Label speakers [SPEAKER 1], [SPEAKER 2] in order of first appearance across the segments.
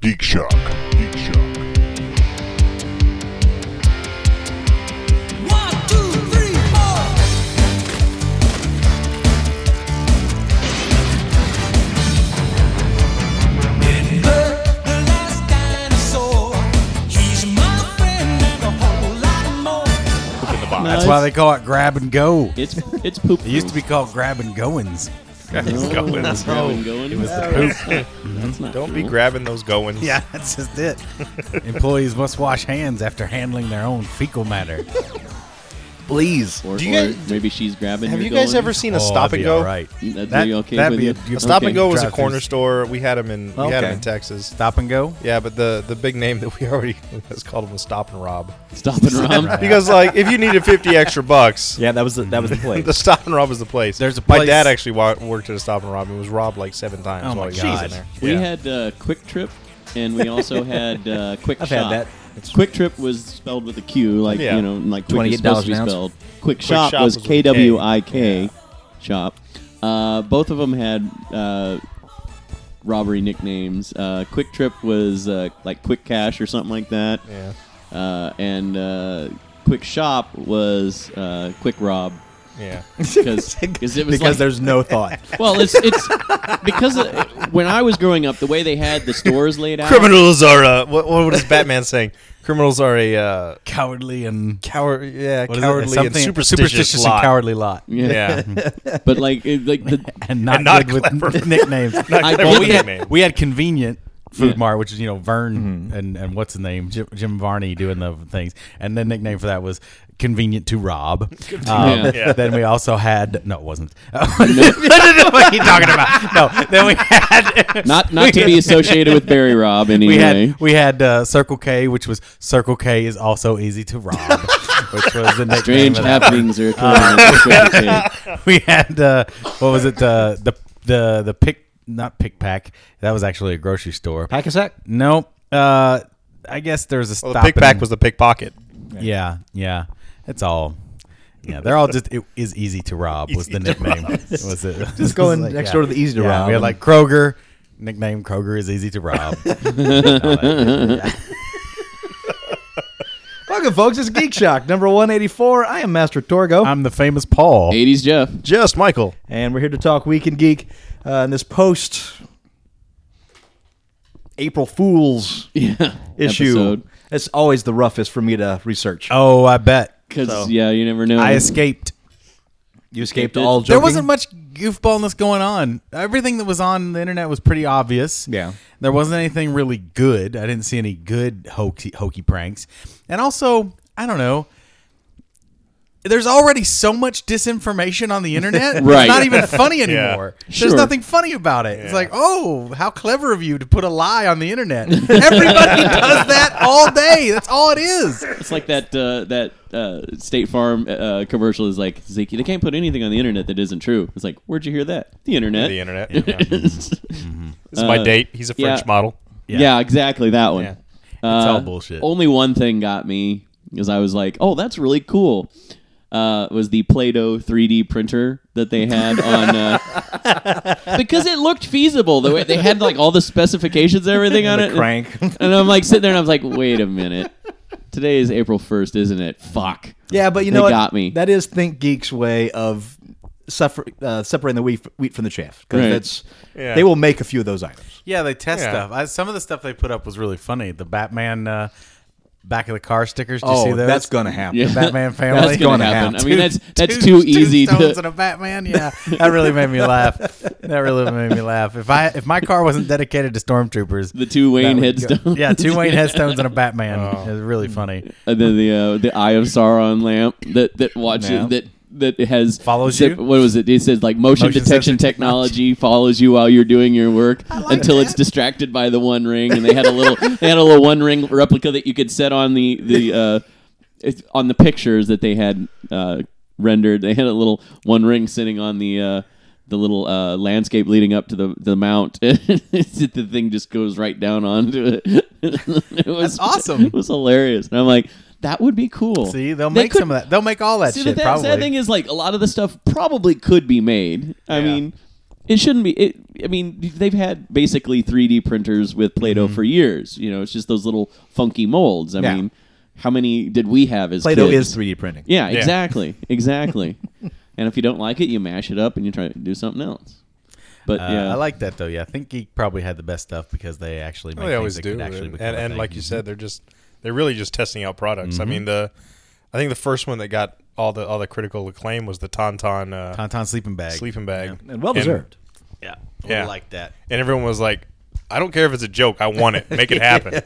[SPEAKER 1] Geek Shock. Geek Shock.
[SPEAKER 2] One, two, three, four. In the last dinosaur, he's my friend and a whole lot more.
[SPEAKER 3] That's why they call it grab and go.
[SPEAKER 4] It's it's poop.
[SPEAKER 3] It used to be called grab and goings.
[SPEAKER 5] Goins.
[SPEAKER 4] Going, going. That's not
[SPEAKER 5] Don't be
[SPEAKER 4] cool.
[SPEAKER 5] grabbing those goings.
[SPEAKER 3] Yeah, that's just it. Employees must wash hands after handling their own fecal matter. Please.
[SPEAKER 4] Or,
[SPEAKER 5] Do you
[SPEAKER 4] or
[SPEAKER 5] guys-
[SPEAKER 4] maybe she's grabbing.
[SPEAKER 5] Have
[SPEAKER 4] you're
[SPEAKER 5] you guys
[SPEAKER 4] going.
[SPEAKER 5] ever
[SPEAKER 3] Oh,
[SPEAKER 5] seen a stop and go?
[SPEAKER 3] Right.
[SPEAKER 4] That'd
[SPEAKER 3] That-
[SPEAKER 4] be okay
[SPEAKER 3] that'd
[SPEAKER 4] with
[SPEAKER 3] be a-
[SPEAKER 4] you?
[SPEAKER 5] A stop and
[SPEAKER 4] Okay.
[SPEAKER 5] go was a
[SPEAKER 3] Drive-thrus.
[SPEAKER 5] corner store. We had them in we had 'em
[SPEAKER 3] Okay.
[SPEAKER 5] in Texas.
[SPEAKER 3] Stop and go.
[SPEAKER 5] Yeah, but the the big name that we already has called them a stop and rob.
[SPEAKER 4] Stop and rom.
[SPEAKER 5] Because like if you needed fifty extra bucks,
[SPEAKER 6] Yeah, that was the, that was the play.
[SPEAKER 5] the stop and rob is the place.
[SPEAKER 3] There's a
[SPEAKER 5] My
[SPEAKER 3] place-
[SPEAKER 5] dad actually wa- worked at a stop and rob and was robbed like seven times
[SPEAKER 3] Oh
[SPEAKER 5] while he
[SPEAKER 3] my
[SPEAKER 5] was in
[SPEAKER 3] God.
[SPEAKER 5] there.
[SPEAKER 4] We
[SPEAKER 5] Yeah.
[SPEAKER 4] had uh, Quick Trip, and we also had uh, Quick
[SPEAKER 6] I've had
[SPEAKER 4] Shop.
[SPEAKER 6] that.
[SPEAKER 4] Quick Trip was spelled with a Q, like
[SPEAKER 5] Yeah.
[SPEAKER 4] you know, like quick is supposed to be
[SPEAKER 6] $28 an ounce.
[SPEAKER 4] spelled. Quick Shop
[SPEAKER 5] Shop was
[SPEAKER 4] was
[SPEAKER 5] with a
[SPEAKER 4] K
[SPEAKER 5] K.
[SPEAKER 4] W I K Shop. Uh, both of them had uh, robbery nicknames. Uh, quick Trip was uh, like Quick Cash or something like that,
[SPEAKER 5] Yeah.
[SPEAKER 4] uh, and uh, Quick Shop was uh, Quick Rob
[SPEAKER 5] Yeah.
[SPEAKER 3] Um,
[SPEAKER 4] because it was
[SPEAKER 6] because
[SPEAKER 4] like,
[SPEAKER 6] there's no thought.
[SPEAKER 4] Well, it's it's because of, when I was growing up, the way they had the stores laid out.
[SPEAKER 5] Criminals are uh, what what is Batman saying? Criminals are a uh,
[SPEAKER 3] Cowardly and
[SPEAKER 5] coward yeah,
[SPEAKER 3] what is it?
[SPEAKER 5] cowardly and
[SPEAKER 3] Something-
[SPEAKER 5] superstitious,
[SPEAKER 3] superstitious
[SPEAKER 5] lot.
[SPEAKER 3] and cowardly lot.
[SPEAKER 5] Yeah.
[SPEAKER 4] but like it, like the
[SPEAKER 3] And not,
[SPEAKER 5] And not
[SPEAKER 3] good with
[SPEAKER 5] clever.
[SPEAKER 3] nicknames.
[SPEAKER 4] I,
[SPEAKER 5] clever.
[SPEAKER 4] did-
[SPEAKER 3] we,
[SPEAKER 5] nickname.
[SPEAKER 3] had, we had convenient food
[SPEAKER 4] Yeah. Mm-hmm.
[SPEAKER 3] mart, which is you know Vern and and what's the name Jim, Jim Varney doing the things, and the nickname for that was convenient to Rob. Um,
[SPEAKER 4] Yeah.
[SPEAKER 5] Yeah.
[SPEAKER 3] Then we also had no, it wasn't. what are you talking about? No. Then we had
[SPEAKER 4] not not to be associated with Barry Rob anyway.
[SPEAKER 3] we had we had uh, Circle K, which was Circle K is also easy to rob, which was the nickname.
[SPEAKER 4] Strange
[SPEAKER 3] of that.
[SPEAKER 4] happenings are occurring. at the Circle K.
[SPEAKER 3] we had uh, what was it? Uh, the the the pick not pick pack. That was actually a grocery store.
[SPEAKER 6] Pack a sack.
[SPEAKER 3] Nope. Uh, I guess there's a
[SPEAKER 5] Well,
[SPEAKER 3] stop.
[SPEAKER 5] the pickpack was the pickpocket.
[SPEAKER 3] Yeah, yeah. It's all. Yeah, they're all just. It is easy to rob was the nickname. was it? Just
[SPEAKER 6] going next door to the easy to rob
[SPEAKER 3] We had
[SPEAKER 6] and-
[SPEAKER 3] like Kroger. Nickname Kroger is easy to rob.
[SPEAKER 6] Welcome, folks. It's Geek Shock number 184. I am Master Torgo,
[SPEAKER 4] Uh.
[SPEAKER 3] I'm the famous Paul.
[SPEAKER 4] 80s Jeff.
[SPEAKER 5] Just Michael.
[SPEAKER 6] and we're here to talk Week in Geek uh, in this post April Fools
[SPEAKER 4] Yeah.
[SPEAKER 6] issue. It's always the roughest for me to research.
[SPEAKER 3] Oh, I bet
[SPEAKER 4] Because yeah, you never know.
[SPEAKER 3] I escaped.
[SPEAKER 6] you escaped
[SPEAKER 4] It-
[SPEAKER 6] all joking.
[SPEAKER 3] There wasn't much goofballness going on. Everything that was on the internet was pretty obvious.
[SPEAKER 6] Yeah.
[SPEAKER 3] There wasn't anything really good. I didn't see any good hokey, hokey pranks. And also, I don't know. There's already so much disinformation on the internet.
[SPEAKER 4] Right.
[SPEAKER 3] It's not even funny anymore.
[SPEAKER 4] Sure.
[SPEAKER 3] There's nothing funny about it. It's like, oh, how clever of you to put a lie on the internet. Everybody does that all day. That's all it is.
[SPEAKER 4] it's like that uh, that uh, State Farm uh, commercial is like Zeke, they can't put anything on the internet that isn't true. It's like where'd you hear that? The internet.
[SPEAKER 5] The internet. This
[SPEAKER 3] Mm-hmm.
[SPEAKER 5] is my
[SPEAKER 4] Uh,
[SPEAKER 5] date. He's a French
[SPEAKER 4] yeah.
[SPEAKER 5] model.
[SPEAKER 4] Yeah, exactly that one. It's
[SPEAKER 3] all bullshit.
[SPEAKER 4] Only one thing got me because I was like, "Oh, that's really cool." Uh, was the Play-Doh 3D printer that they had on? Uh, because it looked feasible. The way they had like all the specifications, and everything on it.
[SPEAKER 6] crank.
[SPEAKER 4] And I'm like sitting there, and I was like, "Wait a minute." Today is April 1st, isn't it? Fuck.
[SPEAKER 6] Yeah, but you
[SPEAKER 4] They
[SPEAKER 6] know what?
[SPEAKER 4] got me.
[SPEAKER 6] That is Think Geek's way of suffer, uh, separating the wheat, wheat from the chaff because
[SPEAKER 4] Right.
[SPEAKER 6] that's
[SPEAKER 5] Yeah.
[SPEAKER 6] they will make a few of those items.
[SPEAKER 3] Yeah, they test
[SPEAKER 5] Yeah.
[SPEAKER 3] stuff. I, some of the stuff they put up was really funny. The Batman uh, back of the car stickers. Did you
[SPEAKER 4] Oh,
[SPEAKER 3] see those?
[SPEAKER 6] Oh, that's gonna happen.
[SPEAKER 4] Yeah.
[SPEAKER 3] Batman family.
[SPEAKER 4] That's gonna
[SPEAKER 6] Gonna
[SPEAKER 4] happen.
[SPEAKER 6] have
[SPEAKER 4] I mean,
[SPEAKER 3] Two-
[SPEAKER 4] that's that's
[SPEAKER 3] two-
[SPEAKER 4] too easy
[SPEAKER 3] Two stones
[SPEAKER 4] to.
[SPEAKER 3] and a Batman. Yeah, that really made me laugh. That really made me laugh. If I if my car wasn't dedicated to stormtroopers,
[SPEAKER 4] The two
[SPEAKER 3] that
[SPEAKER 4] Wayne
[SPEAKER 3] would
[SPEAKER 4] headstones.
[SPEAKER 3] Go, yeah, two Wayne headstones and a Batman.
[SPEAKER 5] Oh.
[SPEAKER 3] It was really funny.
[SPEAKER 4] and then the uh, the Eye of Sauron lamp that that watches
[SPEAKER 6] Yeah.
[SPEAKER 4] that that has
[SPEAKER 3] Follows
[SPEAKER 4] zip-
[SPEAKER 3] you?
[SPEAKER 4] What was it? It says like motion,
[SPEAKER 3] Motion
[SPEAKER 4] detection
[SPEAKER 3] sensor
[SPEAKER 4] technology follows you while you're doing your work until it's distracted by the One Ring. And they had a little they had a little One Ring replica that you could set on the the uh, it's on the pictures that they had uh, rendered. They had a little One Ring sitting on the. Uh, the little uh, landscape leading up to the the mount, the thing just goes right down onto it. it was
[SPEAKER 3] That's awesome.
[SPEAKER 4] It was hilarious, and I'm like, that would be cool.
[SPEAKER 3] See, they'll
[SPEAKER 4] They
[SPEAKER 3] make
[SPEAKER 4] could-
[SPEAKER 3] some of that. They'll make all that
[SPEAKER 4] See,
[SPEAKER 3] shit.
[SPEAKER 4] the th-
[SPEAKER 3] probably.
[SPEAKER 4] sad thing is, like, a lot of the stuff probably could be made. I mean, it shouldn't be. It, I mean, they've had basically 3D printers with Play-Doh for years. You know, it's just those little funky molds. I
[SPEAKER 3] Mm-hmm. Yeah.
[SPEAKER 4] mean, how many did we have as
[SPEAKER 6] Play-Doh
[SPEAKER 4] kids?
[SPEAKER 6] is 3D printing.
[SPEAKER 4] Yeah, exactly, exactly. and if you don't like it, you mash it up and you try to do something else. But
[SPEAKER 3] Uh,
[SPEAKER 4] yeah,
[SPEAKER 3] I like that though. Yeah, I think Geek probably had the best stuff because they actually make
[SPEAKER 5] Well, they
[SPEAKER 3] things
[SPEAKER 5] always
[SPEAKER 3] that
[SPEAKER 5] do,
[SPEAKER 3] could actually
[SPEAKER 5] and,
[SPEAKER 3] become
[SPEAKER 5] and,
[SPEAKER 3] a
[SPEAKER 5] and
[SPEAKER 3] thing. Mm-hmm.
[SPEAKER 5] like you said, they're just they're really just testing out products. I mean the, I think the first one that got all the all the critical acclaim was the Tauntaun uh,
[SPEAKER 3] Tauntaun sleeping bag.
[SPEAKER 5] sleeping bag,
[SPEAKER 6] And well deserved.
[SPEAKER 3] Yeah,
[SPEAKER 5] Yeah.
[SPEAKER 3] I like that.
[SPEAKER 5] And everyone was like, "I don't care if it's a joke, I want it, make it happen."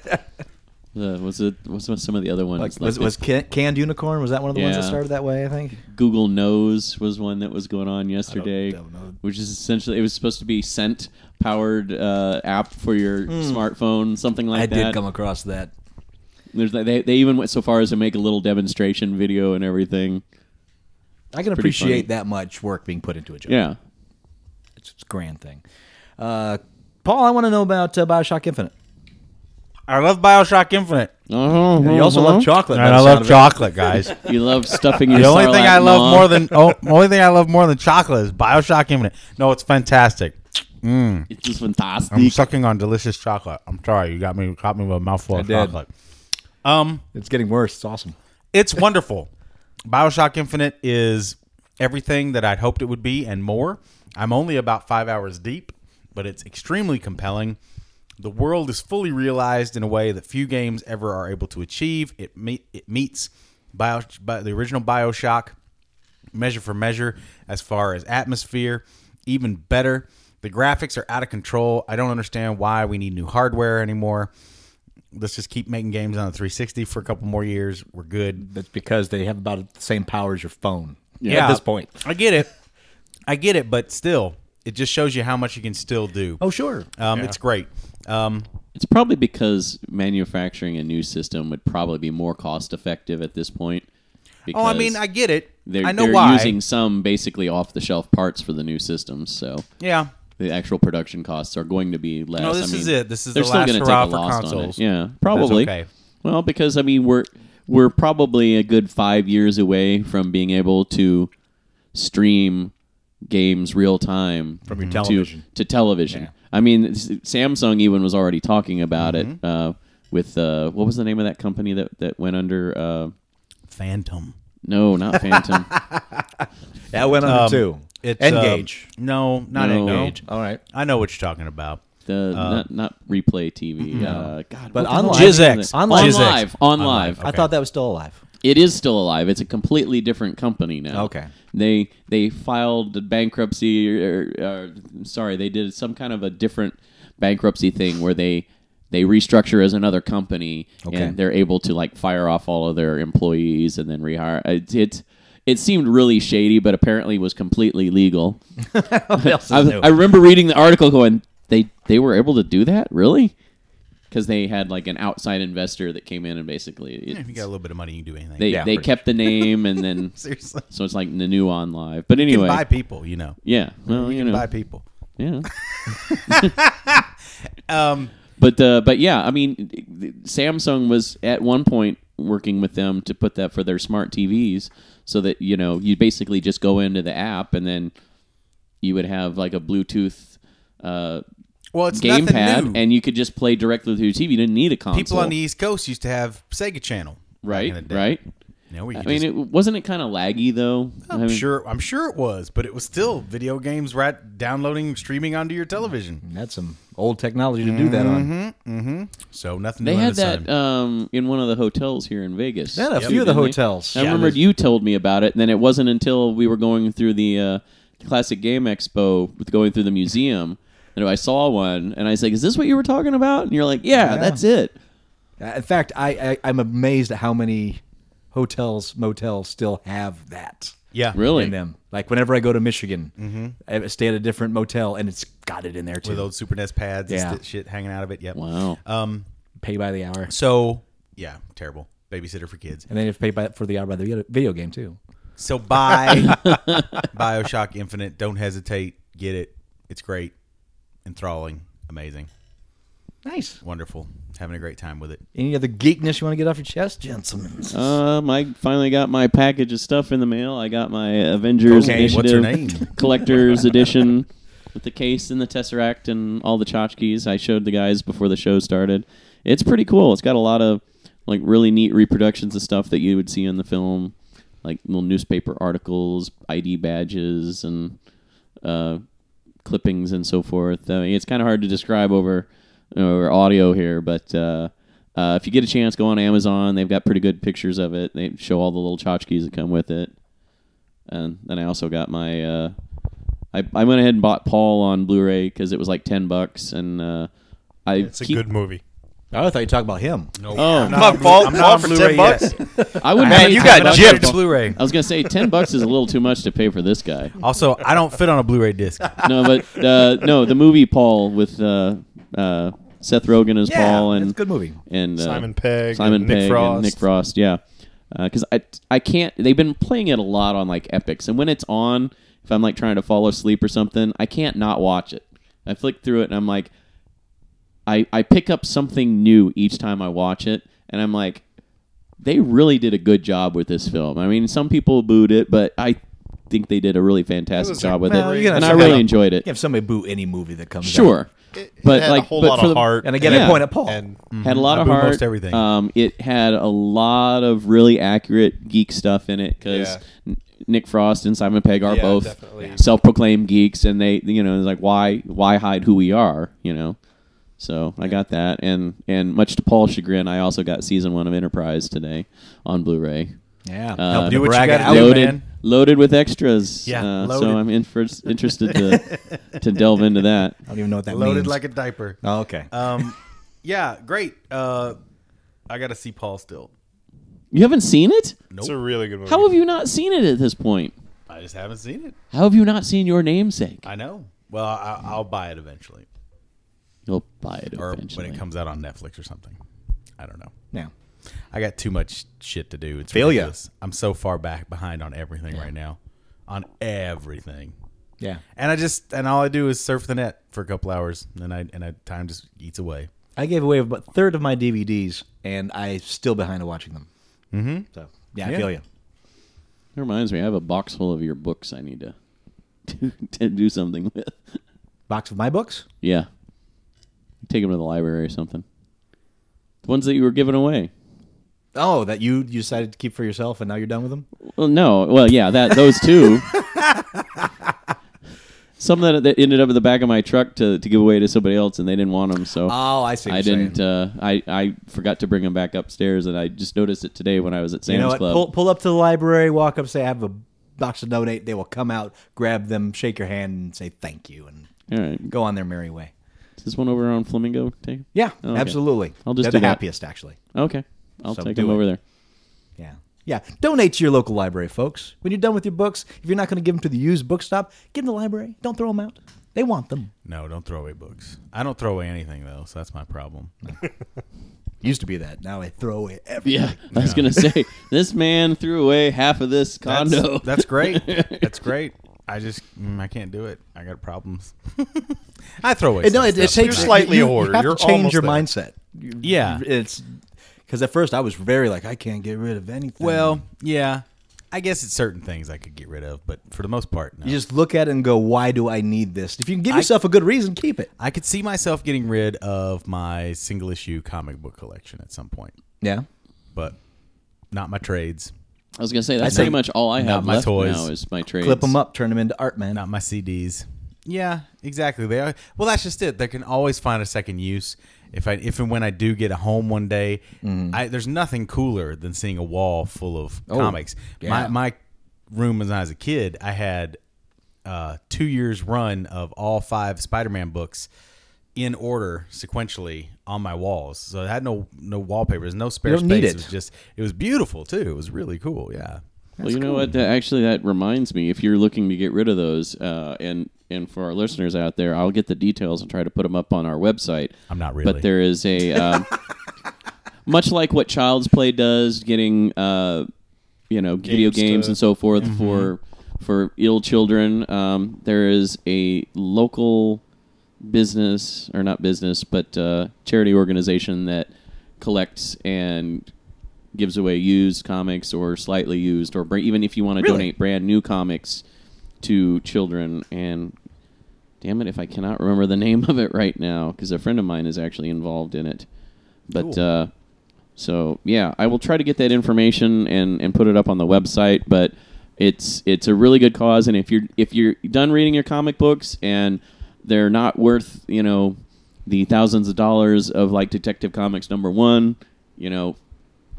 [SPEAKER 4] uh, was it was some of the other ones
[SPEAKER 6] Like,
[SPEAKER 4] like,
[SPEAKER 6] was was can, canned unicorn? Was that one of the ones that
[SPEAKER 4] Yeah.
[SPEAKER 6] started that way? I think.
[SPEAKER 4] Google Nose was one that was going on yesterday,
[SPEAKER 6] don't know.
[SPEAKER 4] which is essentially it was supposed to be scent powered uh, app for your
[SPEAKER 3] Hmm.
[SPEAKER 4] smartphone, something like that.
[SPEAKER 6] across that.
[SPEAKER 4] There's like- they they even went so far as to make a little demonstration video and everything.
[SPEAKER 6] I can
[SPEAKER 4] pretty
[SPEAKER 6] appreciate
[SPEAKER 4] funny.
[SPEAKER 6] that much work being put into a joke.
[SPEAKER 4] Yeah,
[SPEAKER 6] it's, it's a grand thing. Uh, Paul, I want to know about uh, Bioshock Infinite.
[SPEAKER 3] I love Bioshock Infinite.
[SPEAKER 4] oh,
[SPEAKER 6] You also love chocolate.
[SPEAKER 3] And I love chocolate, guys.
[SPEAKER 4] You love stuffing your.
[SPEAKER 3] the only thing
[SPEAKER 4] Sarlacc
[SPEAKER 3] I love
[SPEAKER 4] maw.
[SPEAKER 3] more than oh, only thing I love more than chocolate is Bioshock Infinite. No, it's fantastic.
[SPEAKER 4] it's just
[SPEAKER 3] I'm
[SPEAKER 4] fantastic.
[SPEAKER 3] sucking on delicious chocolate. I'm sorry, you got me caught me with a mouthful of
[SPEAKER 6] did.
[SPEAKER 3] chocolate. Um,
[SPEAKER 6] It's getting worse. It's awesome.
[SPEAKER 3] it's wonderful. Bioshock Infinite is everything that I'd hoped it would be and more. I'm only about five hours deep, but it's extremely compelling. The world is fully realized in a way that few games ever are able to achieve. It meet, it meets bio, Bi- the original Bioshock measure for measure as far as atmosphere, even better. The graphics are out of control. I don't understand why we need new hardware anymore. Let's just keep making games on the 360 for a couple more years. We're good.
[SPEAKER 6] That's because they have about the same power as your phone.
[SPEAKER 3] Yeah.
[SPEAKER 6] At this point.
[SPEAKER 3] I get it. I get it, but still, it just shows you how much you can still do.
[SPEAKER 6] Oh sure.
[SPEAKER 3] Um, It's great. Um,
[SPEAKER 4] It's probably because manufacturing a new system would probably be more cost effective at this point.
[SPEAKER 3] oh, I mean,
[SPEAKER 4] because
[SPEAKER 3] I get it.
[SPEAKER 4] they're,
[SPEAKER 3] I know
[SPEAKER 4] they're
[SPEAKER 3] why.
[SPEAKER 4] using some basically off the shelf parts for the new systems, so
[SPEAKER 3] yeah.
[SPEAKER 4] the actual production costs are going to be less.
[SPEAKER 3] No, this
[SPEAKER 4] I mean,
[SPEAKER 3] is it. This is
[SPEAKER 4] they're
[SPEAKER 3] the
[SPEAKER 4] still
[SPEAKER 3] last
[SPEAKER 4] gonna
[SPEAKER 3] hurrah
[SPEAKER 4] take a
[SPEAKER 3] for
[SPEAKER 4] loss on it.
[SPEAKER 3] consoles.
[SPEAKER 4] Yeah, probably.
[SPEAKER 3] okay.
[SPEAKER 4] Well, because I mean, we're we're probably a good five years away from being able to stream games real time from
[SPEAKER 6] your television.
[SPEAKER 4] to, to television. I mean, s- Samsung even was already talking about
[SPEAKER 3] Mm-hmm.
[SPEAKER 4] it uh, with uh, what was the name of that company that that went under? Uh,
[SPEAKER 3] Phantom.
[SPEAKER 4] no, not Phantom.
[SPEAKER 6] That went
[SPEAKER 4] Um,
[SPEAKER 6] under too.
[SPEAKER 3] Um, It's
[SPEAKER 4] uh,
[SPEAKER 6] Engage.
[SPEAKER 3] um, no, not
[SPEAKER 4] No. Oh.
[SPEAKER 3] engage.
[SPEAKER 6] All right.
[SPEAKER 3] I know what you're talking about.
[SPEAKER 4] The,
[SPEAKER 3] Uh,
[SPEAKER 4] not, not replay TV.
[SPEAKER 3] mm-hmm.
[SPEAKER 4] Uh, God,
[SPEAKER 6] But
[SPEAKER 4] what the hell
[SPEAKER 6] online-
[SPEAKER 4] is it?
[SPEAKER 6] JizX.
[SPEAKER 4] On
[SPEAKER 6] Online.
[SPEAKER 4] live, on live.
[SPEAKER 6] I thought that was still alive.
[SPEAKER 4] It is still alive. It's a completely different company now.
[SPEAKER 6] Okay.
[SPEAKER 4] They they filed bankruptcy or, or sorry, they did some kind of a different bankruptcy thing where they they restructure as another company
[SPEAKER 6] Okay.
[SPEAKER 4] and they're able to like fire off all of their employees and then rehire. It it, it seemed really shady, but apparently was completely legal.
[SPEAKER 6] What else is
[SPEAKER 4] I,
[SPEAKER 6] new?
[SPEAKER 4] I remember reading the article going, they they were able to do that really because they had like an outside investor that came in and basically it-
[SPEAKER 3] If you got a little bit of money, you can do anything.
[SPEAKER 4] they
[SPEAKER 6] Yeah,
[SPEAKER 4] they
[SPEAKER 6] pretty
[SPEAKER 4] kept the name and then
[SPEAKER 3] Seriously.
[SPEAKER 4] so it's like the new on live. But
[SPEAKER 3] You
[SPEAKER 4] anyway, Mm-hmm.
[SPEAKER 3] can buy people, you know.
[SPEAKER 4] yeah, well you, know,
[SPEAKER 3] Buy people.
[SPEAKER 4] yeah. but uh, but yeah, I mean, Samsung was at one point working with them to put that for their smart TVs, so that you know you basically just go into the app and then you would have like a Bluetooth. Uh,
[SPEAKER 3] Well, it's nothing
[SPEAKER 4] gamepad
[SPEAKER 3] new.
[SPEAKER 4] and you could just play directly through your TV. You didn't need a console.
[SPEAKER 3] people on the East Coast used to have Sega Channel. back in the
[SPEAKER 4] right,
[SPEAKER 3] day.
[SPEAKER 4] right.
[SPEAKER 3] Now we
[SPEAKER 4] I
[SPEAKER 3] can
[SPEAKER 4] mean,
[SPEAKER 3] just Oh,
[SPEAKER 4] it, wasn't it kind of laggy though?
[SPEAKER 3] I'm sure. I'm sure it was, but it was still video games right downloading, streaming onto your television.
[SPEAKER 6] That's some old technology to do that
[SPEAKER 4] Mm-hmm.
[SPEAKER 6] on.
[SPEAKER 3] So nothing.
[SPEAKER 4] They
[SPEAKER 3] new
[SPEAKER 4] had
[SPEAKER 3] under the
[SPEAKER 4] that
[SPEAKER 3] sun.
[SPEAKER 4] um, in one of the hotels here in Vegas.
[SPEAKER 6] They had a
[SPEAKER 4] Yep.
[SPEAKER 6] few of the
[SPEAKER 4] Didn't they?
[SPEAKER 6] hotels.
[SPEAKER 4] I
[SPEAKER 6] Yeah,
[SPEAKER 4] remembered you told me about it, and then it wasn't until we were going through the uh, Classic Game Expo, with going through the museum, and I saw one, and I was like, "Is this what you were talking about?" And you're like, "Yeah, that's it."
[SPEAKER 6] Uh, In fact, I, I I'm amazed at how many hotels motels still have that.
[SPEAKER 3] yeah,
[SPEAKER 4] Really? Mm-hmm.
[SPEAKER 6] in them. Like whenever I go to Michigan, I stay at a different motel and it's got it in there too.
[SPEAKER 3] with old Super NES pads
[SPEAKER 6] Yeah.
[SPEAKER 3] and st- shit hanging out of it. Yep.
[SPEAKER 4] Wow.
[SPEAKER 3] Um.
[SPEAKER 6] pay by the hour,
[SPEAKER 3] So yeah, terrible babysitter for kids.
[SPEAKER 6] and then if pay by for the hour by the video- video game too.
[SPEAKER 3] So buy Bioshock Infinite. Don't hesitate. Get it. It's great, enthralling, amazing,
[SPEAKER 6] Nice.
[SPEAKER 3] wonderful. Having a great time with it.
[SPEAKER 6] Any other geekness you want to get off your chest, gentlemen?
[SPEAKER 4] Um, I finally got my package of stuff in the mail. I got my Avengers
[SPEAKER 3] Okay, what's
[SPEAKER 4] Initiative
[SPEAKER 3] her name?
[SPEAKER 4] Collector's Edition with the case and the tesseract and all the tchotchkes. I showed the guys before the show started. It's pretty cool. It's got a lot of like really neat reproductions of stuff that you would see in the film, like little newspaper articles, ID badges, and uh, clippings and so forth. I mean, it's kind of hard to describe over over audio here, but uh, uh, if you get a chance, go on Amazon. They've got pretty good pictures of it. They show all the little tchotchkes that come with it. And then I also got my. Uh, I, I went ahead and bought Paul on Blu-ray because it was like ten bucks, and uh, I
[SPEAKER 5] It's a
[SPEAKER 4] keep-
[SPEAKER 5] good movie.
[SPEAKER 6] I thought you were talking about him.
[SPEAKER 4] Oh,
[SPEAKER 5] Not fault.
[SPEAKER 7] I'm not on
[SPEAKER 5] for
[SPEAKER 7] Blu-ray
[SPEAKER 5] ten bucks.
[SPEAKER 4] I would.
[SPEAKER 7] Man, you got gypped.
[SPEAKER 6] Blu-ray.
[SPEAKER 4] I was gonna say ten bucks is a little too much to pay for this guy.
[SPEAKER 3] Also, I don't fit on a Blu-ray disc.
[SPEAKER 4] No, but uh, no, the movie Paul with uh, uh, Seth Rogen as
[SPEAKER 6] Yeah,
[SPEAKER 4] Paul and
[SPEAKER 6] it's a good movie.
[SPEAKER 4] and uh,
[SPEAKER 5] Simon Pegg,
[SPEAKER 4] Simon
[SPEAKER 5] and Nick
[SPEAKER 4] Pegg
[SPEAKER 5] Frost.
[SPEAKER 4] and Nick Frost. Yeah, because I I can't. They've been playing it a lot on like Epics, and when it's on, if I'm like trying to fall asleep or something, I can't not watch it. I flick through it, and I'm like, I I pick up something new each time I watch it, and I'm like, they really did a good job with this film. I mean, some people booed it, but I think they did a really fantastic job with
[SPEAKER 6] Well,
[SPEAKER 4] it,
[SPEAKER 6] you gotta
[SPEAKER 4] and I
[SPEAKER 6] have
[SPEAKER 4] really
[SPEAKER 6] somebody-
[SPEAKER 4] enjoyed it.
[SPEAKER 6] You have somebody boo any movie that comes. out.
[SPEAKER 4] Sure. but
[SPEAKER 5] had a
[SPEAKER 4] like
[SPEAKER 5] whole
[SPEAKER 4] but
[SPEAKER 5] lot
[SPEAKER 4] for
[SPEAKER 5] of
[SPEAKER 4] the-
[SPEAKER 5] heart.
[SPEAKER 6] And again,
[SPEAKER 4] Yeah.
[SPEAKER 6] I point at Paul.
[SPEAKER 5] And
[SPEAKER 4] had a lot
[SPEAKER 3] I
[SPEAKER 4] of
[SPEAKER 3] boo
[SPEAKER 4] heart.
[SPEAKER 3] Mm-hmm. most everything.
[SPEAKER 4] Um, it had a lot of really accurate geek stuff in it because Nick Frost and Simon Pegg are
[SPEAKER 5] Yeah,
[SPEAKER 4] both
[SPEAKER 5] definitely.
[SPEAKER 4] self-proclaimed geeks, and they, you know, it's like why why hide who we are, you know. So I got that, and and much to Paul's chagrin, I also got season one of Enterprise today on Blu-ray.
[SPEAKER 6] Yeah.
[SPEAKER 4] Uh,
[SPEAKER 6] Help
[SPEAKER 4] do
[SPEAKER 6] to
[SPEAKER 3] what you
[SPEAKER 6] brag
[SPEAKER 3] gotta
[SPEAKER 6] out.
[SPEAKER 3] do.
[SPEAKER 4] loaded,
[SPEAKER 3] Oh, man.
[SPEAKER 4] loaded with extras.
[SPEAKER 3] Yeah,
[SPEAKER 4] Uh,
[SPEAKER 3] loaded.
[SPEAKER 4] so I'm in for, interested to to delve into that.
[SPEAKER 6] I don't even know what that
[SPEAKER 3] Loaded
[SPEAKER 6] means.
[SPEAKER 3] like a diaper.
[SPEAKER 6] oh, okay.
[SPEAKER 4] Uh,
[SPEAKER 3] Um, yeah, great. Uh, I got to see Paul still.
[SPEAKER 4] You haven't seen it?
[SPEAKER 5] It's a really good movie.
[SPEAKER 4] How have you not seen it at this point?
[SPEAKER 3] I just haven't seen it.
[SPEAKER 4] How have you not seen your namesake?
[SPEAKER 3] I know. Well, I, I'll buy it eventually,
[SPEAKER 4] You'll buy it
[SPEAKER 3] or
[SPEAKER 4] eventually.
[SPEAKER 3] when it comes out on Netflix or something. I don't know.
[SPEAKER 6] now,
[SPEAKER 3] I got too much shit to do. It's
[SPEAKER 6] Feel ya.
[SPEAKER 3] ridiculous. I'm so far back behind on everything right now, on everything.
[SPEAKER 6] yeah.
[SPEAKER 3] And I just and all I do is surf the net for a couple hours, and I and I time just eats away.
[SPEAKER 6] I gave away about a third of my DVDs, and I'm still behind on watching them. Mm-hmm. So yeah, I feel you.
[SPEAKER 4] It reminds me, I have a box full of your books I need to to, to do something with.
[SPEAKER 6] Box of my books.
[SPEAKER 4] Yeah, take them to the library or something. The ones that you were giving away.
[SPEAKER 6] Oh, that you you decided to keep for yourself, and now you're done with them.
[SPEAKER 4] Well, no, well, yeah, that those two. Some that, that ended up in the back of my truck to, to give away to somebody else, and they didn't want them, so
[SPEAKER 6] Oh, I see. What
[SPEAKER 4] I
[SPEAKER 6] you're
[SPEAKER 4] didn't.
[SPEAKER 6] Saying.
[SPEAKER 4] Uh, I I forgot to bring them back upstairs, and I just noticed it today when I was at uh, Sam's
[SPEAKER 6] you know what?
[SPEAKER 4] Club.
[SPEAKER 6] Pull, pull up to the library, walk up, say I have a box to donate. They will come out, grab them, shake your hand, and say thank you, and
[SPEAKER 4] All right,
[SPEAKER 6] go on their merry way.
[SPEAKER 4] is this one over on Flamingo? Take
[SPEAKER 6] Yeah,
[SPEAKER 4] Okay.
[SPEAKER 6] absolutely.
[SPEAKER 4] I'll just
[SPEAKER 6] They're
[SPEAKER 4] do
[SPEAKER 6] the
[SPEAKER 4] that.
[SPEAKER 6] happiest, actually.
[SPEAKER 4] okay. I'll
[SPEAKER 6] So
[SPEAKER 4] take
[SPEAKER 6] do
[SPEAKER 4] them
[SPEAKER 6] it.
[SPEAKER 4] over there.
[SPEAKER 6] Yeah. Yeah. Donate to your local library, folks. When you're done with your books, if you're not going to give them to the used bookstop, give them to the library. Don't throw them out. They want them.
[SPEAKER 3] No, don't throw away books. I don't throw away anything though, so that's my problem.
[SPEAKER 6] Used to be that. Now I throw away everything.
[SPEAKER 4] Yeah, I was gonna say this man threw away half of this
[SPEAKER 3] That's,
[SPEAKER 4] condo.
[SPEAKER 3] that's great. That's great. I just mm, I can't do it. I got problems. I throw away.
[SPEAKER 6] It, no,
[SPEAKER 3] some
[SPEAKER 6] it, it
[SPEAKER 3] stuff.
[SPEAKER 6] takes
[SPEAKER 5] You're slightly
[SPEAKER 6] you,
[SPEAKER 5] older.
[SPEAKER 6] You have
[SPEAKER 5] You're
[SPEAKER 6] to change
[SPEAKER 5] almost
[SPEAKER 6] your
[SPEAKER 5] there.
[SPEAKER 6] mindset.
[SPEAKER 3] yeah.
[SPEAKER 6] It's because at first I was very like I can't get rid of anything.
[SPEAKER 3] Well, yeah. I guess it's certain things I could get rid of, but for the most part, no.
[SPEAKER 6] you just look at it and go, why do I need this? If you can give yourself a good reason, keep it.
[SPEAKER 3] I could see myself getting rid of my single issue comic book collection at some point,
[SPEAKER 6] Yeah.
[SPEAKER 3] but not my trades,
[SPEAKER 4] I was gonna say that's pretty much all I
[SPEAKER 3] not
[SPEAKER 4] have
[SPEAKER 3] my
[SPEAKER 4] left
[SPEAKER 3] toys.
[SPEAKER 4] now is my trades.
[SPEAKER 6] Clip them up, turn them into art, man.
[SPEAKER 3] not my CDs. Yeah, exactly. They are. Well, that's just it. They can always find a second use. If I, if and when I do get a home one day,
[SPEAKER 6] Mm-hmm.
[SPEAKER 3] I, there's nothing cooler than seeing a wall full of comics.
[SPEAKER 6] Oh, yeah.
[SPEAKER 3] My my room when I was a kid, I had uh, two years run of all five Spider-Man books in order sequentially on my walls. So I had no no wallpapers, no spare
[SPEAKER 6] You don't
[SPEAKER 3] space.
[SPEAKER 6] need
[SPEAKER 3] it.
[SPEAKER 6] it.
[SPEAKER 3] was just it was beautiful too. It was really cool. Yeah.
[SPEAKER 4] Well, you know what? That, actually, that reminds me. If you're looking to get rid of those, uh, and and for our listeners out there, I'll get the details and try to put them up on our website.
[SPEAKER 3] I'm not really.
[SPEAKER 4] But there is a um, much like what Child's Play does, getting uh, you know video
[SPEAKER 5] Games
[SPEAKER 4] games
[SPEAKER 5] to-
[SPEAKER 4] and so forth
[SPEAKER 3] Mm-hmm.
[SPEAKER 4] for for ill children. Um, there is a local business or not business, but uh, charity organization that collects and gives away used comics or slightly used or br- even if you want to donate brand new comics to children and damn it if I cannot remember the name of it right now because a friend of mine is actually involved in it. But uh, so yeah, I will try to get that information and and put it up on the website. But it's it's a really good cause, and if you're if you're done reading your comic books and they're not worth you know the thousands of dollars of like Detective Comics number one, you know,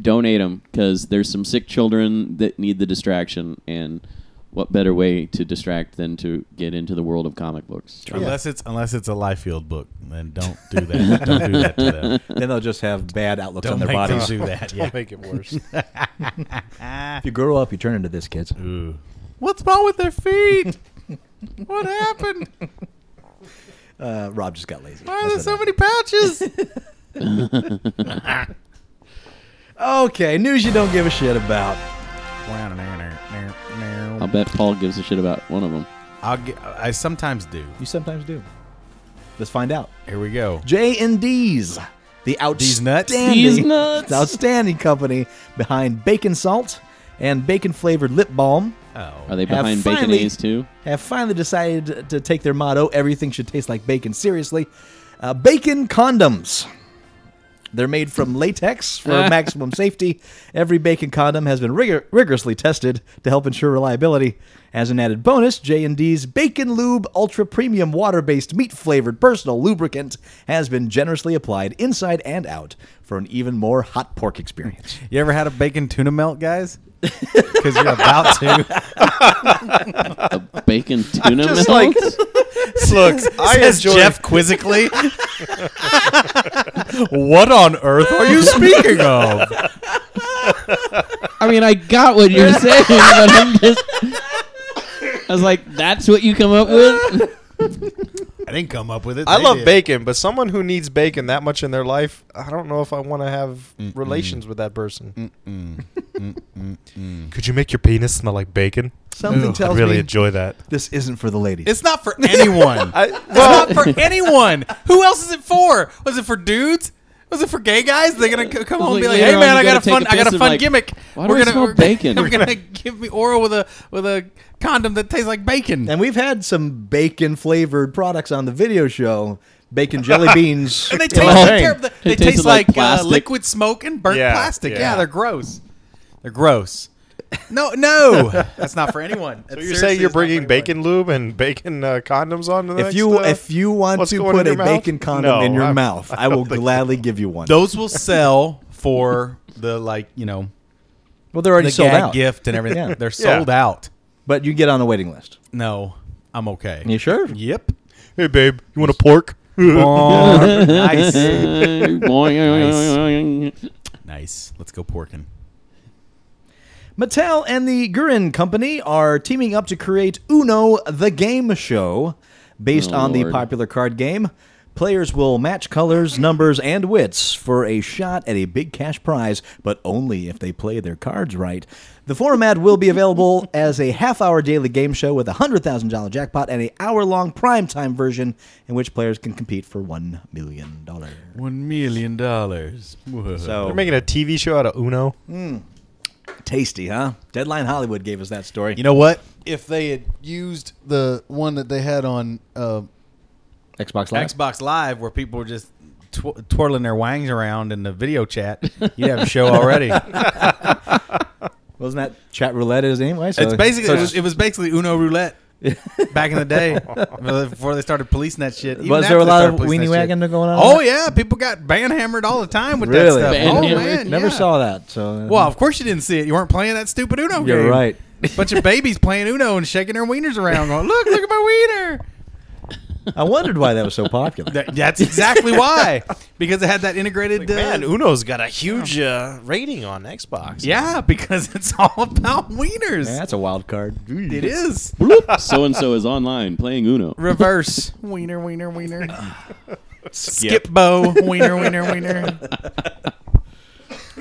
[SPEAKER 4] donate them because there's some sick children that need the distraction and. What better way to distract than to get into the world of comic books?
[SPEAKER 3] Unless it's unless it's a Liefeld book, then don't do that. don't do that to them.
[SPEAKER 6] Then they'll just have bad outlooks
[SPEAKER 3] Don't
[SPEAKER 6] on their
[SPEAKER 3] make them
[SPEAKER 6] bodies.
[SPEAKER 3] do that. Yeah.
[SPEAKER 5] Don't make it worse.
[SPEAKER 6] If you grow up, you turn into this, kids. Uh,
[SPEAKER 3] What's wrong with their feet? what happened?
[SPEAKER 6] Uh, Rob just got lazy.
[SPEAKER 3] Why are there
[SPEAKER 6] That's
[SPEAKER 3] so
[SPEAKER 6] what
[SPEAKER 3] many pouches?
[SPEAKER 6] happened. Okay, news you don't give a shit about.
[SPEAKER 4] I'll bet Paul gives a shit about one of them.
[SPEAKER 3] I'll get, I sometimes do.
[SPEAKER 6] You sometimes do. Let's find out.
[SPEAKER 3] Here we go.
[SPEAKER 6] J and D's, the
[SPEAKER 3] These nuts?
[SPEAKER 6] outstanding,
[SPEAKER 4] These nuts.
[SPEAKER 6] the outstanding company behind bacon salt and bacon flavored lip balm,
[SPEAKER 3] Oh.
[SPEAKER 4] Are they
[SPEAKER 6] Have
[SPEAKER 4] behind Bacon
[SPEAKER 6] finally-
[SPEAKER 4] A's too?
[SPEAKER 6] have finally decided to take their motto "Everything should taste like bacon" seriously. Uh, bacon condoms. They're made from latex for maximum safety. Every bacon condom has been rigor- rigorously tested to help ensure reliability. As an added bonus, J&D's Bacon Lube Ultra Premium water-based meat-flavored personal lubricant has been generously applied inside and out for an even more hot pork experience.
[SPEAKER 3] You ever had a bacon tuna melt, guys? Because you're about to.
[SPEAKER 4] Bacon tuna
[SPEAKER 3] Just
[SPEAKER 4] melt?
[SPEAKER 3] like- Look,
[SPEAKER 5] I
[SPEAKER 3] says
[SPEAKER 5] enjoy-
[SPEAKER 3] Jeff quizzically. what on earth are you speaking of?
[SPEAKER 4] I mean, I got what you're saying, but I'm just. I was like, that's what you come up with?
[SPEAKER 3] I didn't come up with it.
[SPEAKER 5] I
[SPEAKER 3] They
[SPEAKER 5] love
[SPEAKER 3] did.
[SPEAKER 5] bacon, but someone who needs bacon that much in their life, I don't know if I want to have relations with that person. Could you make your penis smell like bacon?
[SPEAKER 6] Something tells
[SPEAKER 5] I really
[SPEAKER 6] me
[SPEAKER 5] enjoy that.
[SPEAKER 6] this isn't for the ladies.
[SPEAKER 3] It's not for anyone.
[SPEAKER 5] I, well,
[SPEAKER 3] it's not for anyone. Who else is it for? Was it for dudes? Was it for gay guys? They're gonna c- come home and be like,
[SPEAKER 4] Later
[SPEAKER 3] "Hey
[SPEAKER 4] on,
[SPEAKER 3] man,
[SPEAKER 4] you
[SPEAKER 3] I got
[SPEAKER 4] gotta
[SPEAKER 3] a
[SPEAKER 4] take
[SPEAKER 3] fun,
[SPEAKER 4] a
[SPEAKER 3] I got
[SPEAKER 4] piss
[SPEAKER 3] a
[SPEAKER 4] and
[SPEAKER 3] fun
[SPEAKER 4] like,
[SPEAKER 3] gimmick.
[SPEAKER 4] why do I smell
[SPEAKER 3] we're,
[SPEAKER 4] bacon?"
[SPEAKER 3] We're gonna give me oral with a with a condom that tastes like bacon.
[SPEAKER 6] and we've had some bacon flavored products on the video show. Bacon jelly beans.
[SPEAKER 3] And they taste
[SPEAKER 6] Jelly
[SPEAKER 4] Oh.
[SPEAKER 3] like
[SPEAKER 6] bean.
[SPEAKER 3] terrible. They,
[SPEAKER 4] It tasted
[SPEAKER 3] taste
[SPEAKER 4] like
[SPEAKER 3] like, uh,
[SPEAKER 4] plastic.
[SPEAKER 3] liquid smoke and burnt
[SPEAKER 5] Yeah,
[SPEAKER 3] plastic. Yeah.
[SPEAKER 5] yeah.
[SPEAKER 3] they're gross. They're gross. No, no, that's not for anyone.
[SPEAKER 5] so you're saying you're bringing bacon lube and bacon uh, condoms on the
[SPEAKER 6] If
[SPEAKER 5] next,
[SPEAKER 6] you
[SPEAKER 5] uh,
[SPEAKER 6] if you want
[SPEAKER 5] what's
[SPEAKER 6] to
[SPEAKER 5] going
[SPEAKER 6] put
[SPEAKER 5] in
[SPEAKER 6] a
[SPEAKER 5] your mouth?
[SPEAKER 6] bacon condom
[SPEAKER 5] No,
[SPEAKER 6] in your
[SPEAKER 5] I'm-
[SPEAKER 6] mouth, I will gladly give you one.
[SPEAKER 3] Those will sell for the like you know
[SPEAKER 6] well, they're already
[SPEAKER 3] the
[SPEAKER 6] sold
[SPEAKER 3] gag
[SPEAKER 6] out.
[SPEAKER 3] gift and everything.
[SPEAKER 6] Yeah.
[SPEAKER 3] They're sold out.
[SPEAKER 6] But you get on a waiting list.
[SPEAKER 3] No, I'm okay.
[SPEAKER 6] You sure?
[SPEAKER 3] Yep.
[SPEAKER 5] Hey babe, you want a pork?
[SPEAKER 3] Oh, nice.
[SPEAKER 4] nice.
[SPEAKER 3] Nice. Let's go porking.
[SPEAKER 6] Mattel and the Gurin Company are teaming up to create Uno the Game Show based
[SPEAKER 4] Oh,
[SPEAKER 6] on the
[SPEAKER 4] Lord.
[SPEAKER 6] popular card game. Players will match colors, numbers, and wits for a shot at a big cash prize, but only if they play their cards right. The format will be available as a half hour daily game show with a $100,000 jackpot and a hour long primetime version in which players can compete for $1 million.
[SPEAKER 3] One million dollars.
[SPEAKER 6] So
[SPEAKER 5] They're making a TV show out of Uno.
[SPEAKER 6] tasty, huh? Deadline Hollywood gave us that story.
[SPEAKER 3] you know what?
[SPEAKER 7] If they had used the one that they had on, uh,
[SPEAKER 6] Xbox Live.
[SPEAKER 3] Xbox Live, where people were just tw- twirling their wangs around in the video chat, you have a show already.
[SPEAKER 6] Wasn't that chat roulette is anyway? So
[SPEAKER 3] it's basically
[SPEAKER 6] so
[SPEAKER 3] it, was, it was basically Uno roulette back in the day before they started policing that shit. Even
[SPEAKER 6] Was there
[SPEAKER 3] after
[SPEAKER 6] a
[SPEAKER 3] they
[SPEAKER 6] lot
[SPEAKER 3] started
[SPEAKER 6] of
[SPEAKER 3] policing
[SPEAKER 6] weenie
[SPEAKER 3] that shit.
[SPEAKER 6] wagging going on?
[SPEAKER 3] Oh yeah, people got banhammered all the time with
[SPEAKER 6] really?
[SPEAKER 3] that stuff.
[SPEAKER 4] Ban
[SPEAKER 3] oh
[SPEAKER 4] hammered?
[SPEAKER 3] man,
[SPEAKER 6] never
[SPEAKER 3] yeah.
[SPEAKER 6] saw that. So uh,
[SPEAKER 3] Well, of course you didn't see it. You weren't playing that stupid Uno
[SPEAKER 6] You're
[SPEAKER 3] game.
[SPEAKER 6] right.
[SPEAKER 3] Bunch of babies playing Uno and shaking their wieners around, going, "Look, look at my wiener."
[SPEAKER 6] I wondered why that was so popular.
[SPEAKER 3] That, that's exactly why, because it had that integrated. uh,
[SPEAKER 5] Man, Uno's got a huge uh, rating on Xbox.
[SPEAKER 3] yeah, because it's all about wieners.
[SPEAKER 6] Man, that's a wild card.
[SPEAKER 3] it is
[SPEAKER 4] So and so is online playing Uno.
[SPEAKER 3] reverse wiener, wiener, wiener. Skip bow, wiener, wiener, wiener.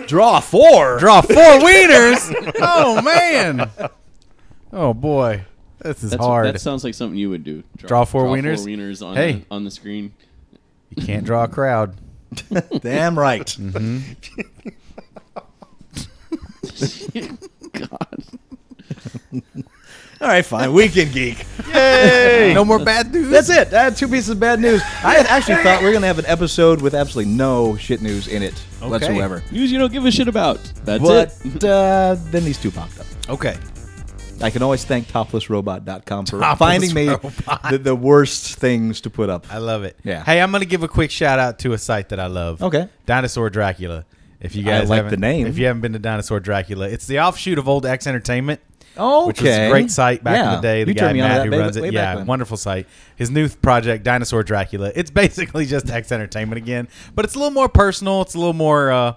[SPEAKER 6] Draw four.
[SPEAKER 3] Draw four wieners. Oh man. Oh boy, this is
[SPEAKER 4] That's,
[SPEAKER 3] hard.
[SPEAKER 4] That sounds like something you would do.
[SPEAKER 3] Draw four wieners?
[SPEAKER 4] wieners on,
[SPEAKER 3] Hey.
[SPEAKER 4] the, on the screen.
[SPEAKER 3] you can't draw a crowd.
[SPEAKER 6] Damn right.
[SPEAKER 4] God.
[SPEAKER 6] All right, fine. Weekend geek.
[SPEAKER 3] No more bad news.
[SPEAKER 6] That's it. Uh, two pieces of bad news. I had actually thought we are going to have an episode with absolutely no shit news in it whatsoever.
[SPEAKER 4] News you don't give a shit about. That's
[SPEAKER 6] But
[SPEAKER 4] it.
[SPEAKER 6] uh, then these two popped up.
[SPEAKER 3] Okay.
[SPEAKER 6] I can always thank toplessrobot.com for finding me the, the worst things to put up.
[SPEAKER 3] I love it.
[SPEAKER 6] Yeah.
[SPEAKER 3] Hey, I'm gonna give a quick shout out to a site that I love.
[SPEAKER 6] Okay.
[SPEAKER 3] Dinosaur Dracula. If you
[SPEAKER 6] I
[SPEAKER 3] guys
[SPEAKER 6] like
[SPEAKER 3] haven't-
[SPEAKER 6] the name.
[SPEAKER 3] if you haven't been to Dinosaur Dracula, it's the offshoot of Old X Entertainment.
[SPEAKER 6] Okay.
[SPEAKER 3] Which was a great site back in
[SPEAKER 6] Yeah.
[SPEAKER 3] the day. The
[SPEAKER 6] You
[SPEAKER 3] guy
[SPEAKER 6] turned me on to
[SPEAKER 3] Matt
[SPEAKER 6] that
[SPEAKER 3] who
[SPEAKER 6] way-
[SPEAKER 3] runs
[SPEAKER 6] way
[SPEAKER 3] it,
[SPEAKER 6] back
[SPEAKER 3] yeah,
[SPEAKER 6] when.
[SPEAKER 3] wonderful site. His new project, Dinosaur Dracula. It's basically just X Entertainment again, but it's a little more personal. It's a little more, uh,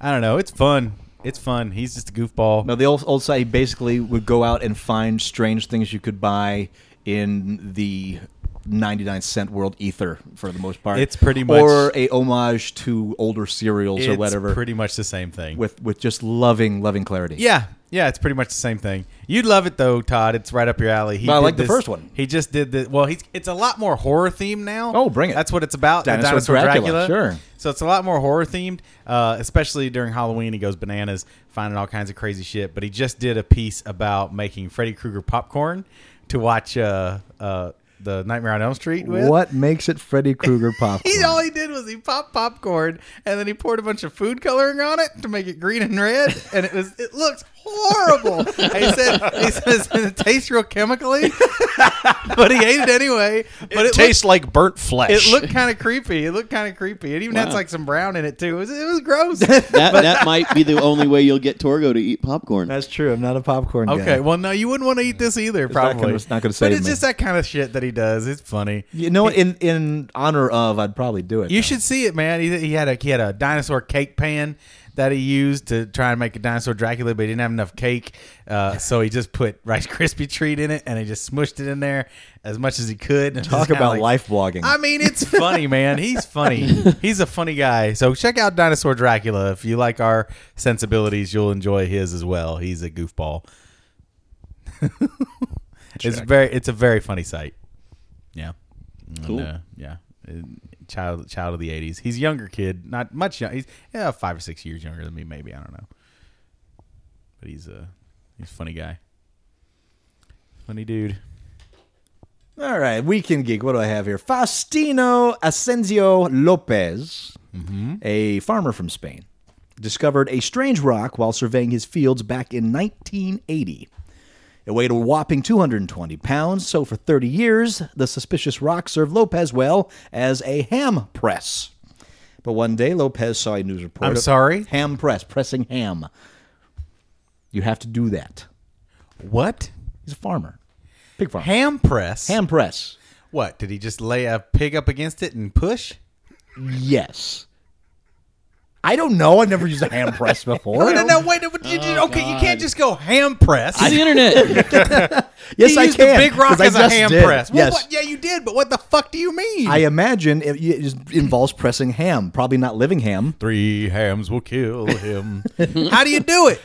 [SPEAKER 3] I don't know. It's fun. It's fun. He's just a goofball.
[SPEAKER 6] No, the old old site he basically would go out and find strange things you could buy in the 99 cent world ether for the most part.
[SPEAKER 3] It's pretty much-
[SPEAKER 6] or a homage to older serials or
[SPEAKER 3] it's
[SPEAKER 6] whatever
[SPEAKER 3] Pretty much the same thing.
[SPEAKER 6] with with just loving loving clarity.
[SPEAKER 3] Yeah, yeah, it's pretty much the same thing. You'd love it though, Todd. It's right up your alley. He
[SPEAKER 6] But I
[SPEAKER 3] did
[SPEAKER 6] like the
[SPEAKER 3] this-
[SPEAKER 6] first one.
[SPEAKER 3] He just did the well. He's it's a lot more horror themed now.
[SPEAKER 6] Oh, bring it.
[SPEAKER 3] That's what it's about. the
[SPEAKER 6] Dinosaur
[SPEAKER 3] Dinosaur, Dracula.
[SPEAKER 6] Dracula, sure.
[SPEAKER 3] So it's a lot more horror themed, uh, especially during Halloween. He goes bananas, finding all kinds of crazy shit. But he just did a piece about making Freddy Krueger popcorn to watch uh, uh, the Nightmare on Elm Street with.
[SPEAKER 6] What makes it Freddy Krueger popcorn?
[SPEAKER 3] He, all he did was he popped popcorn and then he poured a bunch of food coloring on it to make it green and red, and it was it looks horrible. he said he says it tastes real chemically, but he ate it anyway. But it,
[SPEAKER 5] tastes like burnt flesh.
[SPEAKER 3] looked, it looked kind of creepy. It looked kind of creepy. It even had
[SPEAKER 4] Wow.
[SPEAKER 3] like some brown in it too. It was, it was gross.
[SPEAKER 4] That, that might be the only way you'll get Torgo to eat popcorn.
[SPEAKER 6] That's true. I'm not a popcorn guy.
[SPEAKER 3] Okay, well, no, you wouldn't want to eat this either.
[SPEAKER 6] not
[SPEAKER 3] probably
[SPEAKER 6] gonna- it's not gonna
[SPEAKER 3] But
[SPEAKER 6] save
[SPEAKER 3] it's
[SPEAKER 6] me.
[SPEAKER 3] just that kind of shit that he does. It's funny.
[SPEAKER 6] You know what? In in honor of, I'd probably do it.
[SPEAKER 3] You
[SPEAKER 6] though.
[SPEAKER 3] should see it, man. He, he had a he had a dinosaur cake pan that he used to try and make a dinosaur Dracula, but he didn't have enough cake, uh, so he just put Rice Krispie treat in it and he just smushed it in there as much as he could. And it was
[SPEAKER 6] talk
[SPEAKER 3] kinda
[SPEAKER 6] about
[SPEAKER 3] like-
[SPEAKER 6] life blogging.
[SPEAKER 3] I mean, it's funny, man. He's funny. He's a funny guy. So check out Dinosaur Dracula if you like our sensibilities. You'll enjoy his as well. He's a goofball. it's very it's a very funny sight. Yeah. And,
[SPEAKER 4] Cool.
[SPEAKER 3] uh, yeah. Uh, Child child of the eighties. He's a younger kid, not much young. He's yeah, five or six years younger than me, maybe. I don't know. But he's a he's a funny guy. Funny dude.
[SPEAKER 6] All right, weekend geek. What do I have here? Faustino Asensio Lopez,
[SPEAKER 3] Mm-hmm.
[SPEAKER 6] a farmer from Spain, discovered a strange rock while surveying his fields back in 1980. It weighed a whopping 220 pounds, so for 30 years, the suspicious rock served Lopez well as a ham press. But one day, Lopez saw a news report.
[SPEAKER 3] I'm
[SPEAKER 6] of-
[SPEAKER 3] sorry?
[SPEAKER 6] Ham press, pressing ham. You have to do that.
[SPEAKER 3] What?
[SPEAKER 6] He's a farmer, pig farmer.
[SPEAKER 3] Ham press.
[SPEAKER 6] ham press.
[SPEAKER 3] What did he just lay a pig up against it and push?
[SPEAKER 6] Yes. I don't know. I've never used a hand press before.
[SPEAKER 3] No, no, Oh, no. Wait, no, but you, you- okay, you can't just go ham press.
[SPEAKER 4] It's the internet.
[SPEAKER 6] Yes,
[SPEAKER 3] you
[SPEAKER 6] I
[SPEAKER 3] used
[SPEAKER 6] can.
[SPEAKER 3] the big rock
[SPEAKER 6] 'cause I
[SPEAKER 3] as a
[SPEAKER 6] just
[SPEAKER 3] ham
[SPEAKER 6] did.
[SPEAKER 3] press. Well,
[SPEAKER 6] Yes.
[SPEAKER 3] what? Yeah, you did. But what the fuck do you mean?
[SPEAKER 6] I imagine it, it just involves pressing ham, probably not living ham.
[SPEAKER 3] Three hams will kill him. How do you do it?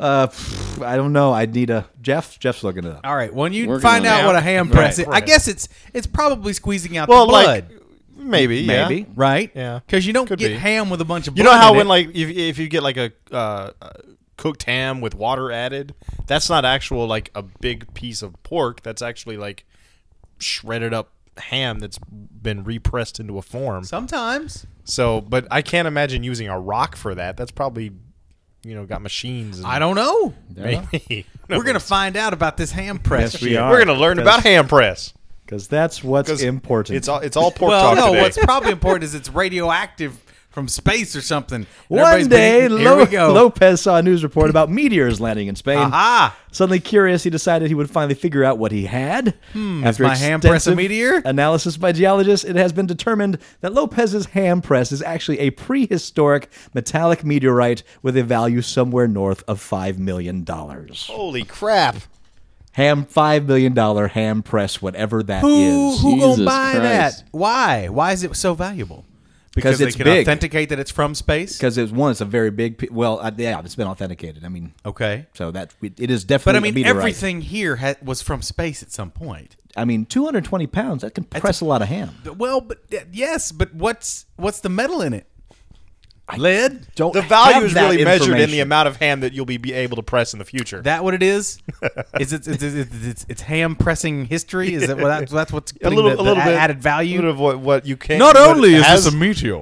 [SPEAKER 6] Uh, pff, I don't know. I'd need a Jeff. Jeff's looking it up.
[SPEAKER 3] All right, when you
[SPEAKER 4] Working
[SPEAKER 3] find
[SPEAKER 4] on
[SPEAKER 3] out
[SPEAKER 4] it.
[SPEAKER 3] what a ham press is,
[SPEAKER 5] Right,
[SPEAKER 3] I
[SPEAKER 5] right.
[SPEAKER 3] guess it's it's probably squeezing out
[SPEAKER 5] well,
[SPEAKER 3] the blood,
[SPEAKER 5] like maybe, yeah.
[SPEAKER 6] Maybe.
[SPEAKER 3] right?
[SPEAKER 5] Yeah.
[SPEAKER 3] because you don't
[SPEAKER 5] Could
[SPEAKER 3] get
[SPEAKER 5] be.
[SPEAKER 3] ham with a bunch of.
[SPEAKER 5] You know
[SPEAKER 3] blood
[SPEAKER 5] how
[SPEAKER 3] in
[SPEAKER 5] when
[SPEAKER 3] it.
[SPEAKER 5] like if, if you get like a uh, uh, cooked ham with water added, that's not actual like a big piece of pork. That's actually like shredded up ham that's been repressed into a form.
[SPEAKER 3] sometimes
[SPEAKER 5] So, but I can't imagine using a rock for that. That's probably you know got machines. And
[SPEAKER 3] I don't know.
[SPEAKER 5] Maybe.
[SPEAKER 3] We're gonna find out about this ham press.
[SPEAKER 6] Yes,
[SPEAKER 3] shit.
[SPEAKER 6] we are.
[SPEAKER 5] We're gonna learn about ham press.
[SPEAKER 6] Because that's what's
[SPEAKER 5] 'Cause
[SPEAKER 6] important.
[SPEAKER 5] It's all it's all pork
[SPEAKER 3] Well,
[SPEAKER 5] talk
[SPEAKER 3] no,
[SPEAKER 5] today.
[SPEAKER 3] what's probably important is it's radioactive from space or something. And
[SPEAKER 6] One
[SPEAKER 3] everybody's
[SPEAKER 6] day,
[SPEAKER 3] being-
[SPEAKER 6] Lo-
[SPEAKER 3] here we go.
[SPEAKER 6] Lopez saw a news report about meteors landing in Spain.
[SPEAKER 3] Aha.
[SPEAKER 6] Suddenly curious, he decided he would finally figure out what he had. After
[SPEAKER 3] Hmm, my ham press a
[SPEAKER 6] extensive
[SPEAKER 3] meteor?
[SPEAKER 6] Analysis by geologists, it has been determined that Lopez's ham press is actually a prehistoric metallic meteorite with a value somewhere north of $5 million.
[SPEAKER 5] Holy crap!
[SPEAKER 6] Ham, $5 million ham press, whatever that is.
[SPEAKER 3] Who who
[SPEAKER 4] Jesus
[SPEAKER 3] gonna buy
[SPEAKER 4] Christ.
[SPEAKER 3] that? Why? Why is it so valuable?
[SPEAKER 6] 'Cause it's
[SPEAKER 3] they can
[SPEAKER 6] big.
[SPEAKER 3] authenticate that it's from space.
[SPEAKER 6] Because it's one, it's a very big. Pe- well, uh, yeah, it's been authenticated. I mean,
[SPEAKER 3] Okay,
[SPEAKER 6] so that it it is
[SPEAKER 3] but
[SPEAKER 6] definitely.
[SPEAKER 3] I
[SPEAKER 6] a
[SPEAKER 3] mean
[SPEAKER 6] meteorite.
[SPEAKER 3] everything here ha- was from space at some point.
[SPEAKER 6] I mean, 220 pounds. That can press a lot of ham.
[SPEAKER 3] But- Well, but yes, but what's what's the metal in it? Lead?
[SPEAKER 6] Don't
[SPEAKER 5] The value
[SPEAKER 6] have
[SPEAKER 5] is
[SPEAKER 6] that
[SPEAKER 5] really measured in the
[SPEAKER 6] information.
[SPEAKER 5] amount of ham that you'll be, be able to press in the future.
[SPEAKER 3] That what it is? Is it? It's, it's, it's, it's ham pressing history. Is that what that's, that's what's
[SPEAKER 5] a
[SPEAKER 3] putting
[SPEAKER 5] little,
[SPEAKER 3] the-
[SPEAKER 5] a little
[SPEAKER 3] the
[SPEAKER 5] bit
[SPEAKER 3] added value?
[SPEAKER 5] a little of what, what you can.
[SPEAKER 3] Not
[SPEAKER 5] what
[SPEAKER 3] only
[SPEAKER 5] it
[SPEAKER 3] is
[SPEAKER 5] has,
[SPEAKER 3] this a meteor,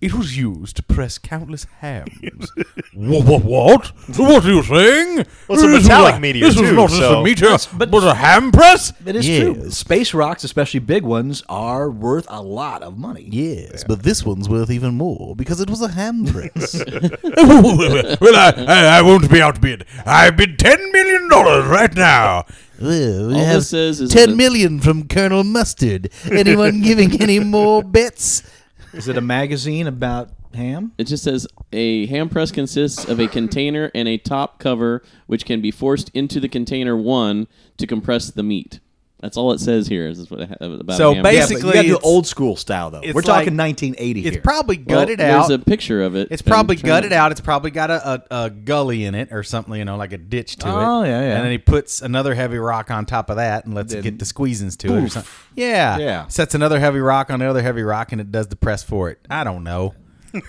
[SPEAKER 3] it was used to press countless hams. what, what, what? What are you saying?
[SPEAKER 5] Well, it's a
[SPEAKER 3] This is
[SPEAKER 5] metallic
[SPEAKER 3] a-
[SPEAKER 5] meteor,
[SPEAKER 3] This
[SPEAKER 5] too,
[SPEAKER 3] is not just
[SPEAKER 5] so-
[SPEAKER 3] a meteor, but, a ham press?
[SPEAKER 6] It is true. Space rocks, especially big ones, are worth a lot of money.
[SPEAKER 7] Yes, but this one's worth even more because it was a ham press.
[SPEAKER 3] well, I, I, I won't be outbid. I bid $10 million right now.
[SPEAKER 7] Well, we
[SPEAKER 4] All
[SPEAKER 7] have
[SPEAKER 4] this says is that-
[SPEAKER 7] ten million from Colonel Mustard. Anyone giving any more bets?
[SPEAKER 6] Is it a magazine about ham?
[SPEAKER 4] It just says a ham press consists of a container and a top cover, which can be forced into the container one to compress the meat. That's all it says here. Is what I have about
[SPEAKER 3] So
[SPEAKER 4] a ham press.
[SPEAKER 3] basi- Basically,
[SPEAKER 6] you gotta do
[SPEAKER 3] it's-
[SPEAKER 6] old school style though.
[SPEAKER 3] it's
[SPEAKER 6] We're talking
[SPEAKER 3] like-
[SPEAKER 6] 1980
[SPEAKER 3] It's
[SPEAKER 6] here.
[SPEAKER 3] probably
[SPEAKER 4] Well,
[SPEAKER 3] gutted out.
[SPEAKER 4] There's a picture of it.
[SPEAKER 3] It's probably
[SPEAKER 4] I'm trying-
[SPEAKER 3] gutted out. It's probably got a, a, a gully in it or something, you know, like a ditch to it.
[SPEAKER 6] Oh, yeah, yeah.
[SPEAKER 3] And then he puts another heavy rock on top of that and lets it get the squeezings to it or something. Yeah.
[SPEAKER 6] Yeah.
[SPEAKER 3] Sets another heavy rock on the other heavy rock and it does the press for it. I don't know.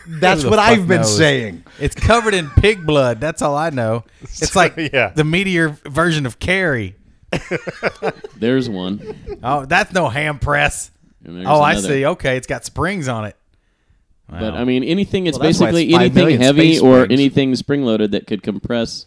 [SPEAKER 6] That's
[SPEAKER 3] Who
[SPEAKER 6] what
[SPEAKER 3] the fuck
[SPEAKER 6] I've been
[SPEAKER 3] knows?
[SPEAKER 6] saying.
[SPEAKER 3] It's covered in pig blood. That's all I know. It's like
[SPEAKER 5] Yeah.
[SPEAKER 3] the meteor version of Carrie.
[SPEAKER 4] There's one.
[SPEAKER 3] Oh, that's no ham press.
[SPEAKER 4] And there's
[SPEAKER 3] Oh, I
[SPEAKER 4] another.
[SPEAKER 3] see. Okay, it's got springs on it.
[SPEAKER 4] But I mean, anything. It's
[SPEAKER 6] Well, that's why it's
[SPEAKER 4] basically
[SPEAKER 6] five
[SPEAKER 4] anything
[SPEAKER 6] million
[SPEAKER 4] heavy
[SPEAKER 6] space
[SPEAKER 4] or
[SPEAKER 6] springs.
[SPEAKER 4] anything spring loaded that could compress.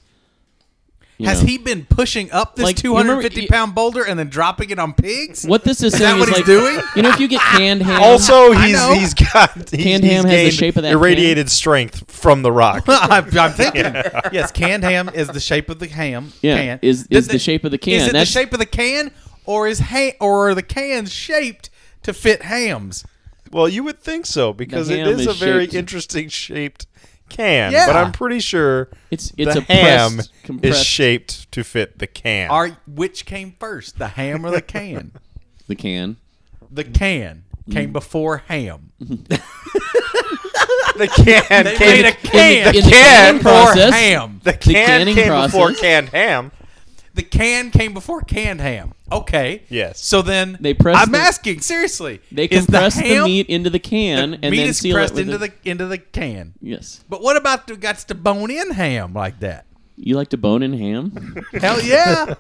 [SPEAKER 4] you
[SPEAKER 3] Has
[SPEAKER 4] know.
[SPEAKER 3] he been pushing up this
[SPEAKER 4] Like, you
[SPEAKER 3] two
[SPEAKER 4] remember-
[SPEAKER 3] hundred fifty pound boulder and then dropping it on pigs?
[SPEAKER 4] What this is,
[SPEAKER 3] Is
[SPEAKER 4] saying
[SPEAKER 3] that what
[SPEAKER 4] is
[SPEAKER 3] he's
[SPEAKER 4] like,
[SPEAKER 3] doing?
[SPEAKER 4] You know, if you get canned ham,
[SPEAKER 5] Also,
[SPEAKER 3] I
[SPEAKER 5] he's
[SPEAKER 3] know.
[SPEAKER 5] he's got he's,
[SPEAKER 4] Canned
[SPEAKER 5] he's
[SPEAKER 4] ham has the
[SPEAKER 5] gained
[SPEAKER 4] shape of that
[SPEAKER 5] irradiated strength from the rock.
[SPEAKER 3] I'm, I'm thinking. Yes, canned ham is the shape of the ham.
[SPEAKER 4] Yeah,
[SPEAKER 3] can.
[SPEAKER 4] is-
[SPEAKER 3] Does
[SPEAKER 4] is the shape of the can.
[SPEAKER 3] Is it
[SPEAKER 4] That's-
[SPEAKER 3] the shape of the can, or is ha- or are the cans shaped to fit hams?
[SPEAKER 5] well, you would think so because it
[SPEAKER 4] ham
[SPEAKER 5] is,
[SPEAKER 4] is
[SPEAKER 5] a very
[SPEAKER 4] shaped-
[SPEAKER 5] interesting shaped can.
[SPEAKER 3] Yeah.
[SPEAKER 5] But I'm pretty sure
[SPEAKER 4] It's- it's
[SPEAKER 5] the
[SPEAKER 4] a pressed,
[SPEAKER 5] ham is
[SPEAKER 4] compressed-
[SPEAKER 5] shaped to fit the can.
[SPEAKER 3] Are which came first, the ham or the can?
[SPEAKER 4] the can.
[SPEAKER 3] The can came before ham.
[SPEAKER 5] the can
[SPEAKER 3] They
[SPEAKER 5] came
[SPEAKER 3] made a
[SPEAKER 4] In the-
[SPEAKER 3] can
[SPEAKER 4] in the
[SPEAKER 5] can
[SPEAKER 4] canning
[SPEAKER 3] before
[SPEAKER 4] process,
[SPEAKER 3] ham.
[SPEAKER 5] the can
[SPEAKER 4] canning
[SPEAKER 5] came before
[SPEAKER 4] process.
[SPEAKER 5] canned ham.
[SPEAKER 3] The can came before canned ham. Okay.
[SPEAKER 5] Yes.
[SPEAKER 3] So then
[SPEAKER 4] They press
[SPEAKER 3] I'm
[SPEAKER 4] the-
[SPEAKER 3] asking seriously.
[SPEAKER 4] They
[SPEAKER 3] is
[SPEAKER 4] compress the,
[SPEAKER 3] ham-
[SPEAKER 4] meat into the can
[SPEAKER 3] the
[SPEAKER 4] and
[SPEAKER 3] meat
[SPEAKER 4] then
[SPEAKER 3] is
[SPEAKER 4] seal
[SPEAKER 3] pressed
[SPEAKER 4] it with
[SPEAKER 3] into
[SPEAKER 4] a-
[SPEAKER 3] the into the can.
[SPEAKER 4] Yes,
[SPEAKER 3] But what about the got to bone in ham like that?
[SPEAKER 4] you like to bone in ham.
[SPEAKER 3] Hell yeah!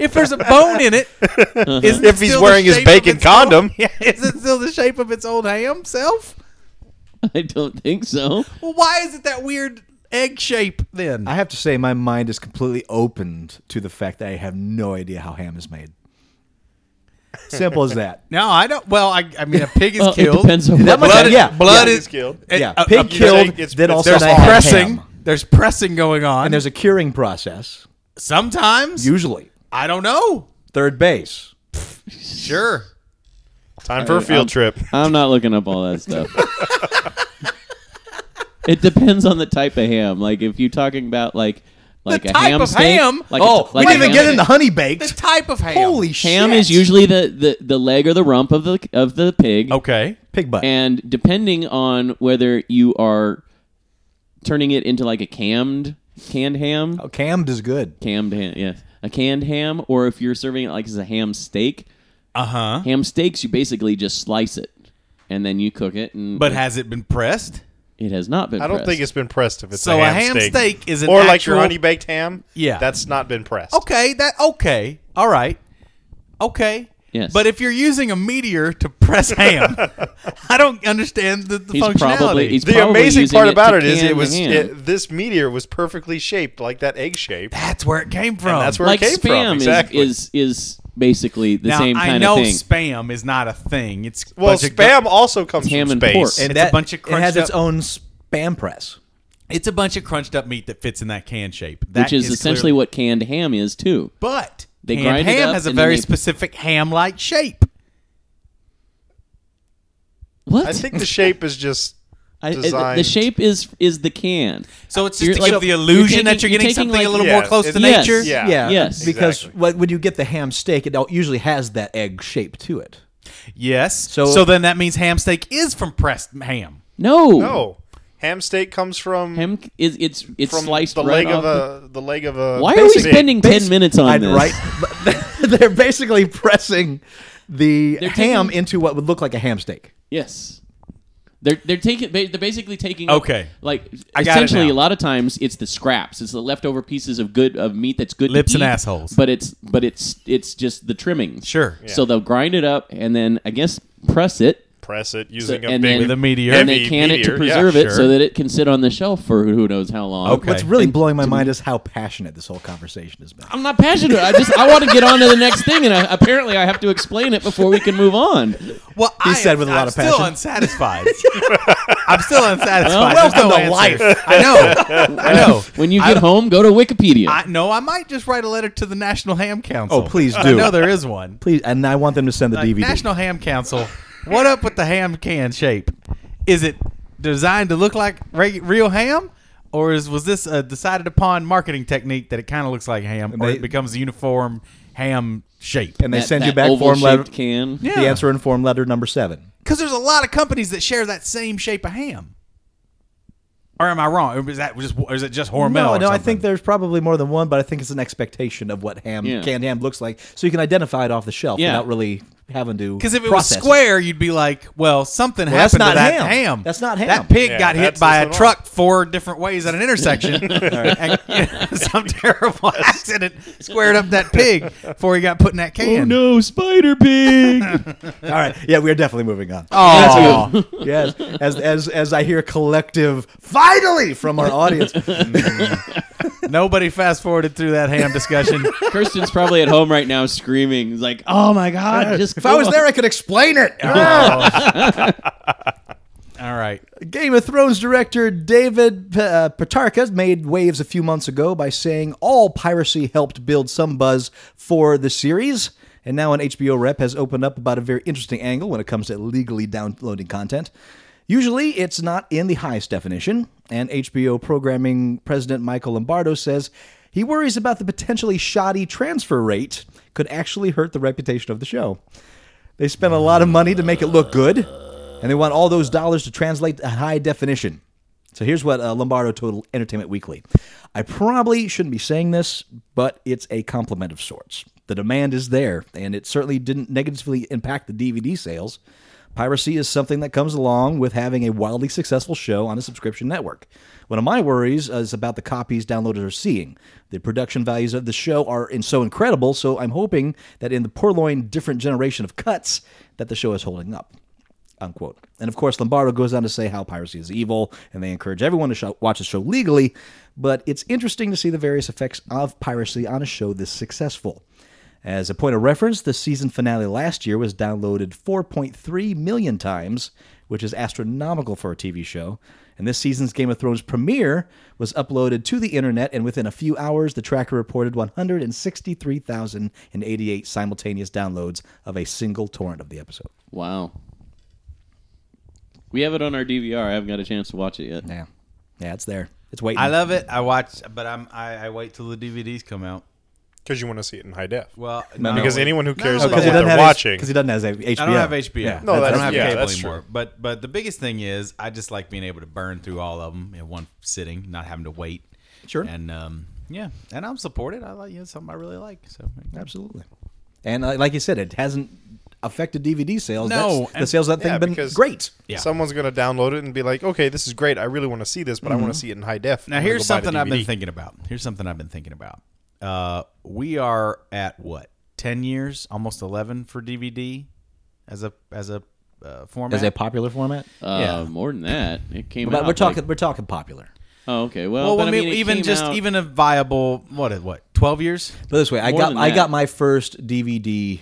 [SPEAKER 3] if there's a bone in it,
[SPEAKER 4] Uh-huh.
[SPEAKER 3] isn't
[SPEAKER 5] If
[SPEAKER 3] it
[SPEAKER 5] he's
[SPEAKER 3] still
[SPEAKER 5] wearing
[SPEAKER 3] the
[SPEAKER 5] his
[SPEAKER 3] shape
[SPEAKER 5] bacon
[SPEAKER 3] of its own-
[SPEAKER 5] condom.
[SPEAKER 3] yeah, is it still the shape of its old ham self?
[SPEAKER 4] I don't think so.
[SPEAKER 3] Well, why is it that weird egg shape then?
[SPEAKER 6] I have to say, my mind is completely opened to the fact that I have no idea how ham is made. Simple as that.
[SPEAKER 3] no, I don't. Well, I, I mean, a pig is
[SPEAKER 4] Well, it
[SPEAKER 3] killed.
[SPEAKER 4] depends on
[SPEAKER 6] That
[SPEAKER 4] what.
[SPEAKER 6] much-
[SPEAKER 3] blood,
[SPEAKER 6] yeah,
[SPEAKER 3] blood
[SPEAKER 5] yeah.
[SPEAKER 3] is
[SPEAKER 5] Pig killed.
[SPEAKER 3] it-
[SPEAKER 6] Yeah,
[SPEAKER 3] a-
[SPEAKER 6] pig
[SPEAKER 5] saying
[SPEAKER 3] a-
[SPEAKER 6] killed.
[SPEAKER 5] uh, it's-
[SPEAKER 6] then
[SPEAKER 5] it's-
[SPEAKER 6] all of a
[SPEAKER 5] there's
[SPEAKER 3] There's
[SPEAKER 6] sudden I had
[SPEAKER 3] pressing.
[SPEAKER 6] ham.
[SPEAKER 3] There's pressing going on.
[SPEAKER 6] and there's a curing process.
[SPEAKER 3] sometimes
[SPEAKER 6] Usually,
[SPEAKER 3] I don't know.
[SPEAKER 6] third base.
[SPEAKER 3] Sure.
[SPEAKER 5] Time for a field trip.
[SPEAKER 4] I'm not looking up all that stuff. it depends on the type of ham. Like if you're talking about like like a
[SPEAKER 3] type
[SPEAKER 4] ham
[SPEAKER 3] of
[SPEAKER 4] steak,
[SPEAKER 3] ham?
[SPEAKER 4] Like
[SPEAKER 6] Oh,
[SPEAKER 4] a, like
[SPEAKER 6] we
[SPEAKER 4] a
[SPEAKER 6] didn't even
[SPEAKER 4] ham
[SPEAKER 6] get
[SPEAKER 4] steak.
[SPEAKER 6] into honey
[SPEAKER 3] The
[SPEAKER 6] baked.
[SPEAKER 3] type of ham.
[SPEAKER 6] Holy shit!
[SPEAKER 4] ham is usually the, the the leg or the rump of the of the pig.
[SPEAKER 3] Okay.
[SPEAKER 6] pig butt.
[SPEAKER 4] And depending on whether you are turning it into like a canned canned ham,
[SPEAKER 6] oh, cammed is good.
[SPEAKER 4] canned ham, yes, a canned ham, or if you're serving it like as a ham steak,
[SPEAKER 3] Uh
[SPEAKER 6] Uh-huh.
[SPEAKER 3] huh.
[SPEAKER 4] ham steaks, you basically just slice it and then you cook it. And
[SPEAKER 3] But has it been pressed?
[SPEAKER 4] it has not been.
[SPEAKER 5] I don't
[SPEAKER 4] pressed.
[SPEAKER 5] think it's been pressed. If it's
[SPEAKER 3] So
[SPEAKER 5] a
[SPEAKER 3] a
[SPEAKER 5] ham,
[SPEAKER 3] ham steak is an
[SPEAKER 5] or like your
[SPEAKER 3] actual-
[SPEAKER 5] honey baked ham.
[SPEAKER 3] Yeah.
[SPEAKER 5] that's not been pressed.
[SPEAKER 3] Okay. That okay. All right. Okay.
[SPEAKER 4] Yes.
[SPEAKER 3] But if you're using a meteor to press ham, I don't understand the, the
[SPEAKER 4] He's
[SPEAKER 3] functionality.
[SPEAKER 4] probably- he's-
[SPEAKER 5] The
[SPEAKER 4] Probably
[SPEAKER 5] amazing
[SPEAKER 4] using
[SPEAKER 5] part
[SPEAKER 4] it
[SPEAKER 5] about
[SPEAKER 4] to
[SPEAKER 5] it is
[SPEAKER 4] can
[SPEAKER 5] it was
[SPEAKER 4] the ham.
[SPEAKER 5] it, this meteor was perfectly shaped like that egg shape.
[SPEAKER 3] that's where it came from.
[SPEAKER 5] And that's where
[SPEAKER 4] like
[SPEAKER 5] it came
[SPEAKER 4] spam
[SPEAKER 5] from.
[SPEAKER 4] is,
[SPEAKER 5] Exactly.
[SPEAKER 4] is is basically the
[SPEAKER 3] now
[SPEAKER 4] same
[SPEAKER 3] I
[SPEAKER 4] kind
[SPEAKER 3] know
[SPEAKER 4] of thing.
[SPEAKER 3] spam is not a thing. It's a
[SPEAKER 5] well,
[SPEAKER 3] bunch of
[SPEAKER 5] spam also comes
[SPEAKER 4] ham
[SPEAKER 5] from
[SPEAKER 4] and
[SPEAKER 5] space.
[SPEAKER 4] pork.
[SPEAKER 5] And
[SPEAKER 3] it's a bunch of
[SPEAKER 6] It has
[SPEAKER 3] crunched
[SPEAKER 6] its
[SPEAKER 3] up-
[SPEAKER 6] own spam press.
[SPEAKER 3] It's a bunch of crunched up meat that fits in that can shape, That
[SPEAKER 4] which is,
[SPEAKER 3] clearly-
[SPEAKER 4] essentially what canned ham is too.
[SPEAKER 3] But
[SPEAKER 4] They
[SPEAKER 3] canned
[SPEAKER 4] grind it
[SPEAKER 3] ham
[SPEAKER 4] up
[SPEAKER 3] has a
[SPEAKER 4] and then
[SPEAKER 3] very
[SPEAKER 4] they-
[SPEAKER 3] specific ham-like shape.
[SPEAKER 4] What?
[SPEAKER 5] I think the shape is just
[SPEAKER 4] I- I- the- the
[SPEAKER 5] designed-
[SPEAKER 4] shape is is the can.
[SPEAKER 3] So it's just
[SPEAKER 4] You're
[SPEAKER 3] to
[SPEAKER 4] like-
[SPEAKER 3] give the
[SPEAKER 4] you're
[SPEAKER 3] illusion that you're getting
[SPEAKER 4] taking- you're taking
[SPEAKER 3] something a
[SPEAKER 4] like-
[SPEAKER 3] little
[SPEAKER 5] Yeah,
[SPEAKER 3] more close to
[SPEAKER 5] it's-
[SPEAKER 4] Yes.
[SPEAKER 3] nature.
[SPEAKER 5] yeah,
[SPEAKER 6] Yeah.
[SPEAKER 4] Yes.
[SPEAKER 6] Because
[SPEAKER 5] Exactly.
[SPEAKER 6] what- when you get the ham steak, it usually has that egg shape to it.
[SPEAKER 3] Yes. So,
[SPEAKER 6] So-
[SPEAKER 3] so then that means ham steak is from pressed ham.
[SPEAKER 4] No.
[SPEAKER 5] no oh, ham steak comes from
[SPEAKER 4] Ham c- is it's it's
[SPEAKER 5] from
[SPEAKER 4] sliced
[SPEAKER 5] the leg
[SPEAKER 4] right
[SPEAKER 5] of
[SPEAKER 4] off the-
[SPEAKER 5] a the leg of a.
[SPEAKER 4] Why are we
[SPEAKER 5] pig.
[SPEAKER 4] spending ten minutes on
[SPEAKER 6] I'd
[SPEAKER 4] this?
[SPEAKER 6] Right, but they're basically pressing the
[SPEAKER 4] They're
[SPEAKER 6] ham
[SPEAKER 4] taking-
[SPEAKER 6] into what would look like a ham steak.
[SPEAKER 4] Yes. They're they're taking ba- they're basically taking up,
[SPEAKER 3] Okay.
[SPEAKER 4] like
[SPEAKER 3] I got it
[SPEAKER 4] essentially
[SPEAKER 3] now.
[SPEAKER 4] a lot of times it's the scraps it's the leftover pieces of good of meat that's good to
[SPEAKER 3] Lips and
[SPEAKER 4] eat,
[SPEAKER 3] assholes.
[SPEAKER 4] but it's but it's it's just the trimmings
[SPEAKER 3] Sure.
[SPEAKER 4] so they'll grind it up and then I guess press it
[SPEAKER 5] Press it using
[SPEAKER 4] So-
[SPEAKER 5] a
[SPEAKER 4] and
[SPEAKER 5] big
[SPEAKER 4] then- With
[SPEAKER 3] a meteor.
[SPEAKER 5] heavy
[SPEAKER 4] and they can it
[SPEAKER 5] meteor.
[SPEAKER 4] to
[SPEAKER 5] Yeah,
[SPEAKER 4] preserve it
[SPEAKER 3] sure.
[SPEAKER 4] so that it can sit on the shelf for who knows how long
[SPEAKER 3] Okay.
[SPEAKER 6] What's really
[SPEAKER 4] And
[SPEAKER 6] blowing my
[SPEAKER 4] to
[SPEAKER 6] mind is how passionate this whole conversation has been.
[SPEAKER 4] I'm not passionate. I just I want to get on to the next thing, and I, apparently I have to explain it before we can move on.
[SPEAKER 3] Well,
[SPEAKER 6] He
[SPEAKER 3] I,
[SPEAKER 6] said with a lot
[SPEAKER 3] I'm
[SPEAKER 6] of
[SPEAKER 3] still
[SPEAKER 6] passion.
[SPEAKER 3] unsatisfied. I'm still unsatisfied.
[SPEAKER 4] Well,
[SPEAKER 3] There's
[SPEAKER 6] welcome
[SPEAKER 3] no
[SPEAKER 6] to
[SPEAKER 3] answer.
[SPEAKER 6] life.
[SPEAKER 3] I know. I know.
[SPEAKER 4] When you get home, go to Wikipedia.
[SPEAKER 3] I know. I might just write a letter to the National Ham Council.
[SPEAKER 6] Oh, please
[SPEAKER 3] I
[SPEAKER 6] do.
[SPEAKER 3] know there is one.
[SPEAKER 6] Please, and I want them to send the
[SPEAKER 3] Like,
[SPEAKER 6] DVD.
[SPEAKER 3] National Ham Council. What up with the ham can shape? Is it designed to look like re- real ham, or is was this a decided upon marketing technique that it kind of looks like ham, or
[SPEAKER 6] They-
[SPEAKER 3] it becomes a uniform ham shape?
[SPEAKER 6] and they
[SPEAKER 4] That-
[SPEAKER 6] send you
[SPEAKER 4] that
[SPEAKER 6] back form
[SPEAKER 4] oval-shaped
[SPEAKER 6] letter.
[SPEAKER 4] can.
[SPEAKER 3] Yeah.
[SPEAKER 6] The answer in form letter number seven.
[SPEAKER 3] Because there's a lot of companies that share that same shape of ham. Or am I wrong? Or is that just? Or is it just Hormel?
[SPEAKER 6] No,
[SPEAKER 3] or
[SPEAKER 6] no, I
[SPEAKER 3] something?
[SPEAKER 6] think there's probably more than one, but I think it's an expectation of what ham
[SPEAKER 4] Yeah.
[SPEAKER 6] canned ham looks like, so you can identify it off the shelf
[SPEAKER 4] Yeah.
[SPEAKER 6] without really having to.
[SPEAKER 3] Because if it
[SPEAKER 6] process
[SPEAKER 3] was square, you'd be like, well, something
[SPEAKER 6] that's
[SPEAKER 3] happened
[SPEAKER 6] not
[SPEAKER 3] to that
[SPEAKER 6] ham.
[SPEAKER 3] ham.
[SPEAKER 6] That's not ham.
[SPEAKER 3] That pig
[SPEAKER 5] Yeah,
[SPEAKER 3] got hit
[SPEAKER 5] that's-
[SPEAKER 3] by a
[SPEAKER 5] that's not
[SPEAKER 3] truck four different ways at an intersection. and, you know, some terrible accident squared up that pig before he got put in that can.
[SPEAKER 4] Oh no, Spider Pig!
[SPEAKER 6] All right, yeah, we are definitely moving on.
[SPEAKER 3] Aw.
[SPEAKER 6] yes, as as as I hear collective finally from our audience.
[SPEAKER 3] Nobody fast forwarded through that ham discussion.
[SPEAKER 4] Kirsten's probably at home right now screaming, like, "Oh my god!" Just
[SPEAKER 6] If I was there, I could explain it.
[SPEAKER 3] All right.
[SPEAKER 6] Game of Thrones director David P- uh, Petarka made waves a few months ago by saying all piracy helped build some buzz for the series. And now an HBO rep has opened up about a very interesting angle when it comes to legally downloading content. Usually, it's not in the highest definition, and HBO programming president Michael Lombardo says he worries about the potentially shoddy transfer rate could actually hurt the reputation of the show. They spent a lot of money to make it look good, and they want all those dollars to translate to high definition. So here's what uh, Lombardo told Entertainment Weekly I probably shouldn't be saying this, but it's a compliment of sorts. The demand is there, and it certainly didn't negatively impact the DVD sales. Piracy is something that comes along with having a wildly successful show on a subscription network. One of my worries is about the copies downloaders are seeing. The production values of the show are in so incredible, so I'm hoping that in the purloined different generation of cuts that the show is holding up. Unquote. And of course, Lombardo goes on to say how piracy is evil, and they encourage everyone to show, watch the show legally. But it's interesting to see the various effects of piracy on a show this successful. As a point of reference, the season finale last year was downloaded 4.3 million times, which is astronomical for a TV show. And this season's Game of Thrones premiere was uploaded to the internet, and within a few hours, the tracker reported 163,088 simultaneous downloads of a single torrent of the episode.
[SPEAKER 4] wow. We have it on our DVR. I haven't got a chance to watch it yet.
[SPEAKER 6] Yeah, yeah, it's there. It's waiting.
[SPEAKER 3] I love it. I watch, but I'm, I, I wait till the DVDs come out.
[SPEAKER 5] because you want to see it in high def.
[SPEAKER 3] Well,
[SPEAKER 6] No,
[SPEAKER 3] not
[SPEAKER 5] because
[SPEAKER 3] only-
[SPEAKER 5] anyone who
[SPEAKER 3] not
[SPEAKER 5] cares
[SPEAKER 3] only
[SPEAKER 5] about
[SPEAKER 3] that-
[SPEAKER 5] what they're watching.
[SPEAKER 6] because he doesn't have HBO.
[SPEAKER 3] I don't have HBO.
[SPEAKER 5] No,
[SPEAKER 3] I
[SPEAKER 5] that's-
[SPEAKER 3] don't have
[SPEAKER 5] yeah,
[SPEAKER 3] cable
[SPEAKER 5] that's
[SPEAKER 3] anymore.
[SPEAKER 5] true.
[SPEAKER 3] But but the biggest thing is I just like being able to burn through all of them in one sitting, not having to wait.
[SPEAKER 6] Sure.
[SPEAKER 3] And um, yeah, and I'm supported. I like you know, something I really like. So
[SPEAKER 6] Absolutely. And uh, like you said, it hasn't affected DVD sales.
[SPEAKER 3] No,
[SPEAKER 6] That's- the
[SPEAKER 3] and-
[SPEAKER 6] sales of that thing
[SPEAKER 5] Yeah,
[SPEAKER 6] have been
[SPEAKER 5] because-
[SPEAKER 6] great.
[SPEAKER 3] Yeah.
[SPEAKER 5] Someone's gonna download it and be like, "Okay, this is great. I really want to see this, but I want to see it in high def."
[SPEAKER 3] now
[SPEAKER 5] I'm gonna
[SPEAKER 3] here's
[SPEAKER 5] go buy the
[SPEAKER 3] something I've been
[SPEAKER 5] DVD.
[SPEAKER 3] thinking about. Here's something I've been thinking about. Uh, we are at what ten years, almost eleven for DVD as a as a uh, format.
[SPEAKER 6] As a popular format,
[SPEAKER 4] Uh,
[SPEAKER 3] Yeah.
[SPEAKER 4] more than that. It came
[SPEAKER 6] but
[SPEAKER 4] out.
[SPEAKER 6] we're talking
[SPEAKER 4] like-
[SPEAKER 6] we're talking popular.
[SPEAKER 4] oh, okay. Well,
[SPEAKER 3] well,
[SPEAKER 4] but
[SPEAKER 3] I mean, even just even a viable what what twelve years.
[SPEAKER 6] But this way, I
[SPEAKER 4] More
[SPEAKER 6] got
[SPEAKER 4] than
[SPEAKER 6] I
[SPEAKER 4] that.
[SPEAKER 6] got my first DVD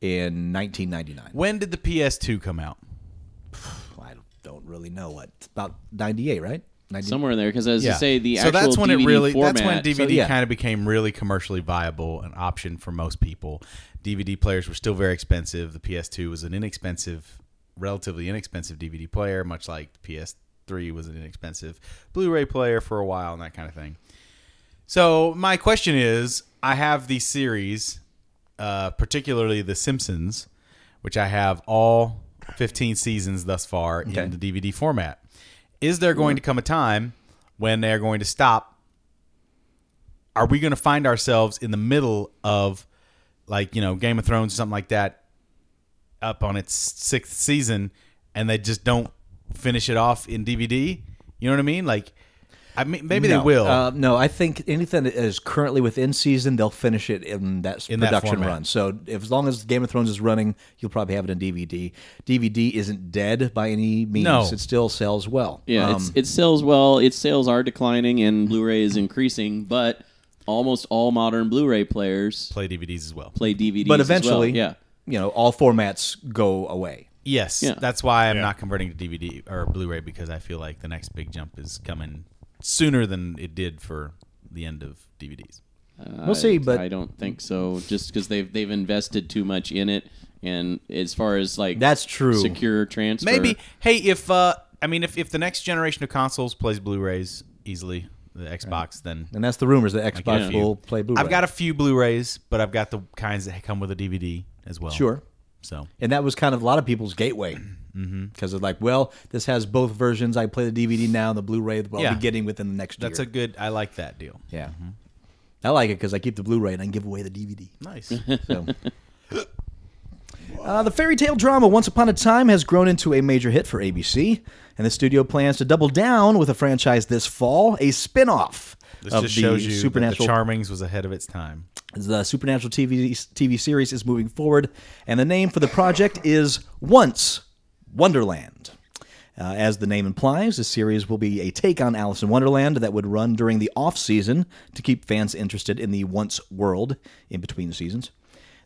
[SPEAKER 6] in 1999.
[SPEAKER 3] When did the PS2 come out?
[SPEAKER 6] I don't really know what it's about 98, right? 90,
[SPEAKER 4] somewhere in there because as you say, the
[SPEAKER 3] so
[SPEAKER 4] actual
[SPEAKER 3] that's when
[SPEAKER 4] DVD
[SPEAKER 3] it really
[SPEAKER 4] format.
[SPEAKER 3] that's when DVD
[SPEAKER 6] yeah.
[SPEAKER 3] kind of became really commercially viable an option for most people. DVD players were still very expensive. The PS2 was an inexpensive, relatively inexpensive DVD player, much like the PS3 was an inexpensive Blu-ray player for a while and that kind of thing. So my question is, I have the series, uh, particularly The Simpsons, which I have all 15 seasons thus far in the DVD format. Is there going to come a time when they're going to stop? Are we going to find ourselves in the middle of, like you know, Game of Thrones or something like that, up on its sixth season, and they just don't finish it off in DVD. You know what I mean? Like, I mean, maybe
[SPEAKER 6] No.
[SPEAKER 3] they will.
[SPEAKER 6] Uh, no, I think anything that is currently within season, they'll finish it in that
[SPEAKER 3] In that
[SPEAKER 6] production
[SPEAKER 3] format.
[SPEAKER 6] run. So if, as long as Game of Thrones is running, you'll probably have it in DVD. DVD isn't dead by any means.
[SPEAKER 3] No.
[SPEAKER 6] It still sells well.
[SPEAKER 4] Yeah,
[SPEAKER 6] Um,
[SPEAKER 4] it's, it sells well. Its sales are declining, and Blu-ray is increasing. But almost all modern Blu-ray players
[SPEAKER 3] Play DVDs as well.
[SPEAKER 4] play DVDs.
[SPEAKER 6] but
[SPEAKER 4] as well.
[SPEAKER 6] eventually,
[SPEAKER 4] yeah.
[SPEAKER 6] you know, all formats go away.
[SPEAKER 3] Yes,
[SPEAKER 4] Yeah.
[SPEAKER 3] that's why I'm not converting to DVD or Blu-ray because I feel like the next big jump is coming sooner than it did for the end of DVDs.
[SPEAKER 6] We'll see, but
[SPEAKER 4] I don't think so. Just because they've they've invested too much in it, and as far as like
[SPEAKER 6] That's true.
[SPEAKER 4] secure transfer.
[SPEAKER 3] Maybe. Hey, if uh, I mean, if if the next generation of consoles plays Blu-rays easily, the Xbox, then
[SPEAKER 6] and that's the rumors that Xbox
[SPEAKER 4] Yeah.
[SPEAKER 6] will play Blu-ray.
[SPEAKER 3] I've got a few Blu-rays, but I've got the kinds that come with a DVD as well.
[SPEAKER 6] sure.
[SPEAKER 3] So
[SPEAKER 6] and that was kind of a lot of people's gateway
[SPEAKER 3] Mm-hmm.
[SPEAKER 6] because it's like, well, this has both versions. I play the DVD now and the Blu-ray. Well, I'll
[SPEAKER 3] Yeah.
[SPEAKER 6] be getting within the next
[SPEAKER 3] that's
[SPEAKER 6] year.
[SPEAKER 3] a good. I like that deal.
[SPEAKER 6] yeah. I like it because I keep the Blu-ray and I give away the DVD.
[SPEAKER 3] Nice.
[SPEAKER 6] So. Uh, the fairy tale drama Once Upon a Time has grown into a major hit for ABC, and the studio plans to double down with a franchise this fall, a spin off
[SPEAKER 3] This
[SPEAKER 6] of
[SPEAKER 3] just
[SPEAKER 6] the
[SPEAKER 3] shows you
[SPEAKER 6] supernatural
[SPEAKER 3] that the Charmings was ahead of its time.
[SPEAKER 6] the Supernatural TV TV series is moving forward, and the name for the project is Once Wonderland. Uh, as the name implies, the series will be a take on Alice in Wonderland that would run during the off season to keep fans interested in the Once world in between seasons.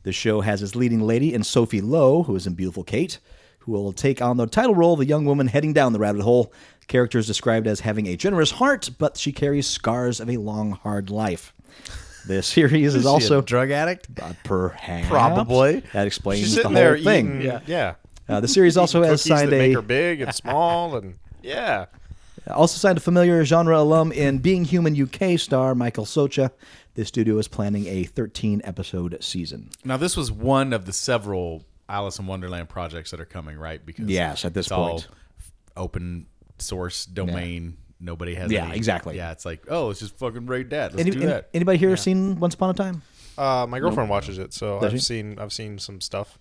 [SPEAKER 6] The show has its leading lady in Sophie Lowe, who is in Beautiful Kate, who will take on the title role of the young woman heading down the rabbit hole. The character is described as having a generous heart, but she carries scars of a long, hard life. The series is, also
[SPEAKER 3] drug addict.
[SPEAKER 6] uh, perhaps
[SPEAKER 3] Probably.
[SPEAKER 6] that explains
[SPEAKER 5] She's
[SPEAKER 6] the
[SPEAKER 5] sitting
[SPEAKER 6] whole
[SPEAKER 5] there
[SPEAKER 6] thing.
[SPEAKER 5] eating. Yeah, yeah.
[SPEAKER 6] Uh, the series also has
[SPEAKER 5] Cookies
[SPEAKER 6] signed
[SPEAKER 5] that
[SPEAKER 6] a
[SPEAKER 5] make her big and small, and yeah.
[SPEAKER 6] also signed a familiar genre alum in Being Human UK star Michael Socha. The studio is planning a 13 episode season.
[SPEAKER 3] Now, this was one of the several Alice in Wonderland projects that are coming, right? Because
[SPEAKER 6] Yes, at this
[SPEAKER 3] it's all
[SPEAKER 6] point.
[SPEAKER 3] f- open source domain. Nobody has.
[SPEAKER 6] Yeah,
[SPEAKER 3] any-
[SPEAKER 6] exactly.
[SPEAKER 3] Yeah, it's like, oh, it's just fucking raid that. Let's
[SPEAKER 6] Any-
[SPEAKER 3] do
[SPEAKER 6] any-
[SPEAKER 3] that.
[SPEAKER 6] anybody here seen Once Upon a Time?
[SPEAKER 5] Uh, my girlfriend watches it, so
[SPEAKER 6] Does
[SPEAKER 5] I've
[SPEAKER 6] she?
[SPEAKER 5] seen I've seen some stuff.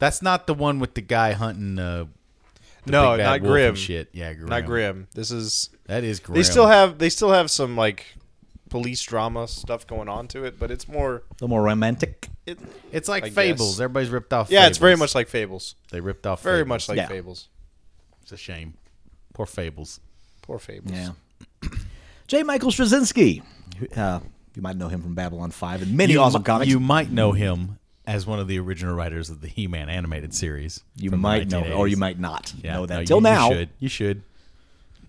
[SPEAKER 3] That's not the one with the guy hunting. Uh, the
[SPEAKER 5] no,
[SPEAKER 3] big bad
[SPEAKER 5] not
[SPEAKER 3] wolf and
[SPEAKER 5] grim.
[SPEAKER 3] Shit, yeah, grim.
[SPEAKER 5] Not grim. This is
[SPEAKER 3] That is grim.
[SPEAKER 5] they still have they still have some like police drama stuff going on to it, but it's more
[SPEAKER 6] A little more romantic.
[SPEAKER 5] it,
[SPEAKER 3] It's like
[SPEAKER 5] I guess.
[SPEAKER 3] Fables. Everybody's ripped off.
[SPEAKER 5] yeah, it's very
[SPEAKER 3] Fables.
[SPEAKER 5] much like Fables.
[SPEAKER 3] they ripped off.
[SPEAKER 5] Very
[SPEAKER 3] Fables.
[SPEAKER 5] much like
[SPEAKER 6] Yeah.
[SPEAKER 5] Fables.
[SPEAKER 3] It's a shame. Poor Fables.
[SPEAKER 5] Poor Fables.
[SPEAKER 6] J. Michael Straczynski. who- Uh, you might know him from Babylon 5 and many awesome
[SPEAKER 3] mi-
[SPEAKER 6] comics.
[SPEAKER 3] You might know him as one of the original writers of the He-Man animated series.
[SPEAKER 6] You
[SPEAKER 3] from the
[SPEAKER 6] might know, it, or
[SPEAKER 3] 1980s.
[SPEAKER 6] you might not
[SPEAKER 3] Yeah,
[SPEAKER 6] know that.
[SPEAKER 3] no,
[SPEAKER 6] Till
[SPEAKER 3] you,
[SPEAKER 6] now,
[SPEAKER 3] you should. You should.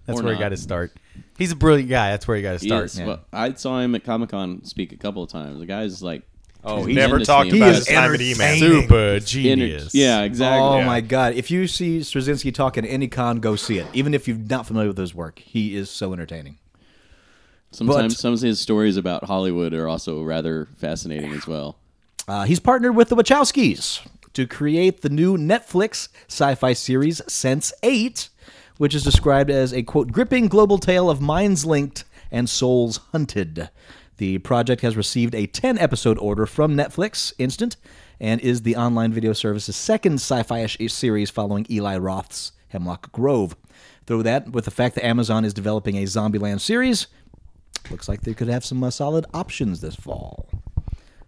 [SPEAKER 3] That's
[SPEAKER 4] Or
[SPEAKER 3] where
[SPEAKER 4] not.
[SPEAKER 3] he got his start. He's a brilliant guy. That's where he got his
[SPEAKER 4] He
[SPEAKER 3] start.
[SPEAKER 4] is- well, I saw him at Comic Con speak a couple of times. The guy's like, oh, he's
[SPEAKER 5] Never
[SPEAKER 4] into
[SPEAKER 5] talked
[SPEAKER 4] me.
[SPEAKER 5] about
[SPEAKER 6] is
[SPEAKER 5] his time at
[SPEAKER 6] entertaining.
[SPEAKER 5] E-Man.
[SPEAKER 3] Super
[SPEAKER 4] Ener-
[SPEAKER 3] genius.
[SPEAKER 4] Yeah, exactly.
[SPEAKER 6] Oh
[SPEAKER 5] Yeah.
[SPEAKER 6] my god! If you see Straczynski talking to any con, go see it. Even if you're not familiar with his work, he is so entertaining.
[SPEAKER 4] Sometimes
[SPEAKER 6] But-
[SPEAKER 4] some of his stories about Hollywood are also rather fascinating as well.
[SPEAKER 6] Uh, he's partnered with the Wachowskis to create the new Netflix sci-fi series Sense Eight, which is described as a quote gripping global tale of minds linked and souls hunted. The project has received a 10 episode order from Netflix Instant and is the online video service's second sci fi series following Eli Roth's Hemlock Grove. Throw that with the fact that Amazon is developing a Zombieland series, looks like they could have some uh, solid options this fall.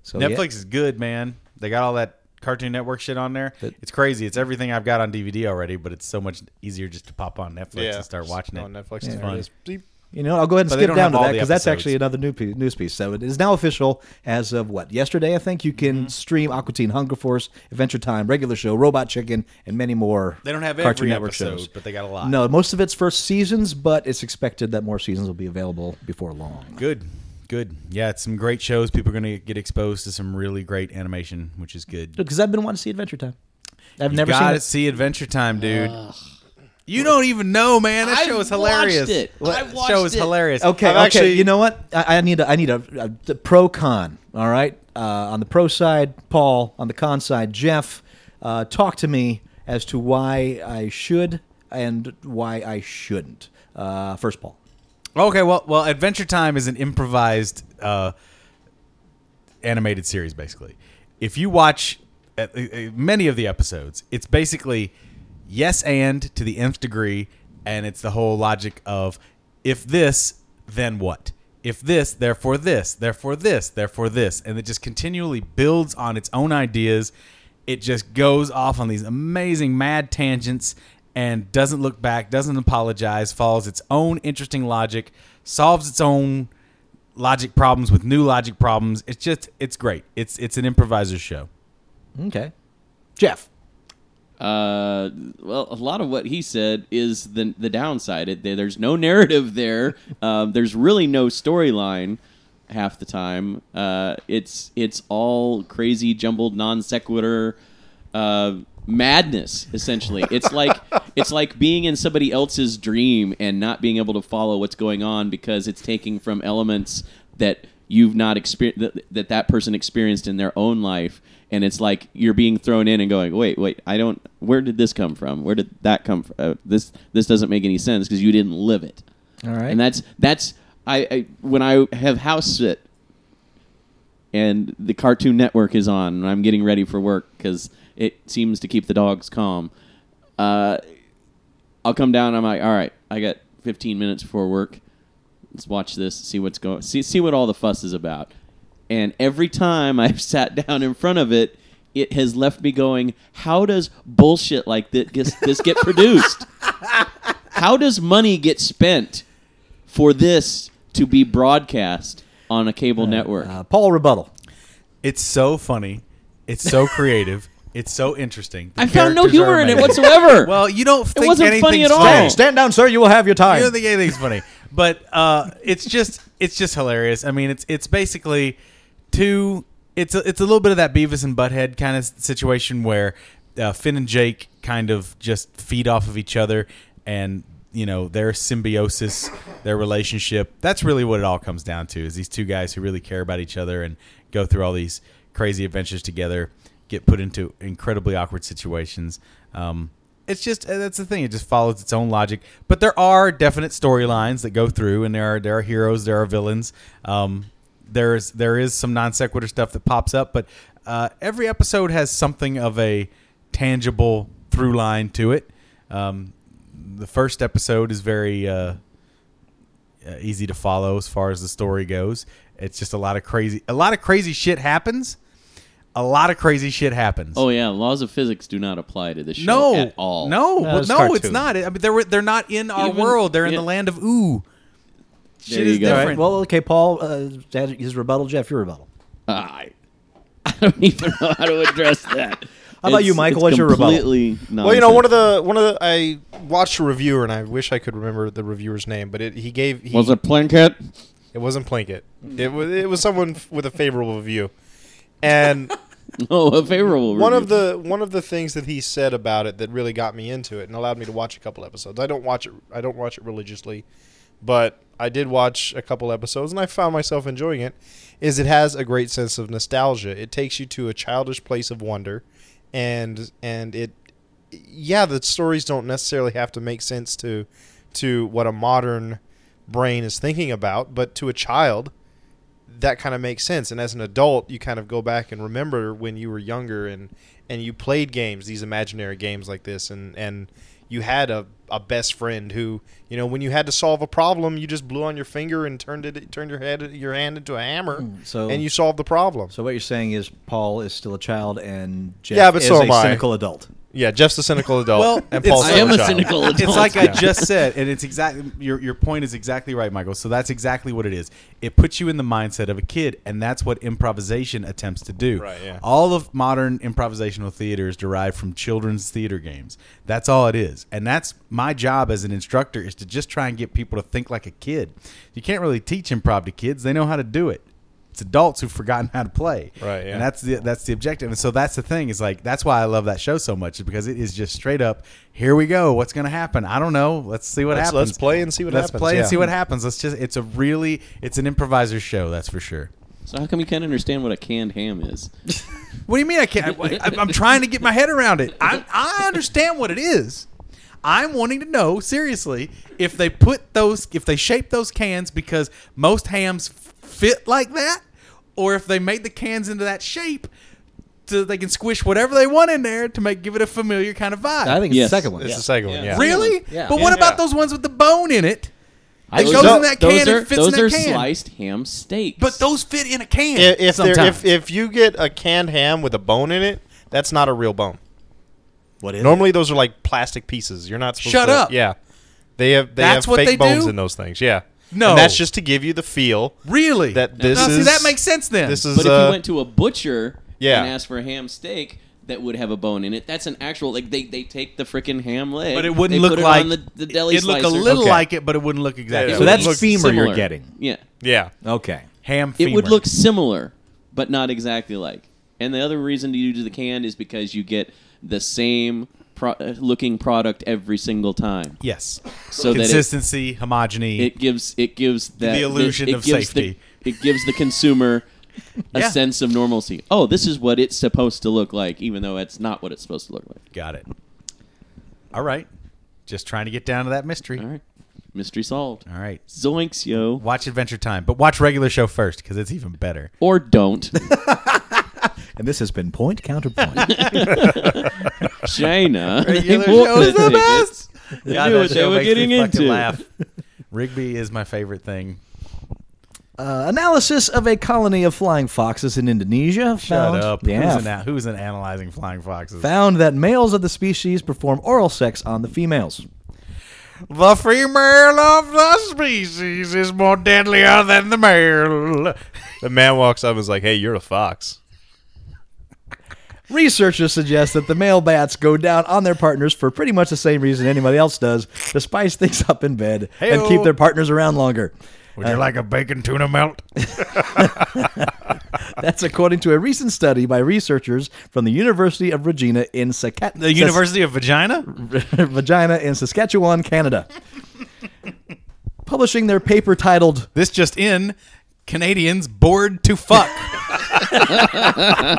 [SPEAKER 6] So, yeah.
[SPEAKER 3] Netflix is good, man. They got all that Cartoon Network shit on there. it's crazy. It's everything I've got on DVD already, but it's so much easier just to pop on Netflix
[SPEAKER 5] Yeah,
[SPEAKER 3] and start
[SPEAKER 5] just
[SPEAKER 3] watching it.
[SPEAKER 5] on Netflix.
[SPEAKER 3] It's
[SPEAKER 5] and there
[SPEAKER 3] fun.
[SPEAKER 5] it is. Beep.
[SPEAKER 6] You know, I'll go ahead and
[SPEAKER 3] But they
[SPEAKER 6] skip
[SPEAKER 3] don't
[SPEAKER 6] down
[SPEAKER 3] have
[SPEAKER 6] to
[SPEAKER 3] all
[SPEAKER 6] that
[SPEAKER 3] the
[SPEAKER 6] because that's
[SPEAKER 3] episodes.
[SPEAKER 6] actually another new piece, news piece. So it is now official as of what yesterday. I think you can
[SPEAKER 3] Mm-hmm.
[SPEAKER 6] stream Aqua Teen, Hunger Force, Adventure Time, Regular Show, Robot Chicken, and many more.
[SPEAKER 3] They don't have
[SPEAKER 6] Cartoon
[SPEAKER 3] every
[SPEAKER 6] Network
[SPEAKER 3] episode,
[SPEAKER 6] shows.
[SPEAKER 3] but they got a lot.
[SPEAKER 6] No, most of it's first seasons, but it's expected that more seasons will be available before long.
[SPEAKER 3] Good. Good. Yeah, it's some great shows. People are going to get exposed to some really great animation, which is good.
[SPEAKER 6] Because I've been wanting to see Adventure Time. I've
[SPEAKER 3] You've
[SPEAKER 6] never
[SPEAKER 3] got
[SPEAKER 6] seen
[SPEAKER 3] to
[SPEAKER 6] it.
[SPEAKER 3] see Adventure Time, dude. you don't even know, man. That
[SPEAKER 4] I've
[SPEAKER 3] show is
[SPEAKER 4] watched
[SPEAKER 3] hilarious.
[SPEAKER 4] it.
[SPEAKER 3] Well,
[SPEAKER 4] I've
[SPEAKER 3] that
[SPEAKER 4] watched
[SPEAKER 3] show is
[SPEAKER 4] it.
[SPEAKER 3] hilarious.
[SPEAKER 6] Okay,
[SPEAKER 5] I've
[SPEAKER 6] okay.
[SPEAKER 5] actually-
[SPEAKER 6] you know what? I, I need a I need a, a, a pro con. All right, uh, on the pro side, Paul. On the con side, Jeff. Uh, talk to me as to why I should and why I shouldn't. Uh, first, Paul.
[SPEAKER 3] Okay, well, well, Adventure Time is an improvised uh, animated series, basically. If you watch uh, uh, many of the episodes, it's basically yes and to the nth degree. and it's the whole logic of if this, then what? If this, therefore this, therefore this, therefore this, and it just continually builds on its own ideas. It just goes off on these amazing mad tangents and doesn't look back, doesn't apologize, follows its own interesting logic, solves its own logic problems with new logic problems. It's just it's great. It's it's an improviser show.
[SPEAKER 6] Okay. Jeff.
[SPEAKER 4] Uh, well, a lot of what he said is the the downside. It, there's no narrative there. Um, there's really no storyline half the time. Uh, it's it's all crazy, jumbled, non sequitur uh, madness. Essentially, it's like it's like being in somebody else's dream and not being able to follow what's going on because it's taking from elements that you've not experienced that, that that person experienced in their own life and it's like you're being thrown in and going wait wait i don't where did this come from where did that come from uh, this this doesn't make any sense because you didn't live it
[SPEAKER 6] All right.
[SPEAKER 4] and that's that's I, I when i have house sit and the cartoon network is on and i'm getting ready for work because it seems to keep the dogs calm uh, i'll come down i'm like all right i got 15 minutes before work let's watch this, see what's going, see see what all the fuss is about. And every time I've sat down in front of it, it has left me going, how does bullshit like this this, this get produced? how does money get spent for this to be broadcast on a cable network?
[SPEAKER 6] Uh, Paul Rebuttal.
[SPEAKER 5] Oh.
[SPEAKER 3] It's so funny. It's so creative. It's so interesting. The
[SPEAKER 4] I found no
[SPEAKER 3] characters are
[SPEAKER 4] humor in it
[SPEAKER 3] amazing.
[SPEAKER 4] whatsoever.
[SPEAKER 3] Well, you don't think
[SPEAKER 4] wasn't funny
[SPEAKER 3] anything's funny
[SPEAKER 4] at all.
[SPEAKER 6] Stand, stand down, sir. You will have your
[SPEAKER 3] I
[SPEAKER 6] time.
[SPEAKER 3] don't think anything's funny, but uh, it's just it's just hilarious. I mean, it's it's basically two. It's a, it's a little bit of that Beavis and Butthead kind of situation where uh, Finn and Jake kind of just feed off of each other, and you know their symbiosis, their relationship. That's really what it all comes down to: is these two guys who really care about each other and go through all these crazy adventures together, get put into incredibly awkward situations. Um, it's just uh, that's the thing. It just follows its own logic. But there are definite storylines that go through, and there are there are heroes, there are villains. Um, there is there is some non sequitur stuff that pops up, but uh, every episode has something of a tangible through line to it. Um, the first episode is very. Uh, uh, easy to follow as far as the story goes. It's just a lot of crazy, a lot of crazy shit happens. A lot of crazy shit happens.
[SPEAKER 4] oh yeah, laws of physics do not apply to this show
[SPEAKER 3] no,
[SPEAKER 4] at all.
[SPEAKER 3] no, well,
[SPEAKER 6] it's
[SPEAKER 3] no, it's
[SPEAKER 6] cartoon.
[SPEAKER 3] not. I mean, they're they're not in our
[SPEAKER 4] Even-
[SPEAKER 3] world. They're in
[SPEAKER 4] yeah.
[SPEAKER 3] the land of ooh. Shit
[SPEAKER 4] you
[SPEAKER 3] is
[SPEAKER 4] go.
[SPEAKER 6] All
[SPEAKER 3] different.
[SPEAKER 6] right. Well, okay, Paul. Uh, his rebuttal. Jeff, your rebuttal.
[SPEAKER 4] I, I don't even know how to address that.
[SPEAKER 6] How about you, Michael? What's your rebuttal?
[SPEAKER 3] Oh,
[SPEAKER 5] Well, you know, one of the one of the I watched a reviewer, and I wish I could remember the reviewer's name, but it, he gave he,
[SPEAKER 4] was it Plinkett?
[SPEAKER 5] It wasn't Plinkett. It was it was someone f- with a favorable view, and
[SPEAKER 4] Oh, a favorable
[SPEAKER 5] one
[SPEAKER 4] review.
[SPEAKER 5] of the one of the things that he said about it that really got me into it and allowed me to watch a couple episodes. I don't watch it. I don't watch it religiously, but I did watch a couple episodes and I found myself enjoying it. Is it has a great sense of nostalgia. It takes you to a childish place of wonder, and and it yeah the stories don't necessarily have to make sense to to what a modern brain is thinking about, but to a child that kind of makes sense. And as an adult, you kind of go back and remember when you were younger and and you played games, these imaginary games like this, and and you had a, a best friend who you know when you had to solve a problem, you just blew on your finger and turned it turned your head your hand into a hammer,
[SPEAKER 6] so-
[SPEAKER 5] and you solved the problem.
[SPEAKER 6] So what you're saying is Paul is still a child, and Jeff
[SPEAKER 5] Yeah, but
[SPEAKER 6] is
[SPEAKER 5] so
[SPEAKER 6] a
[SPEAKER 5] am I.
[SPEAKER 6] cynical adult.
[SPEAKER 5] yeah, Jeff's a cynical adult,
[SPEAKER 3] Well,
[SPEAKER 5] and
[SPEAKER 3] it's-
[SPEAKER 5] Paul's
[SPEAKER 4] I
[SPEAKER 5] still
[SPEAKER 4] am a
[SPEAKER 5] child.
[SPEAKER 4] cynical adult.
[SPEAKER 3] It's like I just said, and it's exactly your your point is exactly right, Michael. So that's exactly what it is. It puts you in the mindset of a kid, and that's what improvisation attempts to do.
[SPEAKER 5] Right, yeah.
[SPEAKER 3] All of modern improvisational theater is derived from children's theater games. That's all it is, and that's my job as an instructor is to just try and get people to think like a kid. You can't really teach improv to kids; they know how to do it. It's adults who've forgotten how to play.
[SPEAKER 5] Right, yeah.
[SPEAKER 3] And that's the that's the objective. And so that's the thing is like that's why I love that show so much is because it is just straight up. Here we go. What's going to happen? I don't know. Let's see what
[SPEAKER 5] Let's-
[SPEAKER 3] happens.
[SPEAKER 5] let's play and see what
[SPEAKER 3] let's
[SPEAKER 5] happens,
[SPEAKER 3] play
[SPEAKER 5] yeah.
[SPEAKER 3] and see what happens. Let's just. It's a really. It's an improviser show. That's for sure.
[SPEAKER 4] So how come you can't understand what a canned ham is?
[SPEAKER 3] What do you mean I can't? I, I, I'm trying to get my head around it. I I understand what it is. I'm wanting to know seriously if they put those if they shape those cans because most hams f- fit like that, or if they made the cans into that shape to, they can squish whatever they want in there to make give it a familiar kind of vibe.
[SPEAKER 6] I think it's
[SPEAKER 4] Yes.
[SPEAKER 6] the second one.
[SPEAKER 5] It's
[SPEAKER 6] Yeah.
[SPEAKER 5] the second one. Yeah.
[SPEAKER 3] really,
[SPEAKER 6] Yeah.
[SPEAKER 3] but what
[SPEAKER 5] Yeah.
[SPEAKER 3] about those ones with the bone in it?
[SPEAKER 6] I
[SPEAKER 3] It
[SPEAKER 6] think
[SPEAKER 3] goes
[SPEAKER 6] so.
[SPEAKER 3] in that
[SPEAKER 4] those
[SPEAKER 3] can
[SPEAKER 4] are,
[SPEAKER 3] and fits
[SPEAKER 4] those
[SPEAKER 3] in that
[SPEAKER 4] are
[SPEAKER 3] can.
[SPEAKER 4] sliced ham steaks.
[SPEAKER 3] But those fit in a can.
[SPEAKER 5] I- If there,
[SPEAKER 6] Sometimes.
[SPEAKER 5] if if you get a canned ham with a bone in it, that's not a real bone.
[SPEAKER 6] What is
[SPEAKER 5] Normally those are like plastic pieces. You're not supposed
[SPEAKER 3] Shut
[SPEAKER 5] to.
[SPEAKER 3] up.
[SPEAKER 5] Yeah. They have they
[SPEAKER 3] That's
[SPEAKER 5] have
[SPEAKER 3] what
[SPEAKER 5] fake
[SPEAKER 3] they
[SPEAKER 5] bones
[SPEAKER 3] do?
[SPEAKER 5] in those things. Yeah.
[SPEAKER 3] No.
[SPEAKER 5] And that's just to give you the feel
[SPEAKER 3] really?
[SPEAKER 5] that this
[SPEAKER 3] Now,
[SPEAKER 5] is
[SPEAKER 3] see, that makes sense then.
[SPEAKER 5] This is
[SPEAKER 4] But if
[SPEAKER 5] uh,
[SPEAKER 4] you went to a butcher
[SPEAKER 5] Yeah.
[SPEAKER 4] and asked for a ham steak that would have a bone in it, that's an actual like they, they take the freaking ham leg,
[SPEAKER 3] but it wouldn't
[SPEAKER 4] they
[SPEAKER 3] look
[SPEAKER 4] put
[SPEAKER 3] like
[SPEAKER 4] it on the, the deli
[SPEAKER 3] It'd look a
[SPEAKER 4] slicer.
[SPEAKER 3] little
[SPEAKER 5] Okay.
[SPEAKER 3] like it, but it wouldn't look exactly.
[SPEAKER 5] Yeah.
[SPEAKER 4] It
[SPEAKER 6] So
[SPEAKER 4] would
[SPEAKER 6] that's
[SPEAKER 4] look
[SPEAKER 6] femur you're
[SPEAKER 4] similar.
[SPEAKER 6] getting.
[SPEAKER 4] Yeah,
[SPEAKER 5] yeah.
[SPEAKER 6] Okay.
[SPEAKER 3] ham.
[SPEAKER 4] it would
[SPEAKER 3] femur.
[SPEAKER 4] look similar, but not exactly like. And the other reason to do the can is because you get the same pro- uh, looking product every single time.
[SPEAKER 3] yes.
[SPEAKER 4] So that it-
[SPEAKER 3] Consistency, homogeny.
[SPEAKER 4] it gives it gives that
[SPEAKER 3] The illusion
[SPEAKER 4] it
[SPEAKER 3] of
[SPEAKER 4] gives
[SPEAKER 3] safety.
[SPEAKER 4] The, it gives the consumer a
[SPEAKER 3] Yeah.
[SPEAKER 4] sense of normalcy. Oh, this is what it's supposed to look like, even though it's not what it's supposed to look like.
[SPEAKER 3] Got it. All right. Just trying to get down to that mystery.
[SPEAKER 4] All right, mystery solved.
[SPEAKER 3] All right.
[SPEAKER 4] Zoinks, yo,
[SPEAKER 3] Watch Adventure Time, but watch regular show first because it's even better.
[SPEAKER 4] or don't.
[SPEAKER 6] And this has been point counterpoint.
[SPEAKER 4] China.
[SPEAKER 3] Regular
[SPEAKER 4] They bought
[SPEAKER 3] show is the
[SPEAKER 4] tickets. They
[SPEAKER 3] God, that
[SPEAKER 4] knew what they
[SPEAKER 3] show
[SPEAKER 4] were
[SPEAKER 3] makes me
[SPEAKER 4] getting
[SPEAKER 3] fucking
[SPEAKER 4] into.
[SPEAKER 3] laugh. Rigby is my favorite thing.
[SPEAKER 6] uh, analysis of a colony of flying foxes in Indonesia.
[SPEAKER 3] Shut
[SPEAKER 6] found,
[SPEAKER 3] up.
[SPEAKER 6] Yeah.
[SPEAKER 3] Who's, an, who's an analyzing flying foxes?
[SPEAKER 6] found that males of the species perform oral sex on the females.
[SPEAKER 3] The female of the species is more deadlier than the male.
[SPEAKER 5] The man walks up and is like, "Hey, you're a fox."
[SPEAKER 6] Researchers suggest that the male bats go down on their partners for pretty much the same reason anybody else does to spice things up in bed and
[SPEAKER 3] Heyo.
[SPEAKER 6] keep their partners around longer.
[SPEAKER 3] Would you like a bacon tuna melt?
[SPEAKER 6] That's according to a recent study by researchers from the University of Regina in Saskatchewan.
[SPEAKER 3] The University of Vagina?
[SPEAKER 6] vagina in Saskatchewan, Canada. Publishing their paper titled
[SPEAKER 3] This just in Canadians bored to fuck.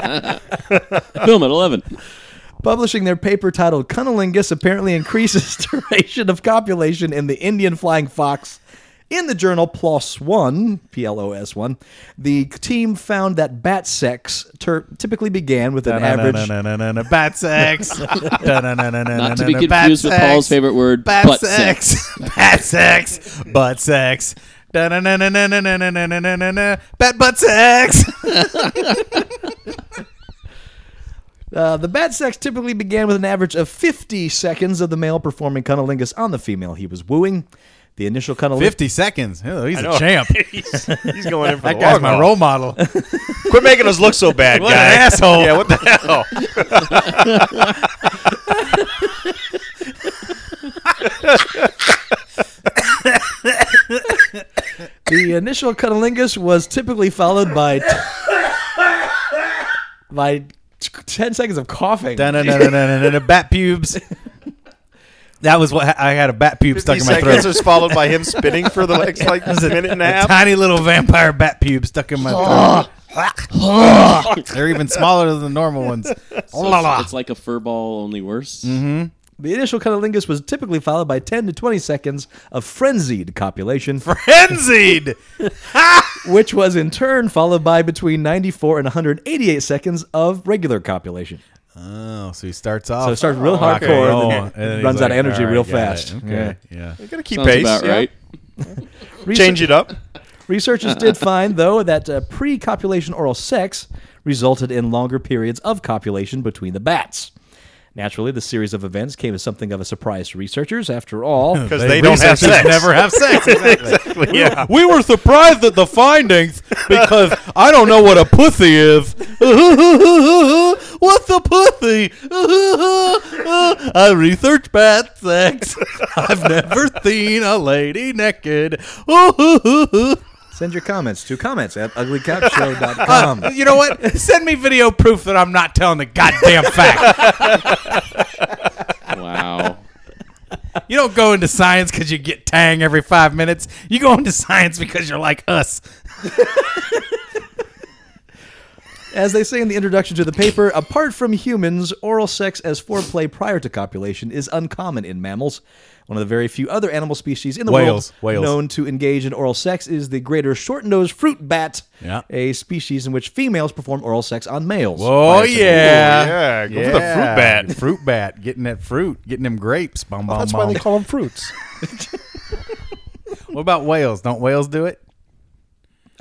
[SPEAKER 4] Film at eleven.
[SPEAKER 6] publishing their paper titled Cunnilingus apparently increases duration of copulation in the Indian flying fox. In the journal PLOS One, P L O S One, the team found that bat sex ter- typically began with an average
[SPEAKER 3] Average. Bat sex.
[SPEAKER 4] Not
[SPEAKER 3] Not
[SPEAKER 4] to be confused with Paul's favorite word,
[SPEAKER 3] Bat
[SPEAKER 4] butt sex.
[SPEAKER 3] sex. Bat sex. Butt sex. Da-na-na-na-na-na-na-na-na-na-na. Bat butt sex.
[SPEAKER 6] Uh, the bat sex typically began with an average of 50 seconds of the male performing cunnilingus on the female he was wooing. The initial cunnilingus.
[SPEAKER 3] 50 seconds. Oh, he's a
[SPEAKER 5] know.
[SPEAKER 3] champ.
[SPEAKER 5] he's, he's going in for
[SPEAKER 3] That
[SPEAKER 5] the
[SPEAKER 3] guy's
[SPEAKER 5] long
[SPEAKER 3] my
[SPEAKER 5] haul.
[SPEAKER 3] role model.
[SPEAKER 5] Quit making us look so bad,
[SPEAKER 3] What an
[SPEAKER 5] guy.
[SPEAKER 3] asshole.
[SPEAKER 5] Yeah, what the hell?
[SPEAKER 6] The initial cunnilingus was typically followed by t- by t- 10 seconds of coughing.
[SPEAKER 3] Da-na-na-na-na-na-na. Bat pubes. That was what I had a bat pube stuck in my
[SPEAKER 5] seconds
[SPEAKER 3] throat.
[SPEAKER 5] is followed by him spinning for the next like minute and a
[SPEAKER 3] A
[SPEAKER 5] half.
[SPEAKER 3] tiny little vampire bat pube stuck in my throat. They're even smaller than the normal ones. La la.
[SPEAKER 4] It's like a fur ball, only worse.
[SPEAKER 6] The initial cunnilingus was typically followed by 10 to 20 seconds of frenzied copulation,
[SPEAKER 3] Frenzied.
[SPEAKER 6] which was in turn followed by between 94 and 188 seconds of regular copulation.
[SPEAKER 3] Oh, so he starts off.
[SPEAKER 6] So it starts real
[SPEAKER 3] Okay.
[SPEAKER 6] hardcore
[SPEAKER 3] Oh,
[SPEAKER 6] and
[SPEAKER 3] and
[SPEAKER 6] then
[SPEAKER 3] he's
[SPEAKER 6] runs out
[SPEAKER 3] like,
[SPEAKER 6] of energy
[SPEAKER 3] all right,
[SPEAKER 6] real
[SPEAKER 3] got
[SPEAKER 6] fast.
[SPEAKER 3] it. Okay, yeah.
[SPEAKER 5] You gotta keep
[SPEAKER 4] Sounds
[SPEAKER 5] pace.
[SPEAKER 4] about
[SPEAKER 5] yeah.
[SPEAKER 4] right.
[SPEAKER 5] Change it up.
[SPEAKER 6] Researchers did find, though, that uh, pre copulation oral sex resulted in longer periods of copulation between the bats. Naturally, the series of events came as something of a surprise to researchers. After all,
[SPEAKER 5] Because they, don't have
[SPEAKER 3] researchers
[SPEAKER 5] sex.
[SPEAKER 3] Never have sex.
[SPEAKER 5] yeah.
[SPEAKER 3] we were surprised at the findings because I don't know what a pussy is. What's a pussy? I research bat sex. I've never seen a lady naked.
[SPEAKER 6] send your comments to comments at uglycapshow.com.
[SPEAKER 3] you know what? Send me video proof that I'm not telling the goddamn fact.
[SPEAKER 4] Wow.
[SPEAKER 3] You don't go into science because you get tang every five minutes. You go into science because you're like us.
[SPEAKER 6] As they say in the introduction to the paper, apart from humans, oral sex as foreplay prior to copulation is uncommon in mammals. One of the very few other animal species in the
[SPEAKER 3] Whales,
[SPEAKER 6] world
[SPEAKER 3] whales.
[SPEAKER 6] known to engage in oral sex is the greater short-nosed fruit bat,
[SPEAKER 3] Yeah.
[SPEAKER 6] a species in which females perform oral sex on males.
[SPEAKER 3] Oh yeah,
[SPEAKER 5] yeah, go for the fruit
[SPEAKER 3] Yeah.
[SPEAKER 5] bat.
[SPEAKER 3] fruit bat, getting that fruit, getting them grapes. Bom, bom,
[SPEAKER 5] Oh, That's why
[SPEAKER 3] bom.
[SPEAKER 5] they call them fruits.
[SPEAKER 3] what about whales? Don't whales do it?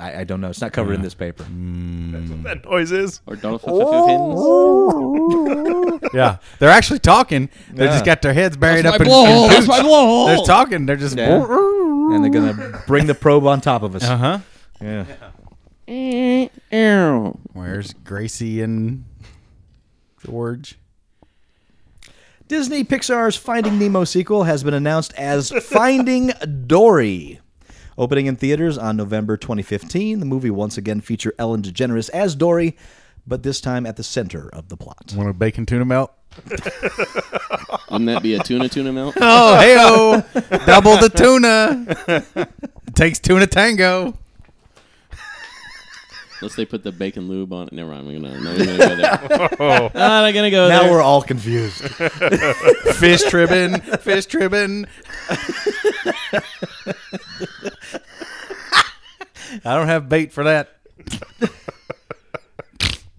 [SPEAKER 6] I, I don't know; it's not covered in this paper.
[SPEAKER 5] that noise is.
[SPEAKER 4] Or Donald
[SPEAKER 3] Oh.
[SPEAKER 4] Fuffins.
[SPEAKER 3] Yeah, they're actually talking. They just got their heads buried
[SPEAKER 4] That's
[SPEAKER 3] up
[SPEAKER 4] my
[SPEAKER 3] in,
[SPEAKER 4] blowhole.
[SPEAKER 3] in
[SPEAKER 4] That's
[SPEAKER 3] pooch.
[SPEAKER 4] my blowhole.
[SPEAKER 3] They're talking. They're just
[SPEAKER 6] And they're gonna bring the probe on top of us.
[SPEAKER 3] uh huh.
[SPEAKER 6] Yeah.
[SPEAKER 4] Ew.
[SPEAKER 3] Where's Gracie and George?
[SPEAKER 6] Disney Pixar's Finding Nemo sequel has been announced as Finding Dory. Opening in theaters on November 2015, the movie once again feature Ellen DeGeneres as Dory, but this time at the center of the plot.
[SPEAKER 3] Want a bacon tuna melt?
[SPEAKER 4] Wouldn't that be a tuna tuna melt?
[SPEAKER 3] Oh, hey Double the tuna. It takes tuna tango.
[SPEAKER 4] Unless they put the bacon lube on it. Never mind. We're gonna, no, we're gonna go there.
[SPEAKER 3] Oh.
[SPEAKER 4] I'm not gonna go
[SPEAKER 6] Now
[SPEAKER 4] there.
[SPEAKER 6] we're all confused.
[SPEAKER 3] Fish tribbing. Fish tribbing. I don't have bait for that.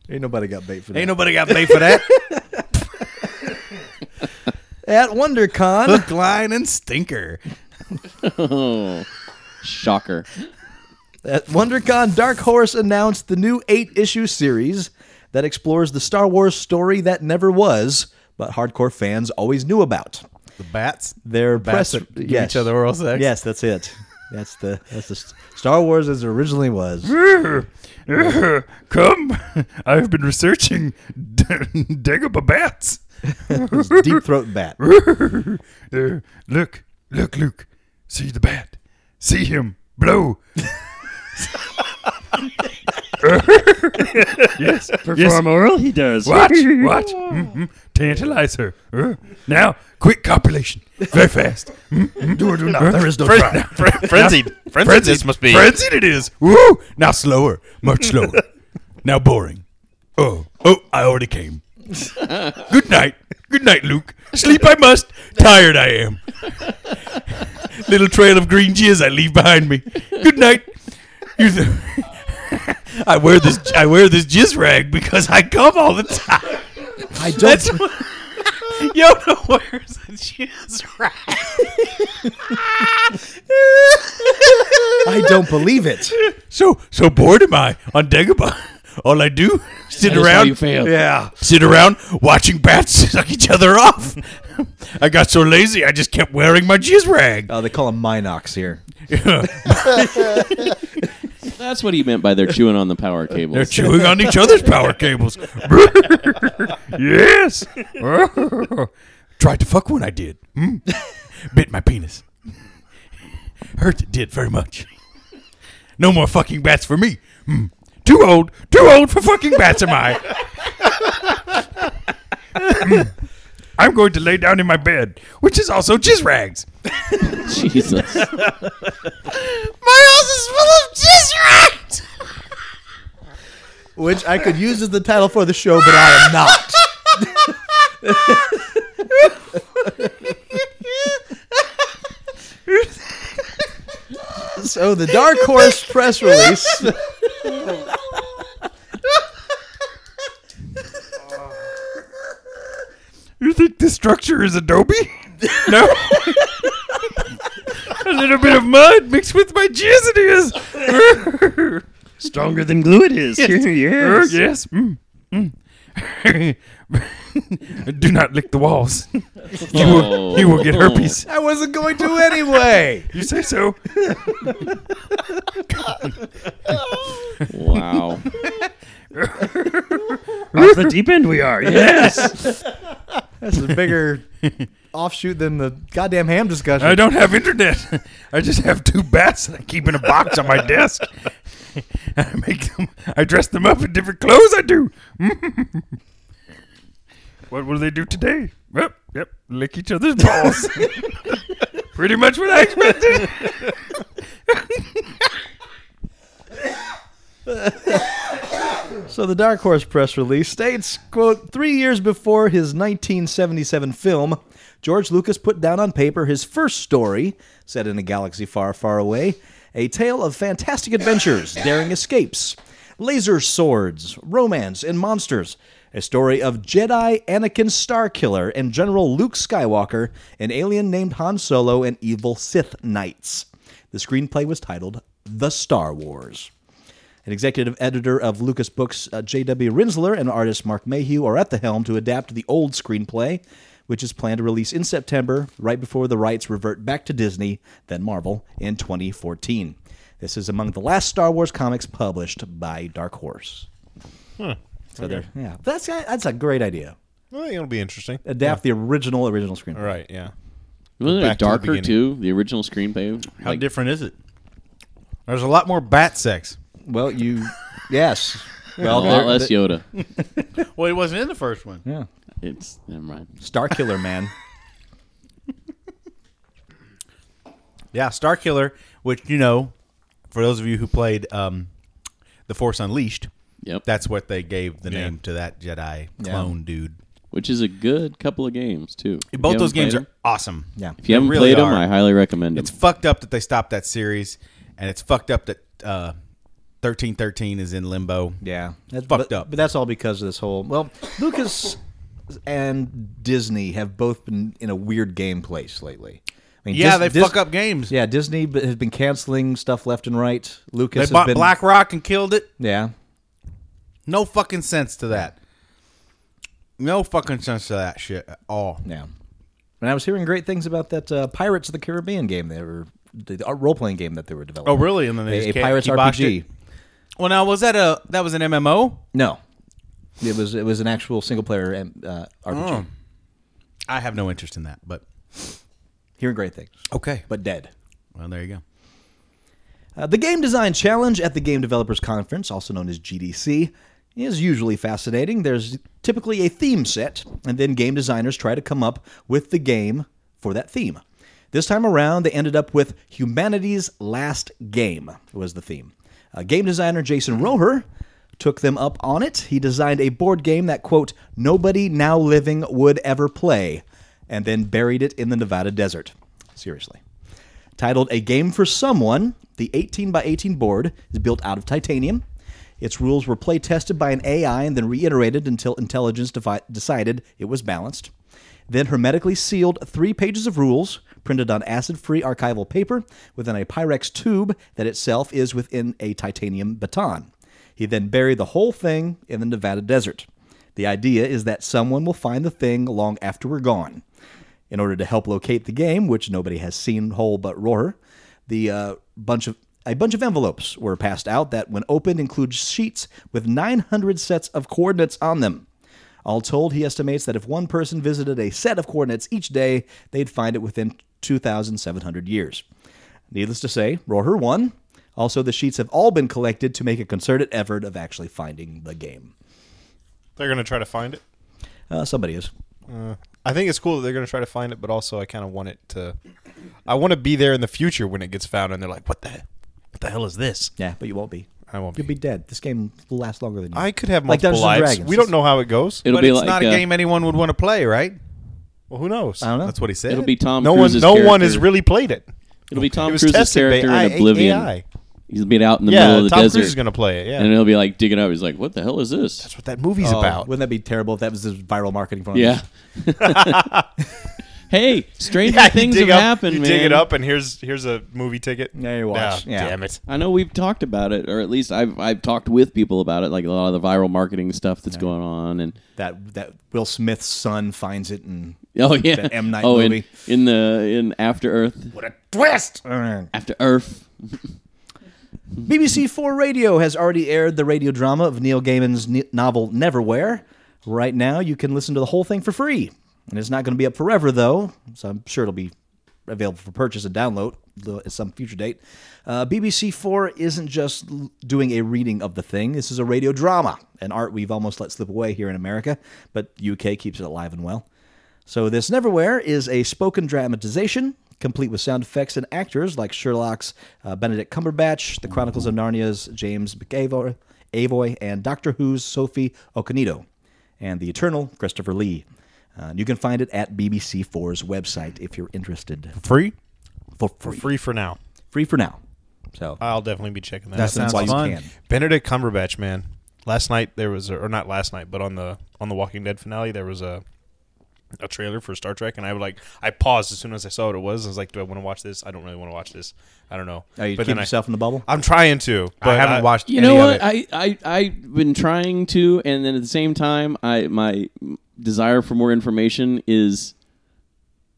[SPEAKER 6] Ain't nobody got bait for that.
[SPEAKER 3] Ain't nobody got bait for that.
[SPEAKER 6] at WonderCon,
[SPEAKER 3] Hook, line, and stinker.
[SPEAKER 4] oh, shocker.
[SPEAKER 6] at WonderCon, Dark Horse announced the new eight-issue series that explores the Star Wars story that never was, but hardcore fans always knew about.
[SPEAKER 3] The bats.
[SPEAKER 6] Their
[SPEAKER 3] Bats
[SPEAKER 6] press
[SPEAKER 3] that give each other oral sex.
[SPEAKER 6] Yes, that's it. That's the that's the S- Star Wars as it originally was.
[SPEAKER 3] Come, I've been researching Dagobah bats.
[SPEAKER 6] Deep throat bat.
[SPEAKER 3] Uh, look, look, Luke. See the bat. See him. Blow.
[SPEAKER 8] Perform oral, he does.
[SPEAKER 3] Watch, watch. Mm-hmm. Tantalize her. Uh, now, quick copulation. Very fast.
[SPEAKER 6] Do or do not. There is no
[SPEAKER 5] Fren- fren- frenzied. Frenzied this must be.
[SPEAKER 3] Frenzied it is. Woo! Now slower. Much slower. now boring. Oh, oh, I already came. Good night. Good night, Luke. Sleep I must. Tired I am. Little trail of green jizz I leave behind me. Good night. You th- I wear this I wear this jizz rag because I come all the time.
[SPEAKER 6] I don't.
[SPEAKER 3] Yoda wears a jizz rag.
[SPEAKER 6] I don't believe it.
[SPEAKER 3] So so bored am I on Dagobah. All I do is sit
[SPEAKER 4] That is how
[SPEAKER 3] around
[SPEAKER 4] you fail.
[SPEAKER 3] Yeah. Sit around watching bats suck each other off. I got so lazy I just kept wearing my jizz rag.
[SPEAKER 6] Oh, they call him Minox here.
[SPEAKER 4] That's what he meant by they're chewing on the power cables.
[SPEAKER 3] They're chewing on each other's power cables. yes. Tried to fuck when I did. Hmm. Bit my penis. Hmm. Hurt it did very much. No more fucking bats for me. Hmm. Too old. Too old for fucking bats am I. Hmm. I'm going to lay down in my bed, which is also jizz rags.
[SPEAKER 4] Jesus.
[SPEAKER 3] My house is full of jizz rags.
[SPEAKER 6] Which I could use as the title for the show, but I am not. so the Dark Horse press release.
[SPEAKER 3] You think this structure is Adobe? No. a little bit of mud mixed with my jizz it is. Er,
[SPEAKER 8] Stronger than glue, it is.
[SPEAKER 3] er,
[SPEAKER 8] yes.
[SPEAKER 3] yes. Mm, mm. Do not lick the walls. You
[SPEAKER 4] Oh.
[SPEAKER 3] will, you will get herpes.
[SPEAKER 6] I wasn't going to anyway.
[SPEAKER 3] You say so.
[SPEAKER 4] Wow.
[SPEAKER 8] Off the deep end, we are. Yes.
[SPEAKER 6] This is a bigger offshoot than the goddamn ham discussion.
[SPEAKER 3] I don't have internet. I just have two bats that I keep in a box on my desk. I make them. I dress them up in different clothes. I do. what will they do today? Well, yep, lick each other's balls. Pretty much what I expected.
[SPEAKER 6] So the Dark Horse press release states, quote, three years before his 1977 film, George Lucas put down on paper his first story, set in a galaxy far, far away, a tale of fantastic adventures, daring escapes, laser swords, romance, and monsters. A story of Jedi Anakin Starkiller and General Luke Skywalker, an alien named Han Solo, and evil Sith Knights. The screenplay was titled The Star Wars. An executive editor of Lucas Books, uh, J.W. Rinsler, and artist Mark Mayhew are at the helm to adapt the old screenplay, which is planned to release in September, right before the rights revert back to Disney, then Marvel, in 2014. This is among the last Star Wars comics published by Dark Horse. So there, yeah, that's uh, that's a great idea.
[SPEAKER 5] I think it'll be interesting.
[SPEAKER 6] Adapt the original original screenplay.
[SPEAKER 5] All right, yeah.
[SPEAKER 4] Wasn't
[SPEAKER 5] Back
[SPEAKER 4] it
[SPEAKER 5] to the
[SPEAKER 4] darker
[SPEAKER 5] beginning.
[SPEAKER 4] too? The original screenplay.
[SPEAKER 3] How
[SPEAKER 4] Like,
[SPEAKER 3] different is it? There's a lot more bat sex.
[SPEAKER 6] Well, you, yes.
[SPEAKER 4] a
[SPEAKER 6] Well,
[SPEAKER 4] lot
[SPEAKER 6] there-
[SPEAKER 4] less Yoda.
[SPEAKER 3] Well, he wasn't in the first one.
[SPEAKER 6] yeah,
[SPEAKER 4] It's never mind.
[SPEAKER 6] Star Killer Man.
[SPEAKER 3] Yeah, Star Killer, which you know, for those of you who played um, The Force Unleashed,
[SPEAKER 4] Yep.
[SPEAKER 3] that's what they gave the name to that Jedi clone dude.
[SPEAKER 4] Which is a good couple of games too. If
[SPEAKER 3] Both
[SPEAKER 4] you
[SPEAKER 3] those
[SPEAKER 4] haven't
[SPEAKER 3] games
[SPEAKER 4] played
[SPEAKER 3] are
[SPEAKER 4] 'em-
[SPEAKER 3] awesome.
[SPEAKER 6] Yeah.
[SPEAKER 4] If you haven't
[SPEAKER 3] really
[SPEAKER 4] played them,
[SPEAKER 3] are.
[SPEAKER 4] I highly recommend them.
[SPEAKER 3] It's fucked up that they stopped that series, and it's fucked up that uh, thirteen thirteen is in limbo.
[SPEAKER 6] Yeah, that's
[SPEAKER 3] Fucked
[SPEAKER 6] but,
[SPEAKER 3] up.
[SPEAKER 6] But that's all because of this whole. Well, Lucas and Disney have both been in a weird game place lately. I mean,
[SPEAKER 3] Yeah,
[SPEAKER 6] Dis-
[SPEAKER 3] they
[SPEAKER 6] Dis-
[SPEAKER 3] fuck up games.
[SPEAKER 6] Yeah, Disney b- has been canceling stuff left and right.
[SPEAKER 3] they
[SPEAKER 6] Lucas has
[SPEAKER 3] bought
[SPEAKER 6] been,
[SPEAKER 3] BlackRock and killed it.
[SPEAKER 6] Yeah,
[SPEAKER 3] No fucking sense to that. No fucking sense to that shit at all.
[SPEAKER 6] yeah. And I was hearing great things about that uh, Pirates of the Caribbean game they were the role playing game that they were developing.
[SPEAKER 3] Oh, really? And then they,
[SPEAKER 6] A, a
[SPEAKER 3] just ca-
[SPEAKER 6] Pirates
[SPEAKER 3] he botched
[SPEAKER 6] RPG.
[SPEAKER 3] it? Well, now was that a that was an MMO?
[SPEAKER 6] No, it was it was an actual single player uh,
[SPEAKER 3] Oh.
[SPEAKER 6] RPG.
[SPEAKER 3] I have no interest in that, but
[SPEAKER 6] Hearing great things,
[SPEAKER 3] okay. But
[SPEAKER 6] but dead.
[SPEAKER 3] well, there you go.
[SPEAKER 6] Uh, the Game Design Challenge at the Game Developers Conference, also known as GDC, is usually fascinating. There's typically a theme set, and then game designers try to come up with the game for that theme. This time around, they ended up with Humanity's Last Game, was the theme. Uh, game designer Jason Roher took them up on it. He designed a board game that, quote, nobody now living would ever play, and then buried it in the Nevada desert. Seriously. Titled A Game for Someone, the 18 by 18 board is built out of titanium. Its rules were play tested by an AI and then reiterated until intelligence defi- decided it was balanced. Then hermetically sealed three pages of rules printed on acid free archival paper within a Pyrex tube that itself is within a titanium baton. He then buried the whole thing in the Nevada desert. The idea is that someone will find the thing long after we're gone. In order to help locate the game, which nobody has seen whole but Roar, the uh, bunch of a bunch of envelopes were passed out that, when opened, include sheets with 900 sets of coordinates on them. All told, he estimates that if one person visited a set of coordinates each day, they'd find it within 2,700 years. Needless to say, Roher won. Also, the sheets have all been collected to make a concerted effort of actually finding the game.
[SPEAKER 5] They're gonna try to find it.
[SPEAKER 6] Uh, somebody is.
[SPEAKER 5] I think it's cool that they're gonna try to find it, but also I kind of want it to. I want to be there in the future when it gets found, and they're like, "What the, what the hell is this?"
[SPEAKER 6] Yeah, but you won't be.
[SPEAKER 5] I won't
[SPEAKER 6] You'll
[SPEAKER 5] be.
[SPEAKER 6] be dead. This game will last longer than you.
[SPEAKER 5] I could have
[SPEAKER 6] Like
[SPEAKER 5] multiple
[SPEAKER 6] Dungeons and
[SPEAKER 5] lives.
[SPEAKER 6] Dragons.
[SPEAKER 5] We don't know how it goes.
[SPEAKER 4] It'll
[SPEAKER 3] but
[SPEAKER 4] be
[SPEAKER 3] it's
[SPEAKER 4] like
[SPEAKER 3] not a
[SPEAKER 4] uh,
[SPEAKER 3] game anyone would want to play, right?
[SPEAKER 5] Well, who knows?
[SPEAKER 6] I don't know.
[SPEAKER 3] That's what he said.
[SPEAKER 4] It'll be Tom.
[SPEAKER 5] No one,
[SPEAKER 4] Cruise's
[SPEAKER 5] no one has
[SPEAKER 4] character.
[SPEAKER 5] really played it.
[SPEAKER 4] It'll be Tom
[SPEAKER 5] was
[SPEAKER 4] Cruise's
[SPEAKER 5] tested by
[SPEAKER 4] character in
[SPEAKER 5] I-
[SPEAKER 4] Oblivion.
[SPEAKER 5] AI.
[SPEAKER 4] He's been out in the middle
[SPEAKER 5] Yeah,
[SPEAKER 4] of the
[SPEAKER 5] Tom
[SPEAKER 4] desert,
[SPEAKER 5] Cruise is gonna play it. Yeah,
[SPEAKER 4] and he'll be like digging up. He's like, "What the hell is this?"
[SPEAKER 5] that's what that movie's
[SPEAKER 6] Oh,
[SPEAKER 5] about.
[SPEAKER 6] Wouldn't that be terrible if that was just viral marketing for him?
[SPEAKER 4] Yeah. hey, stranger
[SPEAKER 5] Yeah, you
[SPEAKER 4] things have
[SPEAKER 5] dig up-
[SPEAKER 4] happened,
[SPEAKER 5] You
[SPEAKER 4] man.
[SPEAKER 5] dig it up, and here's here's a movie ticket.
[SPEAKER 6] Yeah, you watch.
[SPEAKER 5] Nah,
[SPEAKER 6] Yeah.
[SPEAKER 5] Damn it.
[SPEAKER 4] I know we've talked about it, or at least I've I've talked with people about it, like a lot of the viral marketing stuff that's going on, and
[SPEAKER 6] That that Will Smith's son finds it and
[SPEAKER 4] oh yeah,
[SPEAKER 6] The M. Night
[SPEAKER 4] oh,
[SPEAKER 6] movie.
[SPEAKER 4] In, in the in After Earth,
[SPEAKER 6] uh,
[SPEAKER 4] After Earth,
[SPEAKER 6] BBC Four Radio has already aired the radio drama of Neil Gaiman's ne- novel Neverwhere. Right now, you can listen to the whole thing for free, and it's not going to be up forever though, so I'm sure it'll be available for purchase and download though, at some future date. Uh, BBC Four isn't just l- doing a reading of the thing. This is a radio drama, an art we've almost let slip away here in America, but UK keeps it alive and well. So this Neverwhere is a spoken dramatization, complete with sound effects and actors like Sherlock's uh, Benedict Cumberbatch, The Chronicles of Narnia's James McAvoy, Avoy, and Doctor Who's Sophie Okonedo, and The Eternal Christopher Lee. Uh, you can find it at BBC4's website if you're interested
[SPEAKER 3] Free?
[SPEAKER 6] for free,
[SPEAKER 5] Free for now.
[SPEAKER 6] free for now. So
[SPEAKER 5] I'll definitely be checking that.
[SPEAKER 3] That
[SPEAKER 5] out.
[SPEAKER 3] sounds
[SPEAKER 6] while you
[SPEAKER 3] fun.
[SPEAKER 6] can.
[SPEAKER 5] Benedict Cumberbatch, man. Last night there was, a, or not last night, but on the on the Walking Dead finale, there was a a trailer for Star Trek, and I would like I paused as soon as I saw what it was. I was like, do I want to watch this? I don't really want to watch this. I don't know.
[SPEAKER 6] Are Oh, you
[SPEAKER 5] but
[SPEAKER 6] keeping
[SPEAKER 5] I,
[SPEAKER 6] yourself in the bubble?
[SPEAKER 5] I'm trying to. But
[SPEAKER 3] I haven't watched
[SPEAKER 4] You
[SPEAKER 3] any
[SPEAKER 4] know
[SPEAKER 3] of
[SPEAKER 4] what?
[SPEAKER 3] it.
[SPEAKER 4] I, I I've been trying to, and then at the same time, I my desire for more information is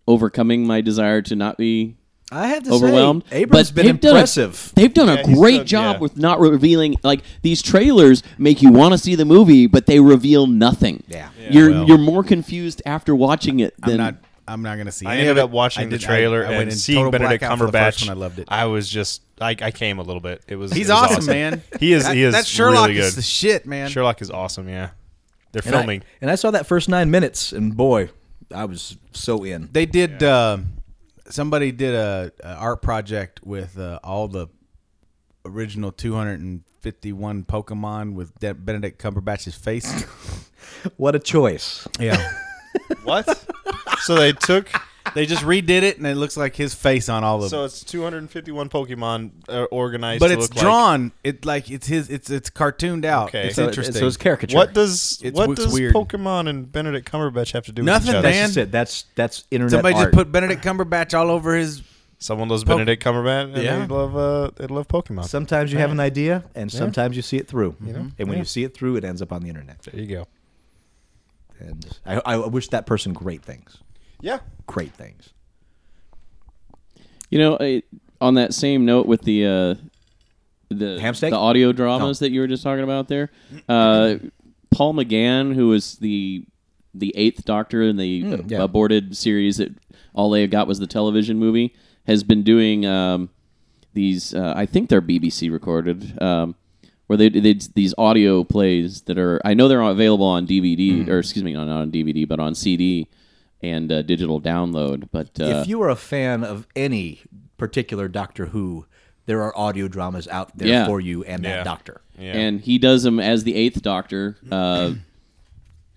[SPEAKER 4] overcoming my desire to not be
[SPEAKER 6] I have to
[SPEAKER 4] overwhelmed.
[SPEAKER 6] say, Abrams
[SPEAKER 4] but
[SPEAKER 6] been
[SPEAKER 4] they've done a-
[SPEAKER 6] impressive.
[SPEAKER 4] they've done a
[SPEAKER 5] he's
[SPEAKER 4] great
[SPEAKER 5] done-
[SPEAKER 4] job
[SPEAKER 5] yeah.
[SPEAKER 4] with not revealing. Like these trailers make you want to see the movie, but they reveal nothing.
[SPEAKER 6] Yeah.
[SPEAKER 4] you're
[SPEAKER 3] well.
[SPEAKER 4] you're more confused after watching it
[SPEAKER 3] I'm
[SPEAKER 4] than
[SPEAKER 3] not. I'm not going to see.
[SPEAKER 5] I
[SPEAKER 3] any
[SPEAKER 5] ended
[SPEAKER 3] of it.
[SPEAKER 5] up watching
[SPEAKER 3] I
[SPEAKER 5] the
[SPEAKER 3] did- I-
[SPEAKER 5] trailer
[SPEAKER 3] I
[SPEAKER 5] and
[SPEAKER 3] went in
[SPEAKER 5] seeing
[SPEAKER 3] total
[SPEAKER 5] Benedict
[SPEAKER 3] blackout for the
[SPEAKER 5] Cumberbatch.
[SPEAKER 3] first one. I loved it.
[SPEAKER 5] I was just, I, I came a little bit. It was.
[SPEAKER 3] He's
[SPEAKER 5] it was
[SPEAKER 3] awesome, man.
[SPEAKER 5] He is.
[SPEAKER 3] That,
[SPEAKER 5] he is
[SPEAKER 3] That Sherlock
[SPEAKER 5] really good.
[SPEAKER 3] is the shit, man.
[SPEAKER 5] Sherlock is awesome. Yeah, they're
[SPEAKER 6] And I-
[SPEAKER 5] filming.
[SPEAKER 6] and I saw that first nine minutes, and boy, I was so in.
[SPEAKER 3] They did. Uh, somebody did a, a art project with uh, all the original 251 Pokemon with De- Benedict Cumberbatch's face.
[SPEAKER 6] What a choice!
[SPEAKER 3] yeah,
[SPEAKER 5] what? So they took.
[SPEAKER 3] they just redid it, and it looks like his face on all of
[SPEAKER 5] So
[SPEAKER 3] them.
[SPEAKER 5] it's 251 Pokemon uh, organized,
[SPEAKER 3] But
[SPEAKER 5] to
[SPEAKER 3] it's
[SPEAKER 5] look like-
[SPEAKER 3] drawn. it like it's his. It's it's cartooned out.
[SPEAKER 5] Okay.
[SPEAKER 3] It's
[SPEAKER 5] So it-
[SPEAKER 3] interesting.
[SPEAKER 6] So it's caricature.
[SPEAKER 5] What does
[SPEAKER 3] It's-
[SPEAKER 5] what
[SPEAKER 3] it's
[SPEAKER 5] does
[SPEAKER 3] weird.
[SPEAKER 5] Pokemon and Benedict Cumberbatch have to do with each
[SPEAKER 3] Nothing,
[SPEAKER 5] other?
[SPEAKER 6] That's
[SPEAKER 3] Dan.
[SPEAKER 6] just it. That's that's internet
[SPEAKER 3] Somebody
[SPEAKER 6] art.
[SPEAKER 3] just put Benedict Cumberbatch all over his.
[SPEAKER 5] Someone loves
[SPEAKER 3] Po-
[SPEAKER 5] Benedict Cumberbatch, and they
[SPEAKER 3] Yeah.
[SPEAKER 5] love uh, they love Pokemon.
[SPEAKER 6] Sometimes you have an idea, and sometimes you see it through. Mm-hmm. And when you see it through, it ends up on the internet.
[SPEAKER 5] there you go.
[SPEAKER 6] And I, I wish that person great things.
[SPEAKER 5] Yeah,
[SPEAKER 6] Great things.
[SPEAKER 4] You know, I, on that same note with the uh, the
[SPEAKER 6] Hamsteak?
[SPEAKER 4] the audio dramas that you were just talking about there, uh, Paul McGann, who was the the Eighth Doctor in the
[SPEAKER 6] yeah.
[SPEAKER 4] aborted series that all they got was the television movie, has been doing um, these. Uh, I think they're BBC recorded. Um, where they did these audio plays that are, I know they're available on DVD, or excuse me, not on DVD, but on CD and uh, digital download. But uh,
[SPEAKER 6] if you are a fan of any particular Doctor Who, there are audio dramas out there
[SPEAKER 4] Yeah.
[SPEAKER 6] for you and that Doctor.
[SPEAKER 4] and he does them as the Eighth Doctor, uh,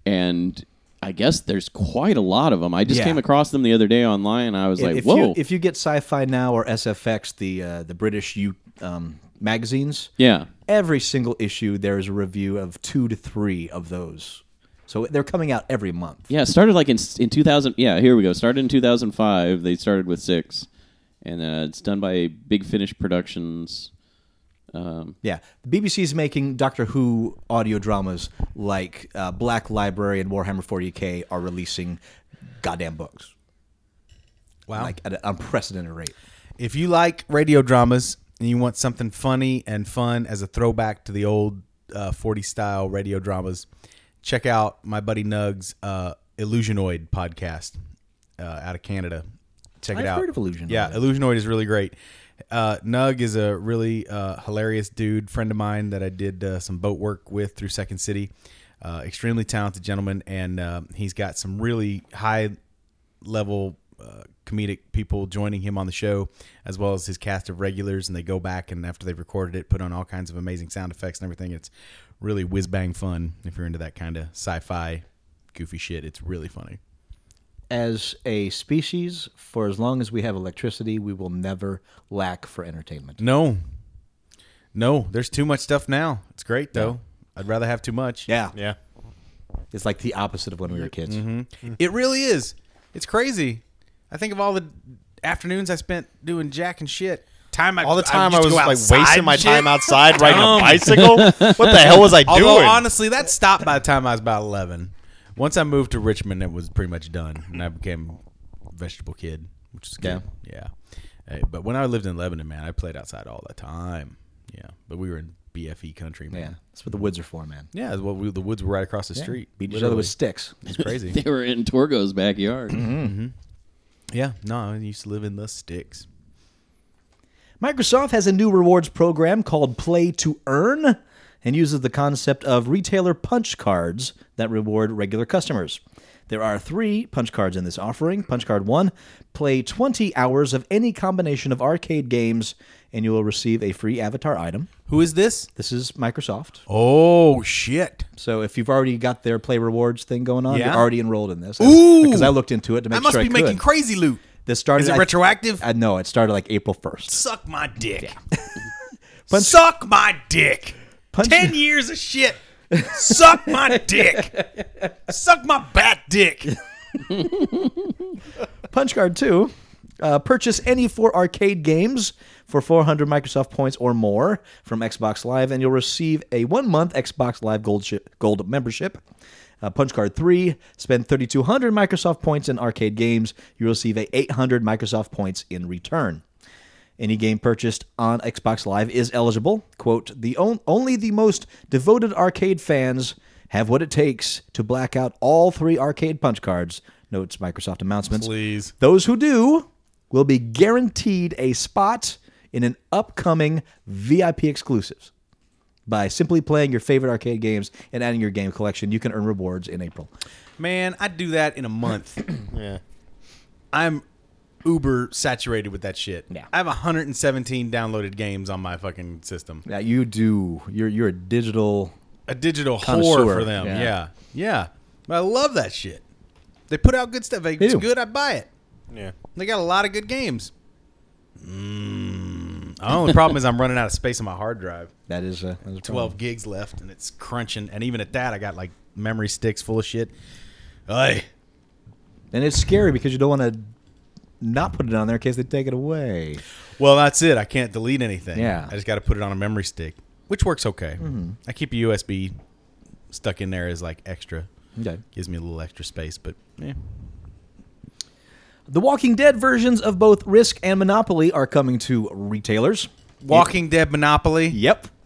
[SPEAKER 4] and I guess there's quite a lot of them. I just
[SPEAKER 6] Yeah.
[SPEAKER 4] came across them the other day online. and I was like,
[SPEAKER 6] if
[SPEAKER 4] "Whoa,
[SPEAKER 6] you if you get Sci-Fi Now or SFX, the uh, the British U um, magazines,
[SPEAKER 4] yeah,
[SPEAKER 6] every single issue there is a review of two to three of those. So they're coming out every month.
[SPEAKER 4] yeah." It started like in in 2000. Yeah, here we go. Started in 2005. They started with six, and uh, it's done by Big Finish Productions.
[SPEAKER 6] Yeah, the BBC's making Doctor Who audio dramas like uh, Black Library and Warhammer 40k are releasing goddamn books
[SPEAKER 3] Wow.
[SPEAKER 6] like at an unprecedented rate.
[SPEAKER 3] If you like radio dramas and you want something funny and fun as a throwback to the old uh, 40 style radio dramas, check out my buddy Nug's uh, Illusionoid podcast uh, out of Canada. Check
[SPEAKER 6] I've
[SPEAKER 3] it out.
[SPEAKER 6] heard of Illusionoid.
[SPEAKER 3] Yeah, Illusionoid is really great. Uh, Nug is a really uh, hilarious dude, friend of mine that I did uh, some boat work with through Second City. Uh, extremely talented gentleman, and uh, he's got some really high level uh, comedic people joining him on the show, as well as his cast of regulars. And they go back and after they've recorded it, put on all kinds of amazing sound effects and everything. It's really whiz bang fun if you're into that kind of sci fi goofy shit. It's really funny.
[SPEAKER 6] As a species, for as long as we have electricity, we will never lack for entertainment.
[SPEAKER 3] No, no, there's too much stuff now. It's great though. I'd rather have too much.
[SPEAKER 6] Yeah, Mm-hmm.
[SPEAKER 5] yeah.
[SPEAKER 6] it's like the opposite of when we were kids.
[SPEAKER 3] It really is. It's crazy. I think of all the afternoons I spent doing jack and shit. Time I,
[SPEAKER 5] All the time I,
[SPEAKER 3] would
[SPEAKER 5] was
[SPEAKER 3] just go
[SPEAKER 5] like
[SPEAKER 3] outside
[SPEAKER 5] wasting
[SPEAKER 3] and
[SPEAKER 5] my
[SPEAKER 3] shit.
[SPEAKER 5] time outside riding a bicycle. What the hell was I doing?
[SPEAKER 3] Although honestly, that stopped by the time I was about eleven. Once I moved to Richmond, it was pretty much done, and I became a vegetable kid, which is good. Yeah. Hey, but when I lived in Lebanon, man, I played outside all the time. Yeah, but we were in BFE country,
[SPEAKER 6] Yeah,
[SPEAKER 3] man.
[SPEAKER 6] that's what the woods are for, man.
[SPEAKER 3] Yeah, that's what we, the woods were right across the street.
[SPEAKER 6] Beat each other with sticks.
[SPEAKER 3] It's crazy.
[SPEAKER 4] They were in Torgo's backyard.
[SPEAKER 6] Mm-hmm.
[SPEAKER 3] yeah, no, I used to live in the sticks.
[SPEAKER 6] Microsoft has a new rewards program called Play to Earn and uses the concept of retailer punch cards that reward regular customers. There are three punch cards in this offering. Punch card one play 20 hours of any combination of arcade games, and you will receive a free avatar item.
[SPEAKER 3] Who is this?
[SPEAKER 6] This is Microsoft.
[SPEAKER 3] Oh shit!
[SPEAKER 6] So if you've already got their play rewards thing going on,
[SPEAKER 3] Yeah.
[SPEAKER 6] you're already enrolled in this.
[SPEAKER 3] Ooh!
[SPEAKER 6] Because I looked into it to make
[SPEAKER 3] I must
[SPEAKER 6] sure
[SPEAKER 3] be
[SPEAKER 6] I could.
[SPEAKER 3] making crazy loot.
[SPEAKER 6] this started
[SPEAKER 3] Is it
[SPEAKER 6] I-
[SPEAKER 3] retroactive?
[SPEAKER 6] I know it started like April 1st.
[SPEAKER 3] Suck my dick. Suck my dick.
[SPEAKER 6] Punch-
[SPEAKER 3] Ten years of shit. Suck my dick. Suck my bat dick.
[SPEAKER 6] Punch Card 2. Uh, purchase any four arcade games for 400 Microsoft points or more from Xbox Live, and you'll receive a one month Xbox Live Gold, shi gold membership. Uh, punch Card 3. Spend 3,200 Microsoft points in arcade games. You receive a 800 Microsoft points in return. Any game purchased on Xbox Live is eligible. Quote, the on- only the most devoted arcade fans have what it takes to black out all three arcade punch cards, notes Microsoft announcements.
[SPEAKER 3] Please.
[SPEAKER 6] Those who do will be guaranteed a spot in an upcoming VIP exclusives. By simply playing your favorite arcade games and adding your game collection, you can earn rewards in April.
[SPEAKER 3] Man, I do that in a month. yeah. I'm uber saturated with that shit.
[SPEAKER 6] Yeah.
[SPEAKER 3] I have 117 downloaded games on my fucking system.
[SPEAKER 6] Now you do. You're you're a digital.
[SPEAKER 3] A digital whore
[SPEAKER 6] Connoisseur,
[SPEAKER 3] for them. Yeah.
[SPEAKER 6] yeah.
[SPEAKER 3] yeah. But I love that shit. They put out good stuff. If it's
[SPEAKER 6] do.
[SPEAKER 3] good, I buy it.
[SPEAKER 5] Yeah.
[SPEAKER 3] They got a lot of good games. Mm. The only problem is I'm running out of space on my hard drive.
[SPEAKER 6] That is a, that is a problem.
[SPEAKER 3] 12 gigs left and it's crunching. And even at that, I got like memory sticks full of shit. Ay.
[SPEAKER 6] And it's scary because you don't want to not put it on there in case they take it away.
[SPEAKER 3] Well, that's it. I can't delete anything.
[SPEAKER 6] Yeah.
[SPEAKER 3] I just got to put it on a memory stick, which works okay. I keep a USB stuck in there as like extra.
[SPEAKER 6] Okay.
[SPEAKER 3] Gives me a little extra space, but yeah.
[SPEAKER 6] The Walking Dead versions of both Risk and Monopoly are coming to retailers.
[SPEAKER 3] Walking Dead Monopoly.
[SPEAKER 6] Yep.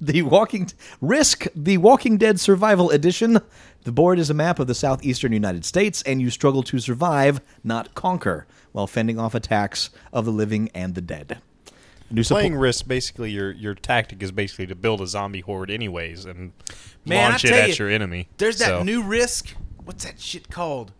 [SPEAKER 6] The Walking Risk, the Walking Dead Survival Edition. The board is a map of the southeastern United States, and you struggle to survive, not conquer, while fending off attacks of the living and the dead. New support-
[SPEAKER 5] Playing risk, basically, your your tactic is basically to build a zombie horde, anyways, and
[SPEAKER 3] Man,
[SPEAKER 5] launch
[SPEAKER 3] I
[SPEAKER 5] it
[SPEAKER 3] tell
[SPEAKER 5] at
[SPEAKER 3] you,
[SPEAKER 5] your enemy.
[SPEAKER 3] There's that
[SPEAKER 5] So-
[SPEAKER 3] new Risk. What's that shit called?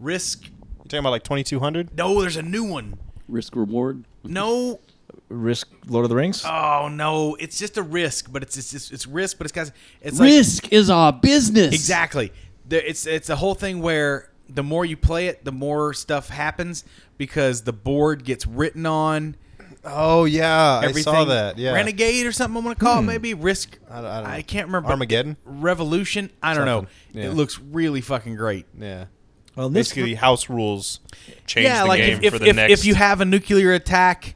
[SPEAKER 3] Risk.
[SPEAKER 5] You're talking about like 2200.
[SPEAKER 3] No, there's a new one.
[SPEAKER 4] Risk reward.
[SPEAKER 3] No.
[SPEAKER 6] Risk, Lord of the Rings.
[SPEAKER 3] Oh no, it's just a risk, but it's it's it's, it's risk, but it's got it's like
[SPEAKER 4] Risk is our business.
[SPEAKER 3] Exactly. There, it's it's a whole thing where the more you play it, the more stuff happens because the board gets written on.
[SPEAKER 5] Oh yeah,
[SPEAKER 3] Everything. Renegade or something. I'm gonna call it maybe Risk. I,
[SPEAKER 5] don't- I don't know.
[SPEAKER 3] can't remember.
[SPEAKER 5] Armageddon?
[SPEAKER 3] Revolution. I don't
[SPEAKER 5] Something.
[SPEAKER 3] know.
[SPEAKER 5] Yeah.
[SPEAKER 3] It looks really fucking great.
[SPEAKER 5] Yeah.
[SPEAKER 6] well, this-
[SPEAKER 5] Basically, house rules change
[SPEAKER 3] yeah,
[SPEAKER 5] the
[SPEAKER 3] like
[SPEAKER 5] game
[SPEAKER 3] if if,
[SPEAKER 5] for the
[SPEAKER 3] if,
[SPEAKER 5] next.
[SPEAKER 3] if you have a nuclear attack,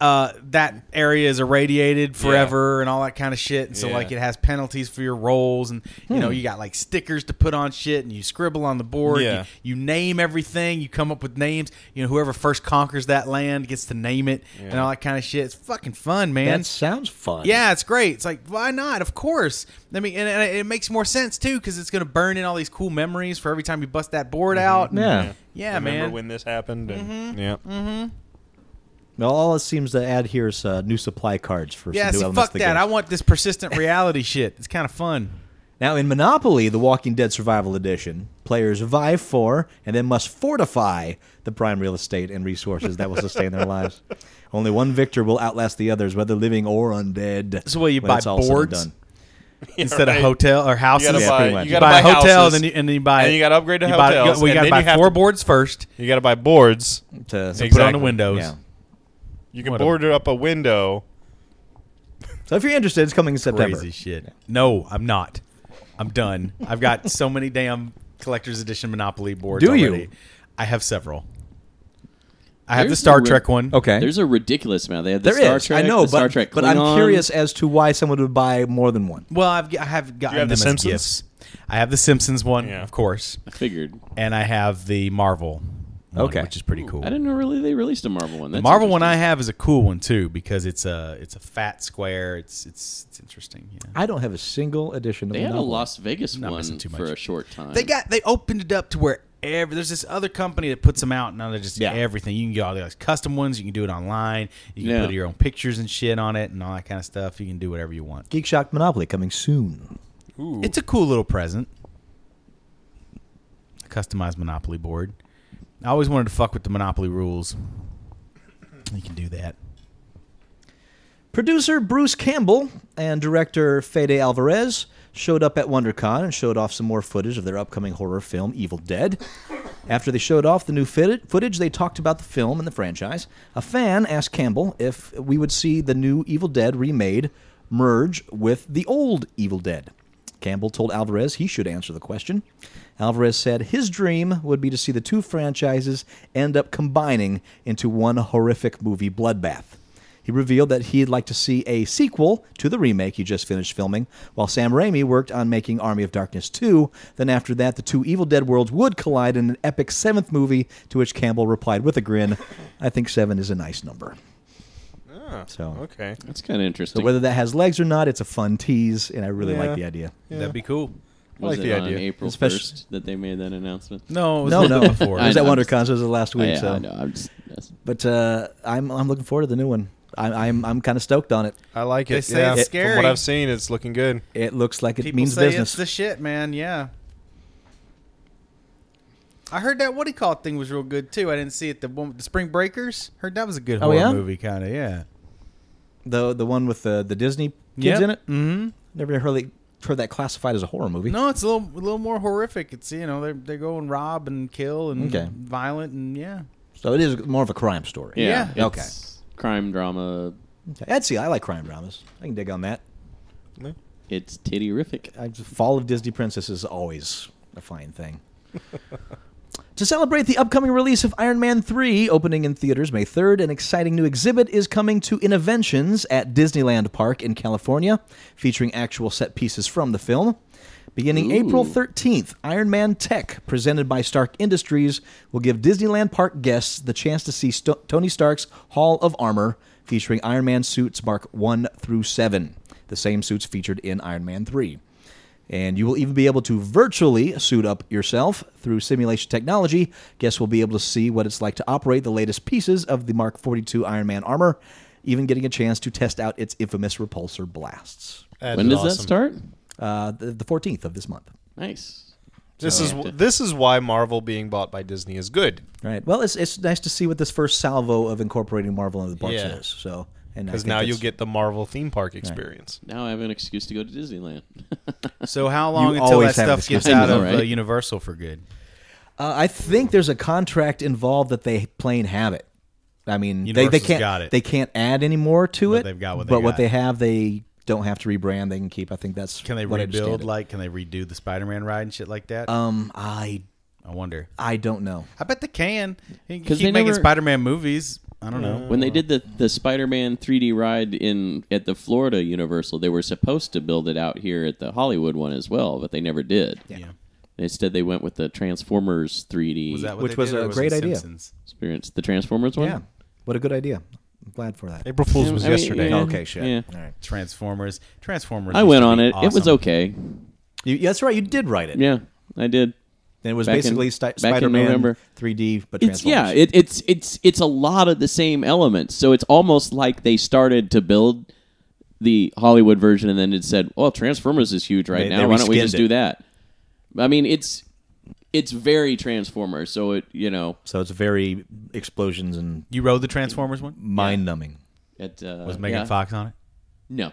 [SPEAKER 3] uh, that area is irradiated forever and all that kind of shit. And so
[SPEAKER 5] Yeah. Hmm.
[SPEAKER 3] like it has penalties for your rolls, and you know you got like stickers to put on shit, and you scribble on the board.
[SPEAKER 5] Yeah.
[SPEAKER 3] You, you name everything. You come up with names. You know whoever first conquers that land gets to name it and all that kind of shit. It's fucking fun, man.
[SPEAKER 6] that sounds fun.
[SPEAKER 3] Yeah, it's great. It's like why not? Of course. I mean, and, and it makes more sense too because it's going to burn in all these cool memories for every time you bust that board out. and-
[SPEAKER 6] Yeah.
[SPEAKER 3] yeah,
[SPEAKER 5] Mm-hmm. remember
[SPEAKER 3] man.
[SPEAKER 5] when this happened, and yeah,
[SPEAKER 6] Now, all it seems to add here is uh, new supply cards for
[SPEAKER 3] Yeah,
[SPEAKER 6] some new
[SPEAKER 3] see,
[SPEAKER 6] elements
[SPEAKER 3] fuck
[SPEAKER 6] of the
[SPEAKER 3] that. I
[SPEAKER 6] game.
[SPEAKER 3] want this persistent reality shit. It's kind of fun.
[SPEAKER 6] now, in Monopoly, the Walking Dead Survival Edition, players vie for and then must fortify the prime real estate and resources that will sustain their lives. Only one victor will outlast the others, whether living or undead.
[SPEAKER 3] So, will you
[SPEAKER 6] when
[SPEAKER 3] buy
[SPEAKER 6] it's all said and
[SPEAKER 3] boards?
[SPEAKER 6] done.
[SPEAKER 3] Instead
[SPEAKER 5] right.
[SPEAKER 3] of hotel or
[SPEAKER 5] you
[SPEAKER 3] houses,
[SPEAKER 5] gotta
[SPEAKER 6] Yeah, pretty
[SPEAKER 5] buy,
[SPEAKER 6] much.
[SPEAKER 5] you
[SPEAKER 3] You
[SPEAKER 5] gotta
[SPEAKER 3] buy,
[SPEAKER 5] buy,
[SPEAKER 3] a hotel,
[SPEAKER 5] houses,
[SPEAKER 3] then you, and then you buy
[SPEAKER 5] and you gotta upgrade to
[SPEAKER 3] you buy-
[SPEAKER 5] hotels.
[SPEAKER 3] well, you
[SPEAKER 5] and
[SPEAKER 3] gotta
[SPEAKER 5] then
[SPEAKER 3] buy
[SPEAKER 5] you have
[SPEAKER 3] four
[SPEAKER 5] to-
[SPEAKER 3] boards first.
[SPEAKER 5] You gotta buy boards.
[SPEAKER 6] To,
[SPEAKER 5] Exactly.
[SPEAKER 3] Put on the windows.
[SPEAKER 6] Yeah.
[SPEAKER 5] You can
[SPEAKER 3] Whatever.
[SPEAKER 5] board up a window.
[SPEAKER 6] So if you're interested, it's coming in
[SPEAKER 3] Crazy
[SPEAKER 6] September.
[SPEAKER 3] shit. No, I'm not. I'm done. I've got so many damn collector's edition Monopoly boards.
[SPEAKER 6] Do you?
[SPEAKER 3] already. I have several. I have the
[SPEAKER 4] There's
[SPEAKER 3] Star
[SPEAKER 4] no
[SPEAKER 3] Trek
[SPEAKER 4] re-
[SPEAKER 3] one.
[SPEAKER 6] Okay.
[SPEAKER 4] There's a ridiculous amount. They had the
[SPEAKER 6] There
[SPEAKER 4] Star
[SPEAKER 6] is.
[SPEAKER 4] Trek.
[SPEAKER 6] I know,
[SPEAKER 4] the
[SPEAKER 6] but,
[SPEAKER 4] Star Trek
[SPEAKER 6] but I'm
[SPEAKER 4] Klingon.
[SPEAKER 6] curious as to why someone would buy more than one.
[SPEAKER 3] Well, I've g- I have gotten
[SPEAKER 5] have the
[SPEAKER 3] them as
[SPEAKER 5] Simpsons?
[SPEAKER 3] gifts. I have the Simpsons one,
[SPEAKER 5] Yeah.
[SPEAKER 3] of course,
[SPEAKER 4] I figured.
[SPEAKER 3] and I have the Marvel. one,
[SPEAKER 6] Okay.
[SPEAKER 3] which is pretty cool.
[SPEAKER 4] I didn't know really they released a Marvel one.
[SPEAKER 3] The
[SPEAKER 4] That's
[SPEAKER 3] Marvel one I
[SPEAKER 4] interesting.
[SPEAKER 3] have is a cool one too because it's a it's a fat square. It's it's it's interesting. Yeah.
[SPEAKER 6] I don't have a single edition of
[SPEAKER 4] They had a
[SPEAKER 6] Monopoly.
[SPEAKER 4] Las Vegas
[SPEAKER 3] Not missing
[SPEAKER 4] one
[SPEAKER 3] too
[SPEAKER 4] for
[SPEAKER 3] much.
[SPEAKER 4] a short time.
[SPEAKER 3] They got they opened it up to where every there's this other company that puts them out now. They're just
[SPEAKER 6] Yeah.
[SPEAKER 3] everything. You can get all these custom ones. You can do it online. You can
[SPEAKER 4] Yeah.
[SPEAKER 3] put your own pictures and shit on it and all that kind of stuff. You can do whatever you want.
[SPEAKER 6] Geek Shock Monopoly coming soon.
[SPEAKER 3] It's a cool little present. customized Monopoly board. I always wanted to fuck with the Monopoly rules. You can do that.
[SPEAKER 6] Producer Bruce Campbell and director Fede Alvarez showed up at WonderCon and showed off some more footage of their upcoming horror film Evil Dead. After they showed off the new fit- footage, they talked about the film and the franchise. A fan asked Campbell if we would see the new Evil Dead remade merge with the old Evil Dead. Campbell told Alvarez he should answer the question. Alvarez said his dream would be to see the two franchises end up combining into one horrific movie bloodbath. He revealed that he'd like to see a sequel to the remake he just finished filming, while Sam Raimi worked on making Army of Darkness 2. Then, after that, the two Evil Dead worlds would collide in an epic seventh movie, to which Campbell replied with a grin, I think seven is a nice number.
[SPEAKER 3] Ah,
[SPEAKER 6] so,
[SPEAKER 5] Okay.
[SPEAKER 4] That's kind of interesting.
[SPEAKER 6] so, whether that has legs or not, it's a fun tease, and I really like
[SPEAKER 5] Yeah.
[SPEAKER 6] the idea.
[SPEAKER 3] That'd be cool.
[SPEAKER 4] was
[SPEAKER 5] like
[SPEAKER 4] it
[SPEAKER 5] the
[SPEAKER 4] on
[SPEAKER 5] idea.
[SPEAKER 4] April
[SPEAKER 6] Especially-
[SPEAKER 4] first that they made that announcement?
[SPEAKER 3] No, it was
[SPEAKER 6] No, no. It
[SPEAKER 3] before.
[SPEAKER 6] was
[SPEAKER 4] I
[SPEAKER 6] at
[SPEAKER 4] know.
[SPEAKER 6] WonderCon, so it was the last
[SPEAKER 4] I,
[SPEAKER 6] week.
[SPEAKER 4] yeah,
[SPEAKER 6] so.
[SPEAKER 4] I know. I'm just. that's-
[SPEAKER 6] But uh, I'm, I'm looking forward to the new one. I'm, I'm, I'm kind of stoked on it.
[SPEAKER 5] I like it.
[SPEAKER 3] They say
[SPEAKER 5] yeah.
[SPEAKER 3] it's
[SPEAKER 5] From
[SPEAKER 3] scary.
[SPEAKER 5] what I've seen, it's looking good.
[SPEAKER 6] It looks like it
[SPEAKER 3] People
[SPEAKER 6] means
[SPEAKER 3] say
[SPEAKER 6] business.
[SPEAKER 3] it's the shit, man. Yeah. I heard that what he called thing was real good too. I didn't see it. The one, the Spring Breakers. Heard that was a good
[SPEAKER 6] Oh,
[SPEAKER 3] horror
[SPEAKER 6] yeah?
[SPEAKER 3] movie, kind of. Yeah.
[SPEAKER 6] the, the one with the, the Disney kids
[SPEAKER 3] Yep.
[SPEAKER 6] in it?
[SPEAKER 3] Mm-hmm.
[SPEAKER 6] Never heard, that- heard that classified as a horror movie.
[SPEAKER 3] No, it's a little, a little more horrific. It's you know they they go and rob and kill and
[SPEAKER 6] Okay.
[SPEAKER 3] violent and yeah.
[SPEAKER 6] So it is more of a crime story.
[SPEAKER 4] Yeah.
[SPEAKER 6] Yeah.
[SPEAKER 4] it's Crime drama.
[SPEAKER 6] Okay. I'd see. I like crime dramas. I can dig on that.
[SPEAKER 4] It's titty-rific.
[SPEAKER 6] I, Fall of Disney Princess is always a fine thing. to celebrate the upcoming release of Iron Man 3, opening in theaters May 3rd, an exciting new exhibit is coming to Innoventions at Disneyland Park in California, featuring actual set pieces from the film. Beginning April 13th, Iron Man Tech, presented by Stark Industries, will give Disneyland Park guests the chance to see Sto- Tony Stark's Hall of Armor, featuring Iron Man suits Mark 1 through 7, the same suits featured in Iron Man 3. And you will even be able to virtually suit up yourself through simulation technology. Guests will be able to see what it's like to operate the latest pieces of the Mark 42 Iron Man armor, even getting a chance to test out its infamous repulsor blasts.
[SPEAKER 5] That
[SPEAKER 4] When
[SPEAKER 5] is
[SPEAKER 4] does that
[SPEAKER 5] awesome.
[SPEAKER 4] start?
[SPEAKER 6] Uh, the, the 14th of this month.
[SPEAKER 4] Nice.
[SPEAKER 5] This
[SPEAKER 6] Oh,
[SPEAKER 4] So-
[SPEAKER 5] is wh- this is why Marvel being bought by Disney is good
[SPEAKER 6] Right. Well, it's, it's nice to see what this first salvo of incorporating Marvel into the parks
[SPEAKER 5] Yeah.
[SPEAKER 6] is. So, and I
[SPEAKER 5] because
[SPEAKER 6] think
[SPEAKER 5] now
[SPEAKER 6] that's-
[SPEAKER 5] you'll get the Marvel theme park experience.
[SPEAKER 4] Now I have an excuse to go to Disneyland.
[SPEAKER 3] So how long until
[SPEAKER 6] always
[SPEAKER 3] that
[SPEAKER 6] have
[SPEAKER 3] stuff
[SPEAKER 6] this
[SPEAKER 3] gets
[SPEAKER 4] kind
[SPEAKER 3] out
[SPEAKER 4] of- I know,
[SPEAKER 3] of uh,
[SPEAKER 4] right?
[SPEAKER 3] Universal for good?
[SPEAKER 6] Uh, I think there's a contract involved that they plain have it. I mean, they, they
[SPEAKER 3] Universal's
[SPEAKER 6] can't
[SPEAKER 3] got it.
[SPEAKER 6] they can't add any more to it.
[SPEAKER 3] they've got what they
[SPEAKER 6] but what
[SPEAKER 3] got.
[SPEAKER 6] they have, they don't have to rebrand. They can keep. I think that's
[SPEAKER 3] Can they
[SPEAKER 6] what I
[SPEAKER 3] rebuild?
[SPEAKER 6] understand it.
[SPEAKER 3] Like, can they redo the Spider-Man ride and shit like that?
[SPEAKER 6] Um, I
[SPEAKER 3] I wonder.
[SPEAKER 6] I don't know.
[SPEAKER 3] I bet they can. They can
[SPEAKER 4] 'Cause
[SPEAKER 3] keep
[SPEAKER 4] they
[SPEAKER 3] making
[SPEAKER 4] never-
[SPEAKER 3] Spider-Man movies. I don't know.
[SPEAKER 4] when they did the the Spider-Man 3D ride in at the Florida Universal, they were supposed to build it out here at the Hollywood one as well, but they never did.
[SPEAKER 3] Yeah.
[SPEAKER 4] Instead, they went with the Transformers 3D
[SPEAKER 3] Was that what
[SPEAKER 6] Which
[SPEAKER 3] they
[SPEAKER 6] was
[SPEAKER 3] did, or
[SPEAKER 6] a
[SPEAKER 3] it
[SPEAKER 6] great
[SPEAKER 3] The
[SPEAKER 6] idea.
[SPEAKER 3] Simpsons?
[SPEAKER 4] experience. The Transformers one.
[SPEAKER 6] Yeah, what a good idea. I'm glad for that.
[SPEAKER 5] April Fool's
[SPEAKER 4] Yeah,
[SPEAKER 5] was
[SPEAKER 4] I mean,
[SPEAKER 5] yesterday.
[SPEAKER 4] yeah.
[SPEAKER 6] Okay, shit.
[SPEAKER 4] Yeah.
[SPEAKER 6] All right.
[SPEAKER 3] Transformers. Transformers.
[SPEAKER 4] I
[SPEAKER 3] used
[SPEAKER 4] went
[SPEAKER 3] to
[SPEAKER 4] on
[SPEAKER 3] be
[SPEAKER 4] it. It was
[SPEAKER 3] awesome.
[SPEAKER 4] okay.
[SPEAKER 6] You, yeah, that's right. You did write it.
[SPEAKER 4] Yeah, I did.
[SPEAKER 6] And it was
[SPEAKER 4] Back in-
[SPEAKER 6] basically
[SPEAKER 4] back in
[SPEAKER 6] Spider-Man
[SPEAKER 4] November.
[SPEAKER 6] 3D, but
[SPEAKER 4] It's yeah.
[SPEAKER 6] Transformers.
[SPEAKER 4] It, it's it's it's a lot of the same elements. So it's almost like they started to build the Hollywood version, and then it said, "Well, Transformers is huge right
[SPEAKER 6] They-
[SPEAKER 4] now.
[SPEAKER 6] they
[SPEAKER 4] Why don't we
[SPEAKER 6] reskinned
[SPEAKER 4] just
[SPEAKER 6] it.
[SPEAKER 4] do that?" I mean, it's it's very Transformers. So it you know
[SPEAKER 6] So it's very explosions and
[SPEAKER 3] You rode the Transformers one?
[SPEAKER 6] mind-numbing.
[SPEAKER 4] it uh,
[SPEAKER 3] Was Megan
[SPEAKER 4] yeah.
[SPEAKER 3] Fox on it?
[SPEAKER 4] No,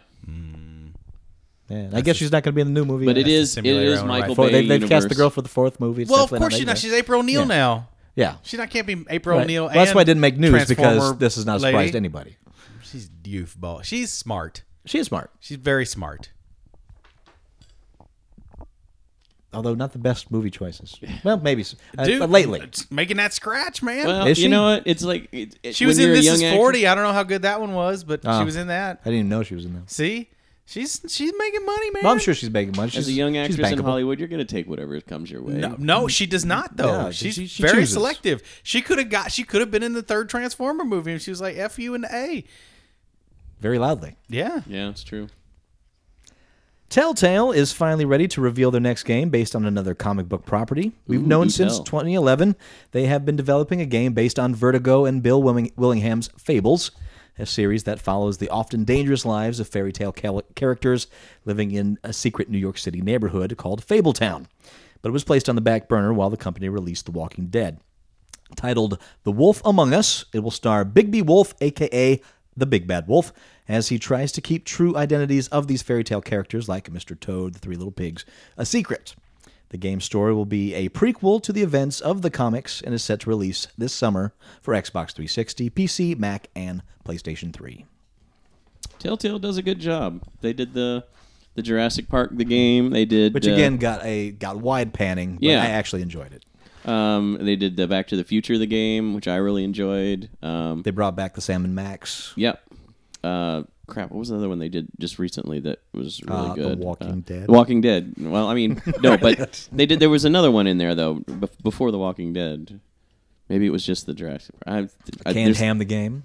[SPEAKER 6] Yeah, I guess she's not going to be in the new movie.
[SPEAKER 4] but it
[SPEAKER 6] That's
[SPEAKER 4] is it
[SPEAKER 3] simulator
[SPEAKER 4] is
[SPEAKER 3] own
[SPEAKER 4] Michael
[SPEAKER 3] right.
[SPEAKER 6] For,
[SPEAKER 4] Bay.
[SPEAKER 6] they, they've cast the
[SPEAKER 4] universe.
[SPEAKER 6] girl for the fourth movie. It's
[SPEAKER 3] Well, of
[SPEAKER 6] definitely
[SPEAKER 3] course she's
[SPEAKER 6] that
[SPEAKER 3] not.
[SPEAKER 6] good.
[SPEAKER 3] She's April O'Neil
[SPEAKER 6] Yeah.
[SPEAKER 3] now.
[SPEAKER 6] Yeah.
[SPEAKER 3] She's not can't be April
[SPEAKER 6] Right.
[SPEAKER 3] O'Neil.
[SPEAKER 6] Well, that's why I didn't make news because
[SPEAKER 3] Transformer
[SPEAKER 6] this has not
[SPEAKER 3] lady.
[SPEAKER 6] surprised anybody.
[SPEAKER 3] She's youthball. She's smart.
[SPEAKER 6] She is smart,
[SPEAKER 3] She's very smart.
[SPEAKER 6] although not the best movie choices. Well, maybe s- uh,
[SPEAKER 3] Dude,
[SPEAKER 6] but lately.
[SPEAKER 3] it's making that scratch, man.
[SPEAKER 4] Well,
[SPEAKER 6] Is she?
[SPEAKER 4] you know what? It's like it, it-
[SPEAKER 3] she was
[SPEAKER 4] when
[SPEAKER 3] in
[SPEAKER 4] you're a
[SPEAKER 3] This
[SPEAKER 4] young
[SPEAKER 3] Is
[SPEAKER 4] actor-
[SPEAKER 3] Forty. I don't know how good that one was, but
[SPEAKER 6] Oh.
[SPEAKER 3] she was in that.
[SPEAKER 6] I didn't even know she was in that.
[SPEAKER 3] See, she's she's making money, man.
[SPEAKER 6] Well, I'm sure she's making money. She's
[SPEAKER 4] As a young
[SPEAKER 6] she's
[SPEAKER 4] actress in
[SPEAKER 6] bankable.
[SPEAKER 4] Hollywood, you're going to take whatever comes your way.
[SPEAKER 3] No, no, she does not though.
[SPEAKER 6] No, she-
[SPEAKER 3] she's
[SPEAKER 6] she- she
[SPEAKER 3] very
[SPEAKER 6] chooses.
[SPEAKER 3] selective. She could have got. She could have been in the third Transformer movie, and she was like, "F you and A."
[SPEAKER 6] Very loudly.
[SPEAKER 3] Yeah.
[SPEAKER 4] Yeah, it's true.
[SPEAKER 6] Telltale is finally ready to reveal their next game based on another comic book property. We've
[SPEAKER 4] Ooh,
[SPEAKER 6] known
[SPEAKER 4] do
[SPEAKER 6] since
[SPEAKER 4] tell.
[SPEAKER 6] 2011 they have been developing a game based on Vertigo and Bill Wilming- Willingham's Fables, a series that follows the often dangerous lives of fairy tale cal- characters living in a secret New York City neighborhood called Fabletown. but it was placed on the back burner while the company released The Walking Dead. Titled The Wolf Among Us, it will star Bigby Wolf, aka the Big Bad Wolf, as he tries to keep true identities of these fairy tale characters like Mr. Toad, the Three Little Pigs, a secret. The game's story will be a prequel to the events of the comics and is set to release this summer for Xbox 360, PC, Mac, and PlayStation 3.
[SPEAKER 4] Telltale does a good job. They did the the Jurassic Park the game. They did
[SPEAKER 6] Which
[SPEAKER 4] uh,
[SPEAKER 6] again got a got wide panning, but
[SPEAKER 4] Yeah.
[SPEAKER 6] I actually enjoyed it.
[SPEAKER 4] Um, they did the Back to the Future the game, which I really enjoyed. Um,
[SPEAKER 6] They brought back the Salmon Max,
[SPEAKER 4] yep. Uh, crap. What was the other one they did just recently that was really
[SPEAKER 6] Uh, The
[SPEAKER 4] good?
[SPEAKER 6] Walking Dead.
[SPEAKER 4] The Walking Dead. Well, I mean, no, but they did. There was another one in there though bef- before The Walking Dead. Maybe it was just the Jurassic. Park. I, I,
[SPEAKER 6] Canned
[SPEAKER 4] there's-
[SPEAKER 6] Ham the game.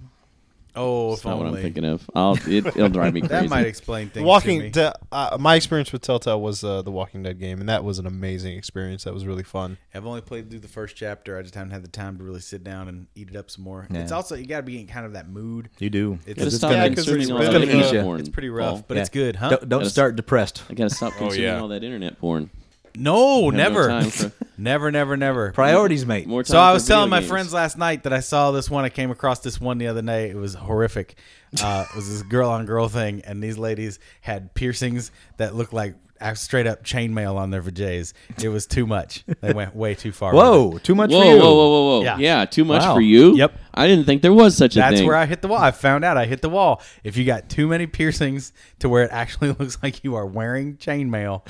[SPEAKER 3] Oh, if
[SPEAKER 4] That's not
[SPEAKER 3] only.
[SPEAKER 4] what I'm thinking of. I'll, it, it'll drive me crazy.
[SPEAKER 3] That might explain things. to me.
[SPEAKER 5] Walking. De- uh, my experience with Telltale was uh, the Walking Dead game, and that was an amazing experience. That was really fun.
[SPEAKER 3] I've only played through the first chapter. I just haven't had the time to really sit down and eat it up some more.
[SPEAKER 6] Yeah.
[SPEAKER 3] It's also you got to be in kind of that mood.
[SPEAKER 6] You do.
[SPEAKER 3] It's,
[SPEAKER 4] Gotta
[SPEAKER 3] it's
[SPEAKER 4] stop
[SPEAKER 5] Yeah, 'cause
[SPEAKER 4] consuming
[SPEAKER 5] it's-
[SPEAKER 4] all Oh,
[SPEAKER 5] it's
[SPEAKER 4] that
[SPEAKER 5] gonna
[SPEAKER 4] internet
[SPEAKER 6] eat ya.
[SPEAKER 4] porn.
[SPEAKER 3] It's pretty
[SPEAKER 4] Paul.
[SPEAKER 3] rough, but it's good, huh?
[SPEAKER 6] Don't, don't
[SPEAKER 4] Gotta-
[SPEAKER 6] start depressed.
[SPEAKER 4] I gotta stop consuming
[SPEAKER 5] yeah.
[SPEAKER 4] all that internet porn.
[SPEAKER 3] No,
[SPEAKER 4] no
[SPEAKER 3] never.
[SPEAKER 4] time for-
[SPEAKER 3] never, never, never.
[SPEAKER 6] Priorities, mate.
[SPEAKER 4] More time
[SPEAKER 3] So I
[SPEAKER 4] for
[SPEAKER 3] was telling
[SPEAKER 4] video
[SPEAKER 3] my
[SPEAKER 4] games.
[SPEAKER 3] friends last night that I saw this one. I came across this one the other night. It was horrific. Uh, it was this girl on girl thing, and these ladies had piercings that looked like uh, straight up chainmail on their vajays. It was too much. They went way too far. with it.
[SPEAKER 6] Whoa, too much
[SPEAKER 4] Whoa,
[SPEAKER 6] for you.
[SPEAKER 4] whoa, whoa, whoa, whoa!
[SPEAKER 3] Yeah.
[SPEAKER 4] Yeah, too much
[SPEAKER 6] Wow.
[SPEAKER 4] for you.
[SPEAKER 3] Yep.
[SPEAKER 4] I didn't think there was such a
[SPEAKER 3] That's
[SPEAKER 4] thing.
[SPEAKER 3] where I hit the wall. I found out I hit the wall. If you got too many piercings to where it actually looks like you are wearing chainmail,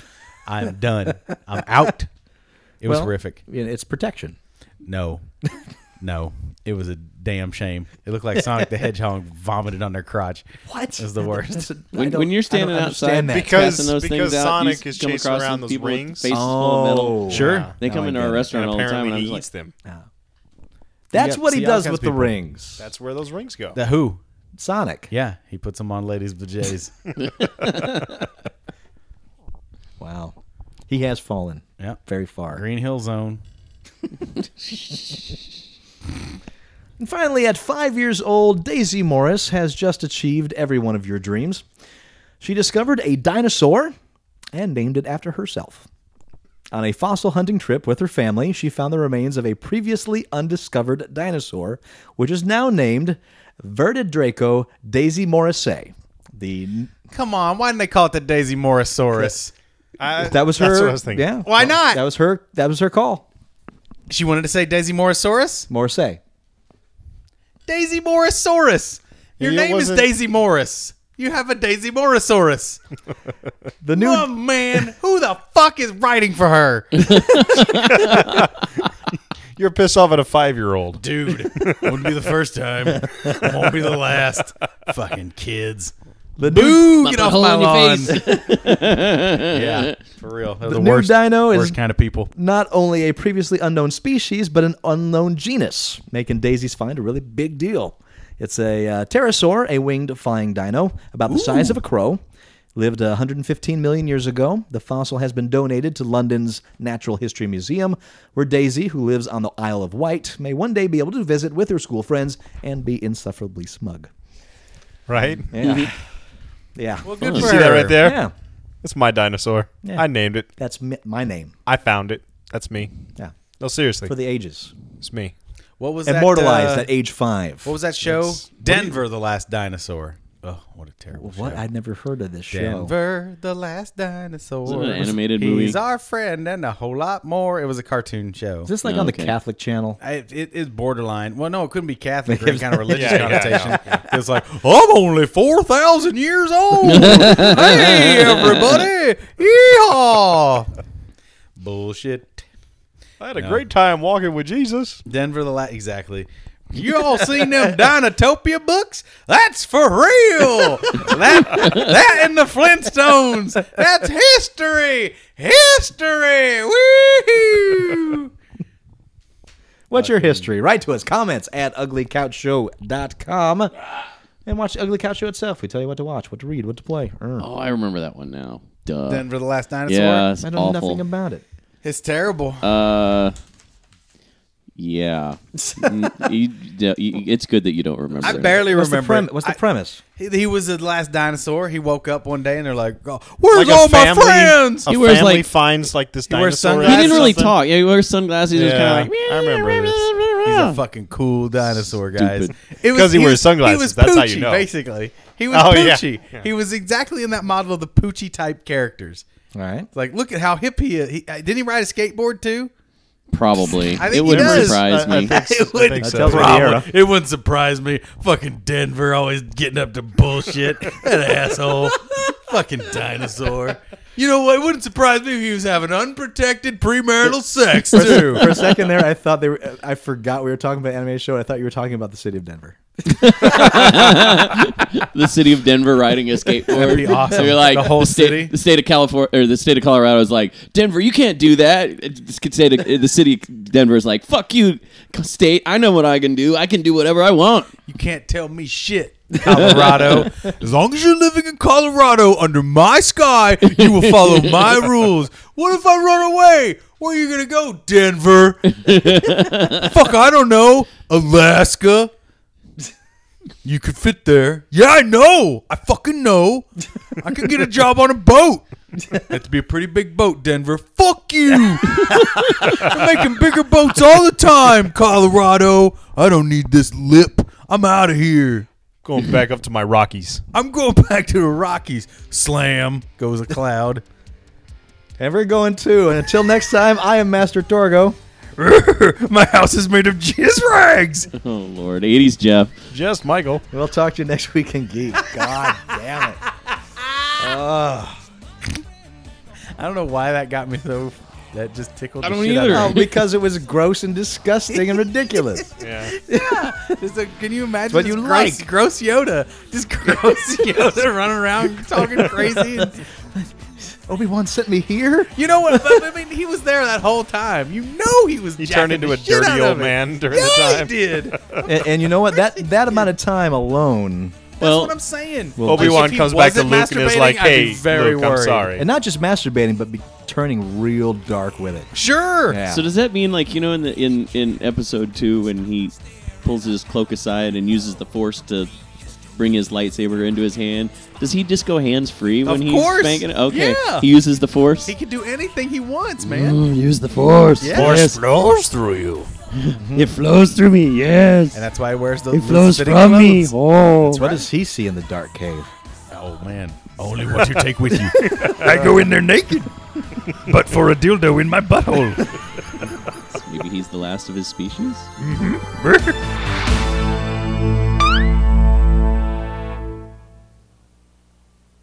[SPEAKER 3] I'm done. I'm out. It was
[SPEAKER 6] Well,
[SPEAKER 3] horrific.
[SPEAKER 6] you know, It's protection.
[SPEAKER 3] No. No. It was a damn shame. It looked like Sonic the Hedgehog vomited on their crotch.
[SPEAKER 6] What?
[SPEAKER 3] It was the worst.
[SPEAKER 4] when, when you're standing outside,
[SPEAKER 6] that.
[SPEAKER 5] Because-
[SPEAKER 4] passing those
[SPEAKER 5] because
[SPEAKER 4] things out,
[SPEAKER 5] Sonic
[SPEAKER 4] you
[SPEAKER 5] is
[SPEAKER 4] come
[SPEAKER 5] chasing
[SPEAKER 4] across
[SPEAKER 5] around
[SPEAKER 4] these
[SPEAKER 5] those
[SPEAKER 4] people with
[SPEAKER 5] rings.
[SPEAKER 4] Faces full of metal.
[SPEAKER 3] Sure.
[SPEAKER 4] They come
[SPEAKER 6] Now Oh. I
[SPEAKER 4] into our
[SPEAKER 6] get it.
[SPEAKER 4] restaurant all the time, and I'm
[SPEAKER 5] he
[SPEAKER 4] like,
[SPEAKER 5] eats them.
[SPEAKER 6] That's
[SPEAKER 3] Yeah,
[SPEAKER 6] what he
[SPEAKER 3] see, all
[SPEAKER 6] does
[SPEAKER 3] kinds
[SPEAKER 6] with
[SPEAKER 3] of
[SPEAKER 6] the
[SPEAKER 3] people.
[SPEAKER 6] rings.
[SPEAKER 5] That's where those rings go.
[SPEAKER 3] The who?
[SPEAKER 6] Sonic.
[SPEAKER 3] Yeah, he puts them on ladies' vajays.
[SPEAKER 6] Wow. He has fallen.
[SPEAKER 3] Yeah.
[SPEAKER 6] Very far.
[SPEAKER 3] Green Hill Zone.
[SPEAKER 6] And finally, at five years old, Daisy Morris has just achieved every one of your dreams. She discovered a dinosaur and named it after herself. On a fossil hunting trip with her family, she found the remains of a previously undiscovered dinosaur, which is now named Verted Draco Daisy Morrissey. The
[SPEAKER 3] Come on, why didn't they call it the Daisy Morrisaurus?
[SPEAKER 5] I-
[SPEAKER 6] that was her.
[SPEAKER 5] That's what I was thinking.
[SPEAKER 6] Yeah.
[SPEAKER 3] Why not?
[SPEAKER 6] That was her. That was her call.
[SPEAKER 3] She wanted to say Daisy Morrisaurus?
[SPEAKER 6] Morrissey.
[SPEAKER 3] Daisy Morrisaurus. Your
[SPEAKER 5] It
[SPEAKER 3] name is
[SPEAKER 5] wasn't-
[SPEAKER 3] Daisy Morris. You have a Daisy Morrisaurus.
[SPEAKER 6] The new
[SPEAKER 3] Oh man, who the fuck is writing for her?
[SPEAKER 5] You're pissed off at a five-year-old.
[SPEAKER 3] Dude, wouldn't be the first time. Won't be the last. Fucking kids.
[SPEAKER 6] the new,
[SPEAKER 3] Boo,
[SPEAKER 4] Slap
[SPEAKER 3] get
[SPEAKER 4] a
[SPEAKER 3] off
[SPEAKER 4] hole
[SPEAKER 3] my
[SPEAKER 4] in your
[SPEAKER 3] lawn.
[SPEAKER 4] face.
[SPEAKER 3] yeah, for real. They're the,
[SPEAKER 6] new
[SPEAKER 3] worst,
[SPEAKER 6] dino is
[SPEAKER 3] worst kind of people.
[SPEAKER 6] not only a previously unknown species, but an unknown genus, making Daisy's find a really big deal. It's a uh, pterosaur, a winged flying dino, about the size of a crow. Lived uh, 115 million years ago. The fossil has been donated to London's Natural History Museum, where Daisy, who lives on the Isle of Wight, may one day be able to visit with her school friends and be insufferably smug.
[SPEAKER 5] Right?
[SPEAKER 6] Yeah. yeah.
[SPEAKER 3] Well, good
[SPEAKER 5] You
[SPEAKER 3] for
[SPEAKER 5] see that
[SPEAKER 3] her.
[SPEAKER 5] right there?
[SPEAKER 6] Oh. Yeah.
[SPEAKER 5] It's my dinosaur.
[SPEAKER 6] Yeah.
[SPEAKER 5] I named it.
[SPEAKER 6] That's mi- my name.
[SPEAKER 5] I found it. That's me.
[SPEAKER 6] Yeah.
[SPEAKER 5] No, seriously,
[SPEAKER 6] For the ages.
[SPEAKER 5] it's me.
[SPEAKER 3] What was
[SPEAKER 6] Immortalized
[SPEAKER 3] that? uh,
[SPEAKER 6] at age five.
[SPEAKER 3] what was that show? Denver, the Last Dinosaur. Oh, what a terrible
[SPEAKER 6] What?
[SPEAKER 3] show.
[SPEAKER 6] I'd never heard of this show.
[SPEAKER 3] Denver, the last dinosaur.
[SPEAKER 4] Isn't it an animated
[SPEAKER 3] He's
[SPEAKER 4] movie?
[SPEAKER 3] our friend and a whole lot more. It was a cartoon show.
[SPEAKER 6] Is this like
[SPEAKER 4] Oh,
[SPEAKER 6] on the
[SPEAKER 4] okay.
[SPEAKER 6] Catholic channel?
[SPEAKER 3] I, it is borderline. Well, no, it couldn't be Catholic or
[SPEAKER 6] It
[SPEAKER 3] any
[SPEAKER 6] was-
[SPEAKER 3] kind of religious
[SPEAKER 5] Yeah, yeah,
[SPEAKER 3] connotation. It's like I'm only four thousand years old. hey, everybody! Yeehaw! Bullshit.
[SPEAKER 5] I had a great time walking with Jesus.
[SPEAKER 3] Denver, the last exactly. You all seen them Dinotopia books? That's for real. That that and the Flintstones. That's history. History. Woo!
[SPEAKER 6] What's your history? Write to us. Comments at uglycouchshow.com. And watch the Ugly Couch Show itself. We tell you what to watch, what to read, what to play. Er,
[SPEAKER 4] Oh, I remember that one now. Duh.
[SPEAKER 3] Denver, the last dinosaur.
[SPEAKER 4] yeah, it's
[SPEAKER 6] I don't know
[SPEAKER 4] awful.
[SPEAKER 6] Uh, nothing about it.
[SPEAKER 3] It's terrible.
[SPEAKER 4] uh, Yeah, Mm, you- you- it's good that you don't remember.
[SPEAKER 9] I
[SPEAKER 4] that.
[SPEAKER 9] barely
[SPEAKER 6] What's the,
[SPEAKER 9] remember.
[SPEAKER 6] prem-
[SPEAKER 9] it.
[SPEAKER 6] what's the
[SPEAKER 9] I-
[SPEAKER 6] premise?
[SPEAKER 9] he, he was the last dinosaur. He woke up one day and they're like, oh, "Where's
[SPEAKER 5] a
[SPEAKER 9] all
[SPEAKER 5] family-
[SPEAKER 9] my friends?"
[SPEAKER 5] A
[SPEAKER 4] He wears,
[SPEAKER 5] family
[SPEAKER 4] like-
[SPEAKER 5] finds like this
[SPEAKER 9] wears
[SPEAKER 5] dinosaur.
[SPEAKER 4] He
[SPEAKER 9] sunglasses.
[SPEAKER 4] didn't really
[SPEAKER 5] something.
[SPEAKER 4] talk. Yeah, he wears sunglasses. He was
[SPEAKER 5] Yeah,
[SPEAKER 4] kind of like.
[SPEAKER 5] I remember this.
[SPEAKER 9] He's a fucking cool dinosaur, guys.
[SPEAKER 4] Stupid.
[SPEAKER 9] It was-
[SPEAKER 5] 'Cause he wears
[SPEAKER 9] was-
[SPEAKER 5] sunglasses,
[SPEAKER 9] He was
[SPEAKER 5] that's how you
[SPEAKER 9] Poochie,
[SPEAKER 5] know.
[SPEAKER 9] Basically, he was
[SPEAKER 5] Oh, yeah.
[SPEAKER 9] Poochie.
[SPEAKER 5] Yeah.
[SPEAKER 9] He was exactly in that model of the Poochie type characters.
[SPEAKER 6] All right.
[SPEAKER 9] It's like, look at how hip he is. He, uh, didn't he ride a skateboard too?
[SPEAKER 4] Probably.
[SPEAKER 9] I think
[SPEAKER 4] It
[SPEAKER 9] he
[SPEAKER 4] wouldn't
[SPEAKER 9] does.
[SPEAKER 4] surprise
[SPEAKER 5] I- I
[SPEAKER 4] me.
[SPEAKER 5] think so.
[SPEAKER 9] It wouldn't
[SPEAKER 5] I think so.
[SPEAKER 6] tells me the
[SPEAKER 5] Probably.
[SPEAKER 6] era.
[SPEAKER 9] It wouldn't surprise me. Fucking Denver always getting up to bullshit. that asshole. Fucking dinosaur. You know what? It wouldn't surprise me if he was having unprotected premarital sex too.
[SPEAKER 6] For a second there, I thought they were. I forgot we were talking about anime show. I thought you were talking about the city of Denver.
[SPEAKER 4] the city of Denver riding a skateboard. That'd
[SPEAKER 9] be awesome.
[SPEAKER 4] So you're like
[SPEAKER 9] The whole
[SPEAKER 4] state,
[SPEAKER 9] city?
[SPEAKER 4] The state of California or the state of Colorado is like Denver. You can't do that. It's- it's State of, the city of Denver is like fuck you, state. I know what I can do. I can do whatever I want.
[SPEAKER 9] You can't tell me shit, Colorado. as long as you're living in Colorado under my sky, you will follow my rules. What if I run away? Where are you gonna go, Denver? Fuck, I don't know. Alaska. You could fit there. Yeah, I know. I fucking know. I could get a job on a boat. That'd be a pretty big boat, Denver. Fuck you. They're making bigger boats all the time, Colorado. I don't need this lip. I'm out of here.
[SPEAKER 5] Going back up to my Rockies.
[SPEAKER 9] I'm going back to the Rockies. Slam goes a cloud.
[SPEAKER 6] And we're going to. And until next time, I am Master Torgo.
[SPEAKER 9] My house is made of jizz rags.
[SPEAKER 4] Oh lord, 80s Jeff.
[SPEAKER 5] Just Michael.
[SPEAKER 6] We'll talk to you next week in Geek. God damn it.
[SPEAKER 9] I don't know why that got me so. That just tickled.
[SPEAKER 4] I
[SPEAKER 9] the
[SPEAKER 4] don't
[SPEAKER 9] shit out
[SPEAKER 4] either.
[SPEAKER 9] of
[SPEAKER 6] Oh,
[SPEAKER 9] me.
[SPEAKER 6] because it was gross and disgusting and ridiculous.
[SPEAKER 9] Just like, can you imagine?
[SPEAKER 6] what
[SPEAKER 9] this
[SPEAKER 6] you
[SPEAKER 9] gross,
[SPEAKER 6] like.
[SPEAKER 9] gross Yoda. Just gross Yoda running around talking crazy. and-
[SPEAKER 6] Obi Wan sent me here.
[SPEAKER 9] you know what? But, I mean, he was there that whole time. You know he was.
[SPEAKER 5] He turned
[SPEAKER 9] jacking
[SPEAKER 5] into
[SPEAKER 9] the
[SPEAKER 5] a
[SPEAKER 9] shit out
[SPEAKER 5] dirty
[SPEAKER 9] of
[SPEAKER 5] old
[SPEAKER 9] it.
[SPEAKER 5] man during
[SPEAKER 9] Yeah,
[SPEAKER 5] the
[SPEAKER 9] he
[SPEAKER 5] time.
[SPEAKER 9] did.
[SPEAKER 6] And, and you know what? That that amount of time alone,
[SPEAKER 4] well,
[SPEAKER 9] That's what I'm saying.
[SPEAKER 5] Obi Wan comes back to Luke and is like, "Hey, Luke, I'm sorry."
[SPEAKER 6] and not just masturbating, but be turning real dark with it.
[SPEAKER 9] Sure.
[SPEAKER 6] Yeah.
[SPEAKER 4] so does that mean like you know in the in in episode two when he pulls his cloak aside and uses the force to bring his lightsaber into his hand? Does he just go hands free when
[SPEAKER 9] Of
[SPEAKER 4] he's
[SPEAKER 9] course.
[SPEAKER 4] spanking? Okay,
[SPEAKER 9] Yeah.
[SPEAKER 4] he uses the force.
[SPEAKER 9] He can do anything he wants,
[SPEAKER 4] Mm.
[SPEAKER 9] man.
[SPEAKER 8] Use the force.
[SPEAKER 9] Yeah.
[SPEAKER 8] Yes.
[SPEAKER 5] blows through you.
[SPEAKER 8] It flows through me. Yes.
[SPEAKER 9] And that's why he wears those.
[SPEAKER 8] It
[SPEAKER 9] those
[SPEAKER 8] flows
[SPEAKER 9] fitting
[SPEAKER 8] from me.
[SPEAKER 9] clothes.
[SPEAKER 8] Oh.
[SPEAKER 6] What does he see in the dark cave?
[SPEAKER 9] Oh man, only what you take with you.
[SPEAKER 8] I go in there naked, but for a dildo in my butthole.
[SPEAKER 4] Maybe he's the last of his species.